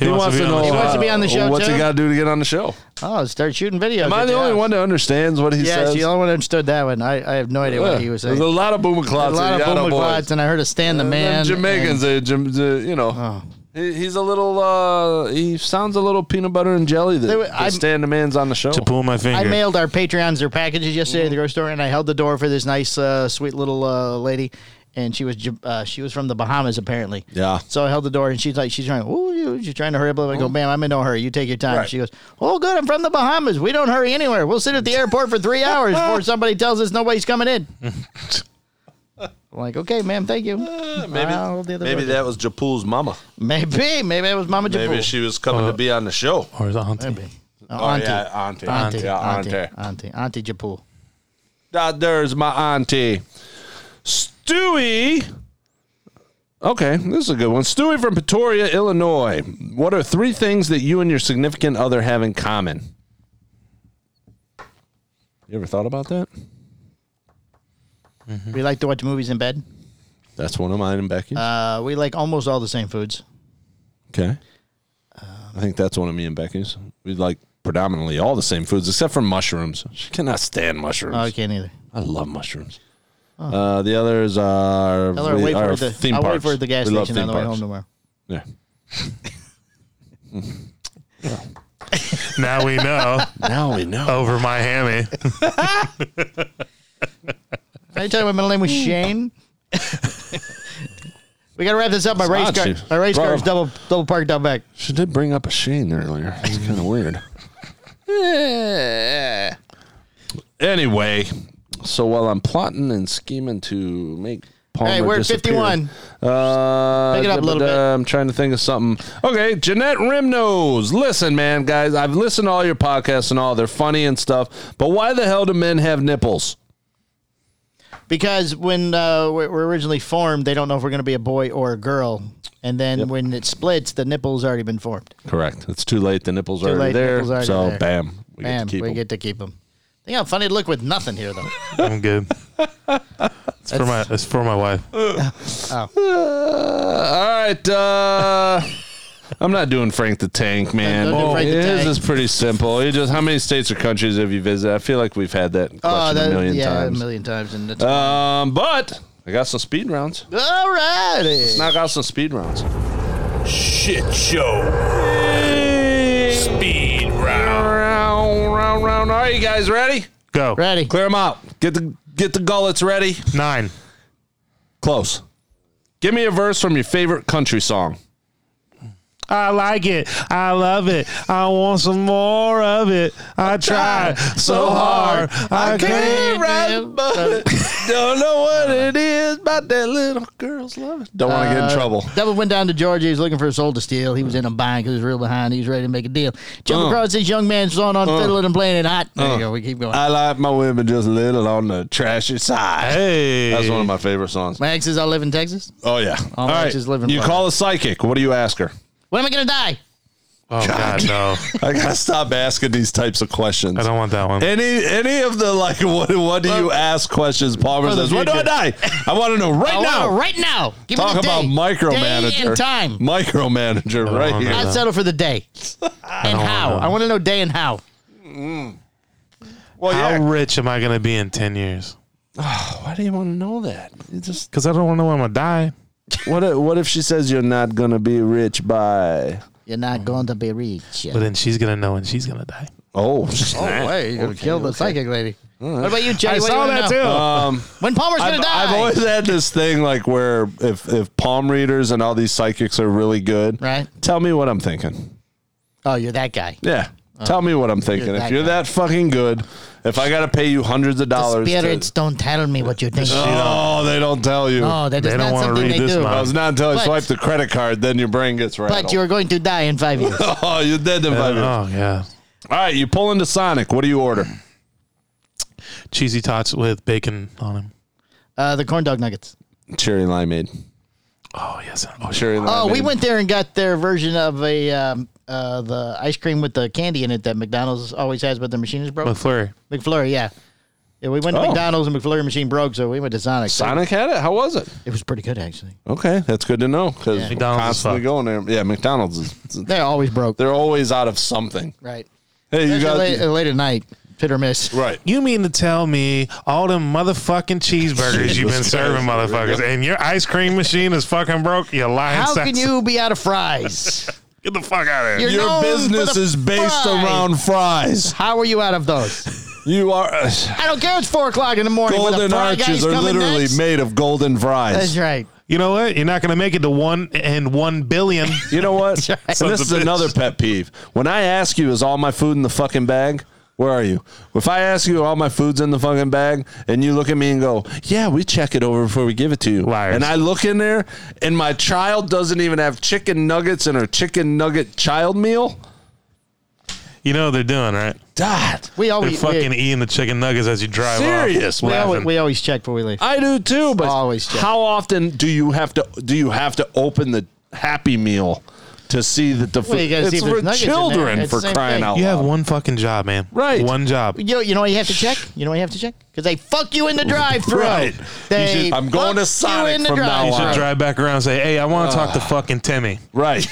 [SPEAKER 5] He, wants, to, be on the
[SPEAKER 2] He
[SPEAKER 5] show.
[SPEAKER 2] wants to be on the show,
[SPEAKER 4] What's
[SPEAKER 2] too?
[SPEAKER 4] he gotta do to get on the show?
[SPEAKER 2] Oh, start shooting videos.
[SPEAKER 4] Am I
[SPEAKER 2] at
[SPEAKER 4] the only
[SPEAKER 2] house.
[SPEAKER 4] one that understands what he
[SPEAKER 2] Yeah,
[SPEAKER 4] says?
[SPEAKER 2] it's the only one that understood that one. I, I have no idea
[SPEAKER 4] Yeah.
[SPEAKER 2] what he was saying.
[SPEAKER 4] There's a lot of boomer
[SPEAKER 2] a
[SPEAKER 4] clots.
[SPEAKER 2] lot of
[SPEAKER 4] in Yada
[SPEAKER 2] boom
[SPEAKER 4] boys.
[SPEAKER 2] clots, and I heard a stand the
[SPEAKER 4] And
[SPEAKER 2] man.
[SPEAKER 4] them
[SPEAKER 2] and-
[SPEAKER 4] Jamaicans,
[SPEAKER 2] Oh.
[SPEAKER 4] uh, Jam- uh, you know, he, he's a little. Uh, he sounds a little peanut butter and jelly. That,
[SPEAKER 2] They were-
[SPEAKER 4] that
[SPEAKER 2] I'm-
[SPEAKER 4] stand the man's on the show.
[SPEAKER 5] to pull my finger.
[SPEAKER 2] I mailed our Patreons their packages yesterday at the grocery store, and I held the door for this nice, uh, sweet little uh, lady, and she was Ja- uh, she was from the Bahamas apparently.
[SPEAKER 4] Yeah.
[SPEAKER 2] So I held the door, and she's like, she's trying, oh, you- she's trying to hurry up. I go, ma'am, I'm in no hurry. You take your time. She goes, oh, good, I'm from the Bahamas. We don't hurry anywhere. We'll sit at the airport for three hours before somebody tells us nobody's coming in. I'm like, okay, ma'am, thank you.
[SPEAKER 4] Uh, maybe
[SPEAKER 2] I'll hold the other
[SPEAKER 4] maybe
[SPEAKER 2] door.
[SPEAKER 4] that was Japul's mama.
[SPEAKER 2] maybe, maybe that was Mama
[SPEAKER 4] Maybe
[SPEAKER 2] Jabu.
[SPEAKER 4] she was coming to be on the show.
[SPEAKER 5] Or is it auntie?
[SPEAKER 2] Maybe. Uh,
[SPEAKER 4] Oh,
[SPEAKER 2] auntie.
[SPEAKER 4] yeah,
[SPEAKER 2] auntie,
[SPEAKER 4] auntie, auntie, yeah,
[SPEAKER 2] auntie,
[SPEAKER 4] auntie.
[SPEAKER 2] auntie, auntie Japu.
[SPEAKER 4] Ah, there's my auntie, Stewie. Okay, this is a good one. Stewie from Pretoria, Illinois. What are three things that you and your significant other have in common? You ever thought about that?
[SPEAKER 2] We like to watch movies in bed.
[SPEAKER 4] That's one of mine and Becky's.
[SPEAKER 2] Uh, we like almost all the same foods.
[SPEAKER 4] okay. I think that's one of me and Becky's. We like predominantly all the same foods except for mushrooms. She cannot stand mushrooms.
[SPEAKER 2] Oh, I can't either.
[SPEAKER 4] I love mushrooms. Uh, the others are,
[SPEAKER 2] Tell her I'll
[SPEAKER 4] we-
[SPEAKER 2] wait
[SPEAKER 4] are
[SPEAKER 2] for the,
[SPEAKER 4] theme
[SPEAKER 2] I'll wait
[SPEAKER 4] parks.
[SPEAKER 2] for the gas
[SPEAKER 4] We love
[SPEAKER 2] station on the
[SPEAKER 4] theme
[SPEAKER 2] way home
[SPEAKER 4] parks.
[SPEAKER 2] tomorrow.
[SPEAKER 4] Yeah.
[SPEAKER 5] Now we know
[SPEAKER 4] Now we know.
[SPEAKER 5] over my hammy.
[SPEAKER 2] Are you talking about middle name was Shane? we got to wrap this up. My
[SPEAKER 4] It's
[SPEAKER 2] race
[SPEAKER 4] odd,
[SPEAKER 2] car,
[SPEAKER 4] she-
[SPEAKER 2] my race car
[SPEAKER 4] Bro.
[SPEAKER 2] is double double parked, double back.
[SPEAKER 4] She did bring up a Shane earlier. It's kind of weird. Anyway, so while I'm plotting and scheming to make Palmer
[SPEAKER 2] Hey, we're at
[SPEAKER 4] disappear,
[SPEAKER 2] 51.
[SPEAKER 4] Uh,
[SPEAKER 2] Pick it up a little
[SPEAKER 4] da-ba-da,
[SPEAKER 2] bit.
[SPEAKER 4] I'm trying to think of something. Okay, Jeanette Rimnose. Listen, man, guys, I've listened to all your podcasts and all. They're funny and stuff. But why the hell do men have nipples?
[SPEAKER 2] Because when uh, we're we're originally formed, they don't know if we're going to be a boy or a girl. And then when it splits, the nipple's already been formed.
[SPEAKER 4] Correct. It's too late. The nipples are already
[SPEAKER 2] late,
[SPEAKER 4] there.
[SPEAKER 2] nipples already
[SPEAKER 4] so,
[SPEAKER 2] there.
[SPEAKER 4] bam. We
[SPEAKER 2] Man,
[SPEAKER 4] get to keep
[SPEAKER 2] we
[SPEAKER 4] 'em.
[SPEAKER 2] get to keep them. Think how funny to look with nothing here, though.
[SPEAKER 5] I'm good. It's for my it's for my wife.
[SPEAKER 4] Uh, all right. Uh, I'm not doing Frank the Tank, man.
[SPEAKER 2] Don't do Frank the
[SPEAKER 4] his
[SPEAKER 2] Tank.
[SPEAKER 4] is pretty simple. You just how many states or countries have you visited? I feel like we've had that question a million
[SPEAKER 2] Uh, Oh, yeah, a
[SPEAKER 4] times.
[SPEAKER 2] million times. And that's
[SPEAKER 4] um, but I got some speed rounds.
[SPEAKER 2] all righty.
[SPEAKER 4] I got some speed rounds.
[SPEAKER 7] Shit show. Speed round.
[SPEAKER 4] Round, round, round. Are you guys ready?
[SPEAKER 5] Go
[SPEAKER 2] Ready?
[SPEAKER 4] Clear them out. Get the get the gullets ready.
[SPEAKER 5] nine.
[SPEAKER 4] Close. Give me a verse from your favorite country song.
[SPEAKER 5] I like it. I love it. I want some more of it. I tried so hard. I can't.
[SPEAKER 2] rap, but
[SPEAKER 4] don't know what it is about that little girl's love. Don't want to
[SPEAKER 5] Uh,
[SPEAKER 2] Uh,
[SPEAKER 4] get in trouble.
[SPEAKER 2] Devil went down to Georgia. He was looking for a soul to steal. He was in a bind because he was real behind. He was ready to make a deal. Jump
[SPEAKER 4] Uh.
[SPEAKER 2] across this young man's lawn on fiddling and playing it hot. There you go. We keep going.
[SPEAKER 4] I like my women just a little on the trashy side.
[SPEAKER 5] Hey,
[SPEAKER 4] That's one of my favorite songs.
[SPEAKER 2] my ex says I live in Texas.
[SPEAKER 4] Oh yeah. All right.
[SPEAKER 2] exes live in
[SPEAKER 4] you
[SPEAKER 2] Florida.
[SPEAKER 4] call a psychic. What do you ask her?
[SPEAKER 2] When am I gonna die?
[SPEAKER 5] oh god, no!
[SPEAKER 4] I gotta stop asking these types of questions.
[SPEAKER 5] I don't want that one.
[SPEAKER 4] Any any of the like what what do you ask questions? Palmer
[SPEAKER 2] for the
[SPEAKER 4] says. When do I die? I want to know right
[SPEAKER 2] I
[SPEAKER 4] now.
[SPEAKER 2] wanna- right now. Give
[SPEAKER 4] Talk
[SPEAKER 2] me the
[SPEAKER 4] about
[SPEAKER 2] day.
[SPEAKER 4] micromanager.
[SPEAKER 2] Day and time.
[SPEAKER 4] Micromanager right
[SPEAKER 5] want
[SPEAKER 4] here.
[SPEAKER 5] that.
[SPEAKER 2] I'd settle for the day and how. I want to know day and how.
[SPEAKER 4] Well,
[SPEAKER 5] How rich am I going to be in ten years?
[SPEAKER 4] Why do you want to know that? It just
[SPEAKER 5] Because I don't want to know when I'm gonna die.
[SPEAKER 4] what if, what if she says you're not gonna be rich by
[SPEAKER 2] You're not going to be rich.
[SPEAKER 5] But then she's going to know when she's going to die.
[SPEAKER 4] oh
[SPEAKER 2] Wait, you're gonna kill the psychic lady. What about you, Jay? What
[SPEAKER 5] I
[SPEAKER 2] do you
[SPEAKER 5] saw
[SPEAKER 2] wanna
[SPEAKER 5] that
[SPEAKER 2] know?
[SPEAKER 5] too.
[SPEAKER 4] um.
[SPEAKER 2] When Palmer's gonna
[SPEAKER 4] I've,
[SPEAKER 2] die?
[SPEAKER 4] I've always had this thing like where if if palm readers and all these psychics are really good,
[SPEAKER 2] Right.
[SPEAKER 4] Tell me what I'm thinking.
[SPEAKER 2] oh, you're that guy.
[SPEAKER 4] Yeah. Tell me what I'm thinking.
[SPEAKER 2] Oh. that
[SPEAKER 4] if you're
[SPEAKER 2] guy.
[SPEAKER 4] that fucking good, if I got to pay you hundreds of
[SPEAKER 2] The
[SPEAKER 4] dollars, to-
[SPEAKER 2] spirits don't tell me what you think.
[SPEAKER 4] oh, they don't tell you.
[SPEAKER 2] No, that
[SPEAKER 5] They
[SPEAKER 2] is
[SPEAKER 5] don't
[SPEAKER 2] not
[SPEAKER 5] wanna
[SPEAKER 2] something
[SPEAKER 5] read
[SPEAKER 2] they
[SPEAKER 5] this
[SPEAKER 2] do.
[SPEAKER 5] mind.
[SPEAKER 4] I was not until I
[SPEAKER 2] But-
[SPEAKER 4] swiped the credit card, then your brain gets rattled.
[SPEAKER 2] But you're going to die in five years.
[SPEAKER 4] oh, you're dead in five years. All
[SPEAKER 5] Oh yeah,
[SPEAKER 4] right, you pull into Sonic. What do you order?
[SPEAKER 5] cheesy tots with bacon on them.
[SPEAKER 2] Uh, the corn dog nuggets.
[SPEAKER 4] Cherry limeade.
[SPEAKER 5] Oh yes. Oh sure.
[SPEAKER 4] Cherry
[SPEAKER 2] Oh,
[SPEAKER 4] limeade.
[SPEAKER 2] we went there and got their version of a um, uh, the ice cream with the candy in it that McDonald's always has, but the machine is broke.
[SPEAKER 5] McFlurry.
[SPEAKER 2] McFlurry, yeah. Yeah, we went to
[SPEAKER 4] Oh.
[SPEAKER 2] McDonald's and McFlurry machine broke, so we went to Sonic.
[SPEAKER 4] Sonic had it. How was it?
[SPEAKER 2] It was pretty good actually.
[SPEAKER 4] Okay, that's good to know because
[SPEAKER 2] Yeah.
[SPEAKER 4] we're
[SPEAKER 5] McDonald's is
[SPEAKER 4] constantly
[SPEAKER 5] fucked.
[SPEAKER 4] going there. Yeah, McDonald's. Is,
[SPEAKER 2] They're always broke,
[SPEAKER 4] they're always out of something.
[SPEAKER 2] right?
[SPEAKER 4] Hey, you got
[SPEAKER 2] late, late at night, hit or miss.
[SPEAKER 4] right.
[SPEAKER 5] You mean to tell me all them motherfucking cheeseburgers you've been
[SPEAKER 4] Jesus
[SPEAKER 5] serving,
[SPEAKER 4] Christ.
[SPEAKER 5] motherfuckers, and your ice cream machine is fucking broke? You lying
[SPEAKER 2] How
[SPEAKER 5] sacks.
[SPEAKER 2] can you be out of fries?
[SPEAKER 5] Get the fuck out of here.
[SPEAKER 2] You're
[SPEAKER 4] Your
[SPEAKER 2] known for
[SPEAKER 4] business
[SPEAKER 2] the
[SPEAKER 4] is based
[SPEAKER 2] fries.
[SPEAKER 4] around fries.
[SPEAKER 2] How are you out of those?
[SPEAKER 4] You are uh,
[SPEAKER 2] I don't care. It's four o'clock in the morning. when the
[SPEAKER 4] golden
[SPEAKER 2] fry
[SPEAKER 4] arches
[SPEAKER 2] guy's
[SPEAKER 4] are
[SPEAKER 2] coming
[SPEAKER 4] literally
[SPEAKER 2] next.
[SPEAKER 4] made of golden fries.
[SPEAKER 2] That's right.
[SPEAKER 5] You know what? You're not going to make it to one and one billion.
[SPEAKER 4] You know what? And this is another pet peeve. When I ask you, is all my food in the fucking bag? Where are you? If I ask you, all my food's in the fucking bag, and you look at me and go, yeah, we check it over before we give it to you.
[SPEAKER 5] Liars.
[SPEAKER 4] And I look in there, and my child doesn't even have chicken nuggets in her chicken nugget child meal.
[SPEAKER 5] you know what they're doing, right?
[SPEAKER 4] God.
[SPEAKER 2] We
[SPEAKER 5] They're
[SPEAKER 2] always
[SPEAKER 5] fucking
[SPEAKER 2] we,
[SPEAKER 5] eating the chicken nuggets as you drive
[SPEAKER 4] Serious,
[SPEAKER 5] off.
[SPEAKER 2] we, always,
[SPEAKER 5] laughing.
[SPEAKER 2] we always check before we leave.
[SPEAKER 4] I do too, but
[SPEAKER 2] Always check.
[SPEAKER 4] how often do you have to do you have to open the happy meal to see that the
[SPEAKER 2] Well, you gotta see
[SPEAKER 4] it's
[SPEAKER 2] if there's
[SPEAKER 4] for
[SPEAKER 2] nuggets in there.
[SPEAKER 4] children
[SPEAKER 2] It's the
[SPEAKER 4] for
[SPEAKER 2] same
[SPEAKER 4] crying
[SPEAKER 2] thing.
[SPEAKER 4] out
[SPEAKER 5] You have
[SPEAKER 4] loud.
[SPEAKER 5] one fucking job, man.
[SPEAKER 4] Right.
[SPEAKER 5] One job.
[SPEAKER 2] You know, you know what you have to check? You know what you have to check? Because they fuck you in the drive thru.
[SPEAKER 4] Right.
[SPEAKER 2] They
[SPEAKER 4] You should- I'm going
[SPEAKER 2] fuck
[SPEAKER 4] to
[SPEAKER 2] you
[SPEAKER 4] Sonic
[SPEAKER 2] in the
[SPEAKER 4] from now
[SPEAKER 5] You
[SPEAKER 2] drive-thru.
[SPEAKER 5] should
[SPEAKER 4] Wow.
[SPEAKER 5] drive back around and say, hey, I want to talk
[SPEAKER 2] Ah.
[SPEAKER 5] to fucking Timmy.
[SPEAKER 4] Right.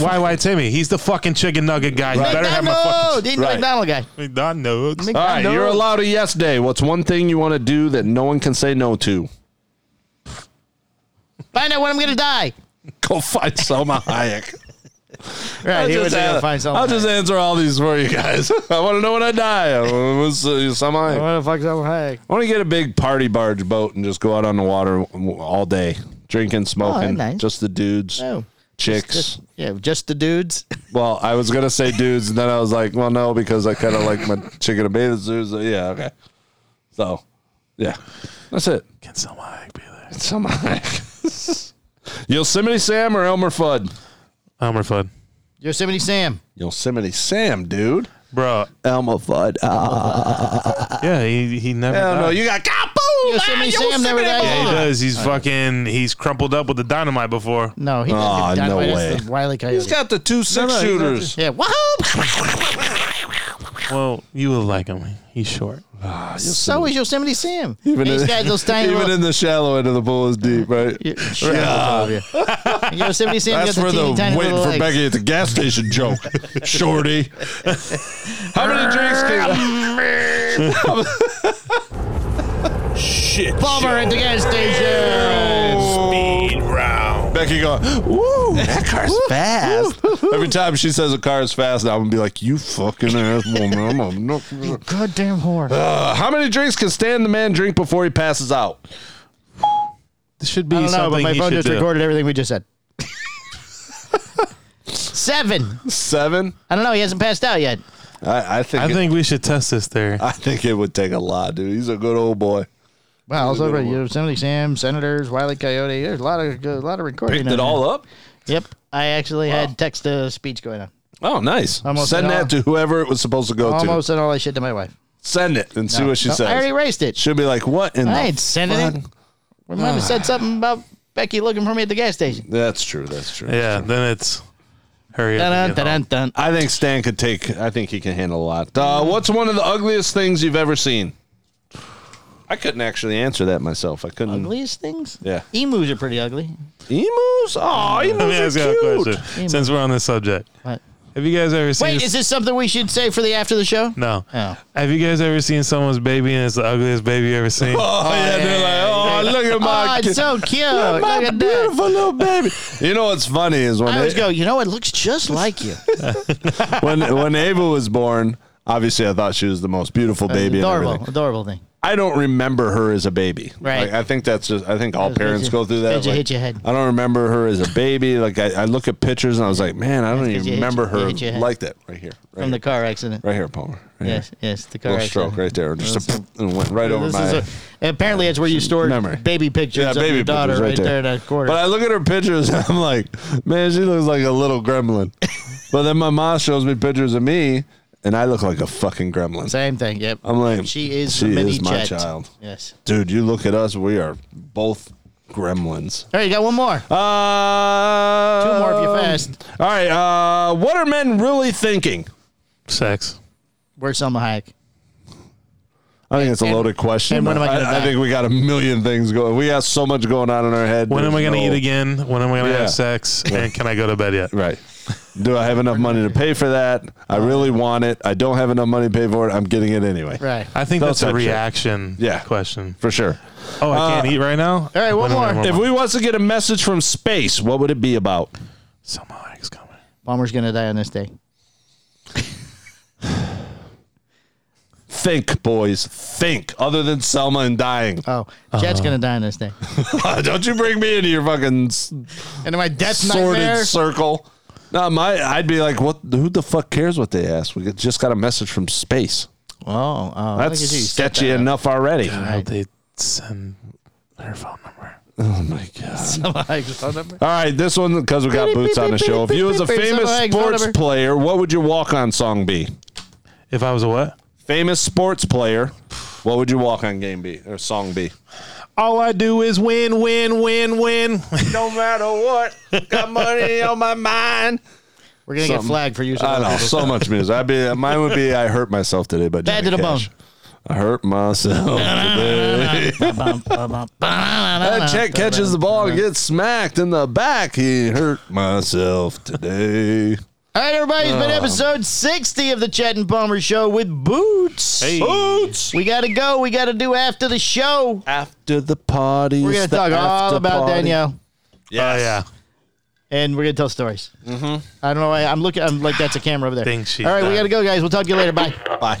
[SPEAKER 5] Why, why Timmy? He's the fucking chicken nugget guy. You better have my
[SPEAKER 2] McDonald!
[SPEAKER 5] fucking. Ah.
[SPEAKER 2] The
[SPEAKER 4] Right.
[SPEAKER 2] McDonald guy.
[SPEAKER 5] McDonald's.
[SPEAKER 4] All right, you're allowed a yes day. What's one thing you want to do that no one can say no to?
[SPEAKER 2] Find out when I'm going to die.
[SPEAKER 4] Go find Selma Hayek.
[SPEAKER 2] Right, he was going to
[SPEAKER 4] an-
[SPEAKER 2] find something.
[SPEAKER 4] I'll just answer all these for you guys. I want to know when I die. I want to Selma Hayek.
[SPEAKER 2] What the fuck's up with Hayek?
[SPEAKER 4] I want to get a big party barge boat and just go out on the water all day, drinking, smoking,
[SPEAKER 2] Oh, nice.
[SPEAKER 4] just the dudes,
[SPEAKER 2] Oh.
[SPEAKER 4] chicks.
[SPEAKER 2] Just, yeah, just the dudes.
[SPEAKER 4] well, I was gonna say dudes, and then I was like, well, no, because I kind of like my chicken and bacon zoos. So, yeah, okay. So, yeah, that's it.
[SPEAKER 5] Can someone be there?
[SPEAKER 4] It's on my- Yosemite Sam or Elmer Fudd?
[SPEAKER 5] Elmer Fudd.
[SPEAKER 2] Yosemite Sam.
[SPEAKER 4] Yosemite Sam, dude.
[SPEAKER 5] Bro.
[SPEAKER 4] Elmer Fudd. Uh,
[SPEAKER 5] Yeah, he, he never.
[SPEAKER 4] Hell no,
[SPEAKER 5] died.
[SPEAKER 4] you got kaboom!
[SPEAKER 2] Yosemite Sam never died.
[SPEAKER 5] Yeah, he does. He's fucking. He's crumpled up with the dynamite before.
[SPEAKER 2] No, he
[SPEAKER 4] Aw,
[SPEAKER 2] doesn't.
[SPEAKER 4] no way.
[SPEAKER 2] Wiley Coyote.
[SPEAKER 4] He's got the two six
[SPEAKER 5] no, he's got
[SPEAKER 4] shooters.
[SPEAKER 2] yeah, wahoo!
[SPEAKER 5] Well, you will like him. He's short.
[SPEAKER 2] so is Yosemite Sam.
[SPEAKER 4] Even,
[SPEAKER 2] He's
[SPEAKER 4] in,
[SPEAKER 2] got those tiny
[SPEAKER 4] even
[SPEAKER 2] little-
[SPEAKER 4] in the shallow end of the pool is deep, right?
[SPEAKER 2] Yeah, shut up, yeah. And Yosemite Sam got
[SPEAKER 4] That's
[SPEAKER 2] the
[SPEAKER 4] for
[SPEAKER 2] teeny
[SPEAKER 4] the
[SPEAKER 2] tiny
[SPEAKER 4] waiting
[SPEAKER 2] little
[SPEAKER 4] for
[SPEAKER 2] legs.
[SPEAKER 4] Becky at the gas station joke, shorty. How many drinks can
[SPEAKER 7] Shit
[SPEAKER 2] Bomber at the gas station.
[SPEAKER 7] show. Speed round.
[SPEAKER 4] Becky go? Woo, that car's fast. Every time she says a car is fast, I'm gonna be like, you fucking ass woman. I'm gonna knock-
[SPEAKER 2] Goddamn whore.
[SPEAKER 4] Uh, how many drinks can stand the man drink before he passes out?
[SPEAKER 5] This should be
[SPEAKER 2] I don't know, but
[SPEAKER 5] something
[SPEAKER 2] my
[SPEAKER 5] he
[SPEAKER 2] phone
[SPEAKER 5] should
[SPEAKER 2] just
[SPEAKER 5] do.
[SPEAKER 2] recorded everything we just said. Seven.
[SPEAKER 4] Seven.
[SPEAKER 2] I don't know. He hasn't passed out yet.
[SPEAKER 4] I, I think.
[SPEAKER 5] I
[SPEAKER 4] it-
[SPEAKER 5] think we should test this theory.
[SPEAKER 4] I think it would take a lot, dude. He's a good old boy.
[SPEAKER 2] Wow, also right, Yosemite Sam, Senators, Wiley Coyote. There's a lot of a lot of recording.
[SPEAKER 4] Picked
[SPEAKER 2] on
[SPEAKER 4] it all
[SPEAKER 2] there.
[SPEAKER 4] up.
[SPEAKER 2] Yep, I actually had text to speech going on.
[SPEAKER 4] Oh, nice.
[SPEAKER 2] Almost
[SPEAKER 4] Send
[SPEAKER 2] it all.
[SPEAKER 4] that to whoever it was supposed to go
[SPEAKER 2] Almost sent all that shit to my wife.
[SPEAKER 4] to. Send it and see
[SPEAKER 2] No,
[SPEAKER 4] what she
[SPEAKER 2] no,
[SPEAKER 4] says.
[SPEAKER 2] I already erased it.
[SPEAKER 4] She'll be like, "What in
[SPEAKER 2] I
[SPEAKER 4] the
[SPEAKER 2] ain't sending it.
[SPEAKER 4] fuck?
[SPEAKER 2] We might have
[SPEAKER 4] Ah.
[SPEAKER 2] said something about Becky looking for me at the gas station.
[SPEAKER 4] That's true. That's true.
[SPEAKER 5] Yeah, then it's hurry up.
[SPEAKER 2] Dun,
[SPEAKER 5] and get
[SPEAKER 2] dun, dun, dun.
[SPEAKER 5] home.
[SPEAKER 4] I think Stan could take. I think he can handle a lot. Uh, what's one of the ugliest things you've ever seen? I couldn't actually answer that myself. I couldn't.
[SPEAKER 2] Ugliest things?
[SPEAKER 4] Yeah.
[SPEAKER 2] Emus are pretty ugly.
[SPEAKER 4] Emus? Oh, emus
[SPEAKER 5] Let me ask
[SPEAKER 4] are
[SPEAKER 5] you a
[SPEAKER 4] cute.
[SPEAKER 5] question. Since we're on this subject,
[SPEAKER 2] What?
[SPEAKER 5] have you guys ever seen?
[SPEAKER 2] Wait, is this something we should say for the after the show?
[SPEAKER 5] no.
[SPEAKER 2] Oh.
[SPEAKER 5] Have you guys ever seen someone's baby and it's the ugliest baby you ever seen?
[SPEAKER 4] Oh, yeah, they're like, oh, look at my,
[SPEAKER 2] Oh,
[SPEAKER 4] kid-
[SPEAKER 2] it's so cute.
[SPEAKER 4] look at my
[SPEAKER 2] Look at that.
[SPEAKER 4] beautiful little baby. You know what's funny is when
[SPEAKER 2] I always
[SPEAKER 4] they,
[SPEAKER 2] go, you know, it looks just like you.
[SPEAKER 4] when when Ava was born. Obviously, I thought she was the most beautiful baby. and
[SPEAKER 2] adorable,
[SPEAKER 4] everything.
[SPEAKER 2] adorable thing.
[SPEAKER 4] I don't remember her as a baby.
[SPEAKER 2] Right.
[SPEAKER 4] Like, I think that's just. I think all
[SPEAKER 2] Because
[SPEAKER 4] parents
[SPEAKER 2] you-
[SPEAKER 4] go through that.
[SPEAKER 2] because you
[SPEAKER 4] like,
[SPEAKER 2] hit your head.
[SPEAKER 4] I don't remember her as a baby. Like I, I look at pictures and I was like, man, I don't
[SPEAKER 2] because
[SPEAKER 4] even
[SPEAKER 2] you hit
[SPEAKER 4] remember
[SPEAKER 2] your- you hit your
[SPEAKER 4] her
[SPEAKER 2] head.
[SPEAKER 4] like that. Right here. Right
[SPEAKER 2] From
[SPEAKER 4] here.
[SPEAKER 2] the car accident.
[SPEAKER 4] Right here, Palmer. Right
[SPEAKER 2] Yes,
[SPEAKER 4] here.
[SPEAKER 2] yes, the car
[SPEAKER 4] Little
[SPEAKER 2] accident.
[SPEAKER 4] stroke right there. Just a, and went right over
[SPEAKER 2] This
[SPEAKER 4] my.
[SPEAKER 2] is a, apparently, it's where you store
[SPEAKER 4] memory.
[SPEAKER 2] baby pictures of your daughter
[SPEAKER 4] pictures
[SPEAKER 2] right, there. in that quarter.
[SPEAKER 4] But I look at her pictures and I'm like, man, she looks like a little gremlin. but then my mom shows me pictures of me and I look like a fucking gremlin.
[SPEAKER 2] Same thing. Yep.
[SPEAKER 4] I'm like,
[SPEAKER 2] she is
[SPEAKER 4] she
[SPEAKER 2] the mini
[SPEAKER 4] is my
[SPEAKER 2] Chet.
[SPEAKER 4] child.
[SPEAKER 2] Yes.
[SPEAKER 4] Dude, you look at us, we are both gremlins.
[SPEAKER 2] All right, you got one more.
[SPEAKER 4] Uh,
[SPEAKER 2] Two more if you're fast.
[SPEAKER 4] All right. Uh, what are men really thinking?
[SPEAKER 5] Sex.
[SPEAKER 2] Where's Selma Hayek?
[SPEAKER 4] I think it's a
[SPEAKER 2] And-
[SPEAKER 4] loaded question.
[SPEAKER 2] and when am I gonna
[SPEAKER 4] I, I
[SPEAKER 2] die?
[SPEAKER 4] think we got a million things going. We got so much going on in our head.
[SPEAKER 5] When am I
[SPEAKER 4] There's
[SPEAKER 5] going to
[SPEAKER 4] no-
[SPEAKER 5] eat again? When am I going to
[SPEAKER 4] Yeah.
[SPEAKER 5] have sex? And can I go to bed yet?
[SPEAKER 4] Right. Do I have enough money to pay for that? I really want it. I don't have enough money to pay for it. I'm getting it anyway.
[SPEAKER 2] Right.
[SPEAKER 5] I think
[SPEAKER 4] Those
[SPEAKER 5] that's
[SPEAKER 4] type
[SPEAKER 5] a
[SPEAKER 4] shit.
[SPEAKER 5] reaction
[SPEAKER 4] Yeah.
[SPEAKER 5] question.
[SPEAKER 4] For sure.
[SPEAKER 5] Oh, I can't eat right now?
[SPEAKER 2] right, one
[SPEAKER 5] When am I-
[SPEAKER 2] more.
[SPEAKER 5] when
[SPEAKER 4] If
[SPEAKER 5] am I-
[SPEAKER 4] we was to get a message from space, what would it be about?
[SPEAKER 5] Somehow it's coming.
[SPEAKER 2] Palmer's gonna die on this day.
[SPEAKER 4] Think, boys. Think. Other than Selma and dying.
[SPEAKER 2] Oh,
[SPEAKER 4] Uh-huh.
[SPEAKER 2] Chet's gonna die on this day.
[SPEAKER 4] don't you bring me into your fucking s-
[SPEAKER 2] And my death nightmare.
[SPEAKER 4] sordid circle. No, my I'd be like, what? Who the fuck cares what they ask? We just got a message from space.
[SPEAKER 2] oh, oh,
[SPEAKER 4] That's
[SPEAKER 2] look at you.
[SPEAKER 4] sketchy enough already.
[SPEAKER 5] How they send her phone number?
[SPEAKER 4] Oh my god.
[SPEAKER 2] Selma Hayek's phone number.
[SPEAKER 4] All right, this one because we got
[SPEAKER 2] Beep,
[SPEAKER 4] boots
[SPEAKER 2] beep,
[SPEAKER 4] on the
[SPEAKER 2] beep,
[SPEAKER 4] show. If
[SPEAKER 2] beep,
[SPEAKER 4] you was a
[SPEAKER 2] beep, beep,
[SPEAKER 4] famous
[SPEAKER 2] something like
[SPEAKER 4] sports
[SPEAKER 2] whatever.
[SPEAKER 4] player, what would your walk-on song be?
[SPEAKER 5] If I was a what?
[SPEAKER 4] Famous sports player, what would your walk-on game be or song be?
[SPEAKER 5] All I do is win, win, win, win.
[SPEAKER 4] No matter what, got money on my mind.
[SPEAKER 2] We're gonna get
[SPEAKER 4] Something.
[SPEAKER 2] flagged for using.
[SPEAKER 4] I know so much music. I'd be mine would be I hurt myself today, but
[SPEAKER 2] Bad to the bone.
[SPEAKER 4] I hurt myself today. That
[SPEAKER 2] That
[SPEAKER 4] chick catches the ball and gets smacked in the back. He hurt myself today.
[SPEAKER 2] All right, everybody, it's been episode 60 of the Chet and Palmer Show with Boots.
[SPEAKER 5] Oh,
[SPEAKER 4] Boots.
[SPEAKER 2] We got to go. We got to do after the show.
[SPEAKER 4] After the party,
[SPEAKER 2] We're going to talk all about Danielle,
[SPEAKER 5] Oh, yeah.
[SPEAKER 2] and we're going to tell stories. Mm-hmm. I don't know why. I'm looking. I'm like, that's a camera over there.
[SPEAKER 5] Think she's
[SPEAKER 2] all right, we
[SPEAKER 5] done.
[SPEAKER 2] got to go, guys. We'll talk to you later. Bye.
[SPEAKER 4] Bye.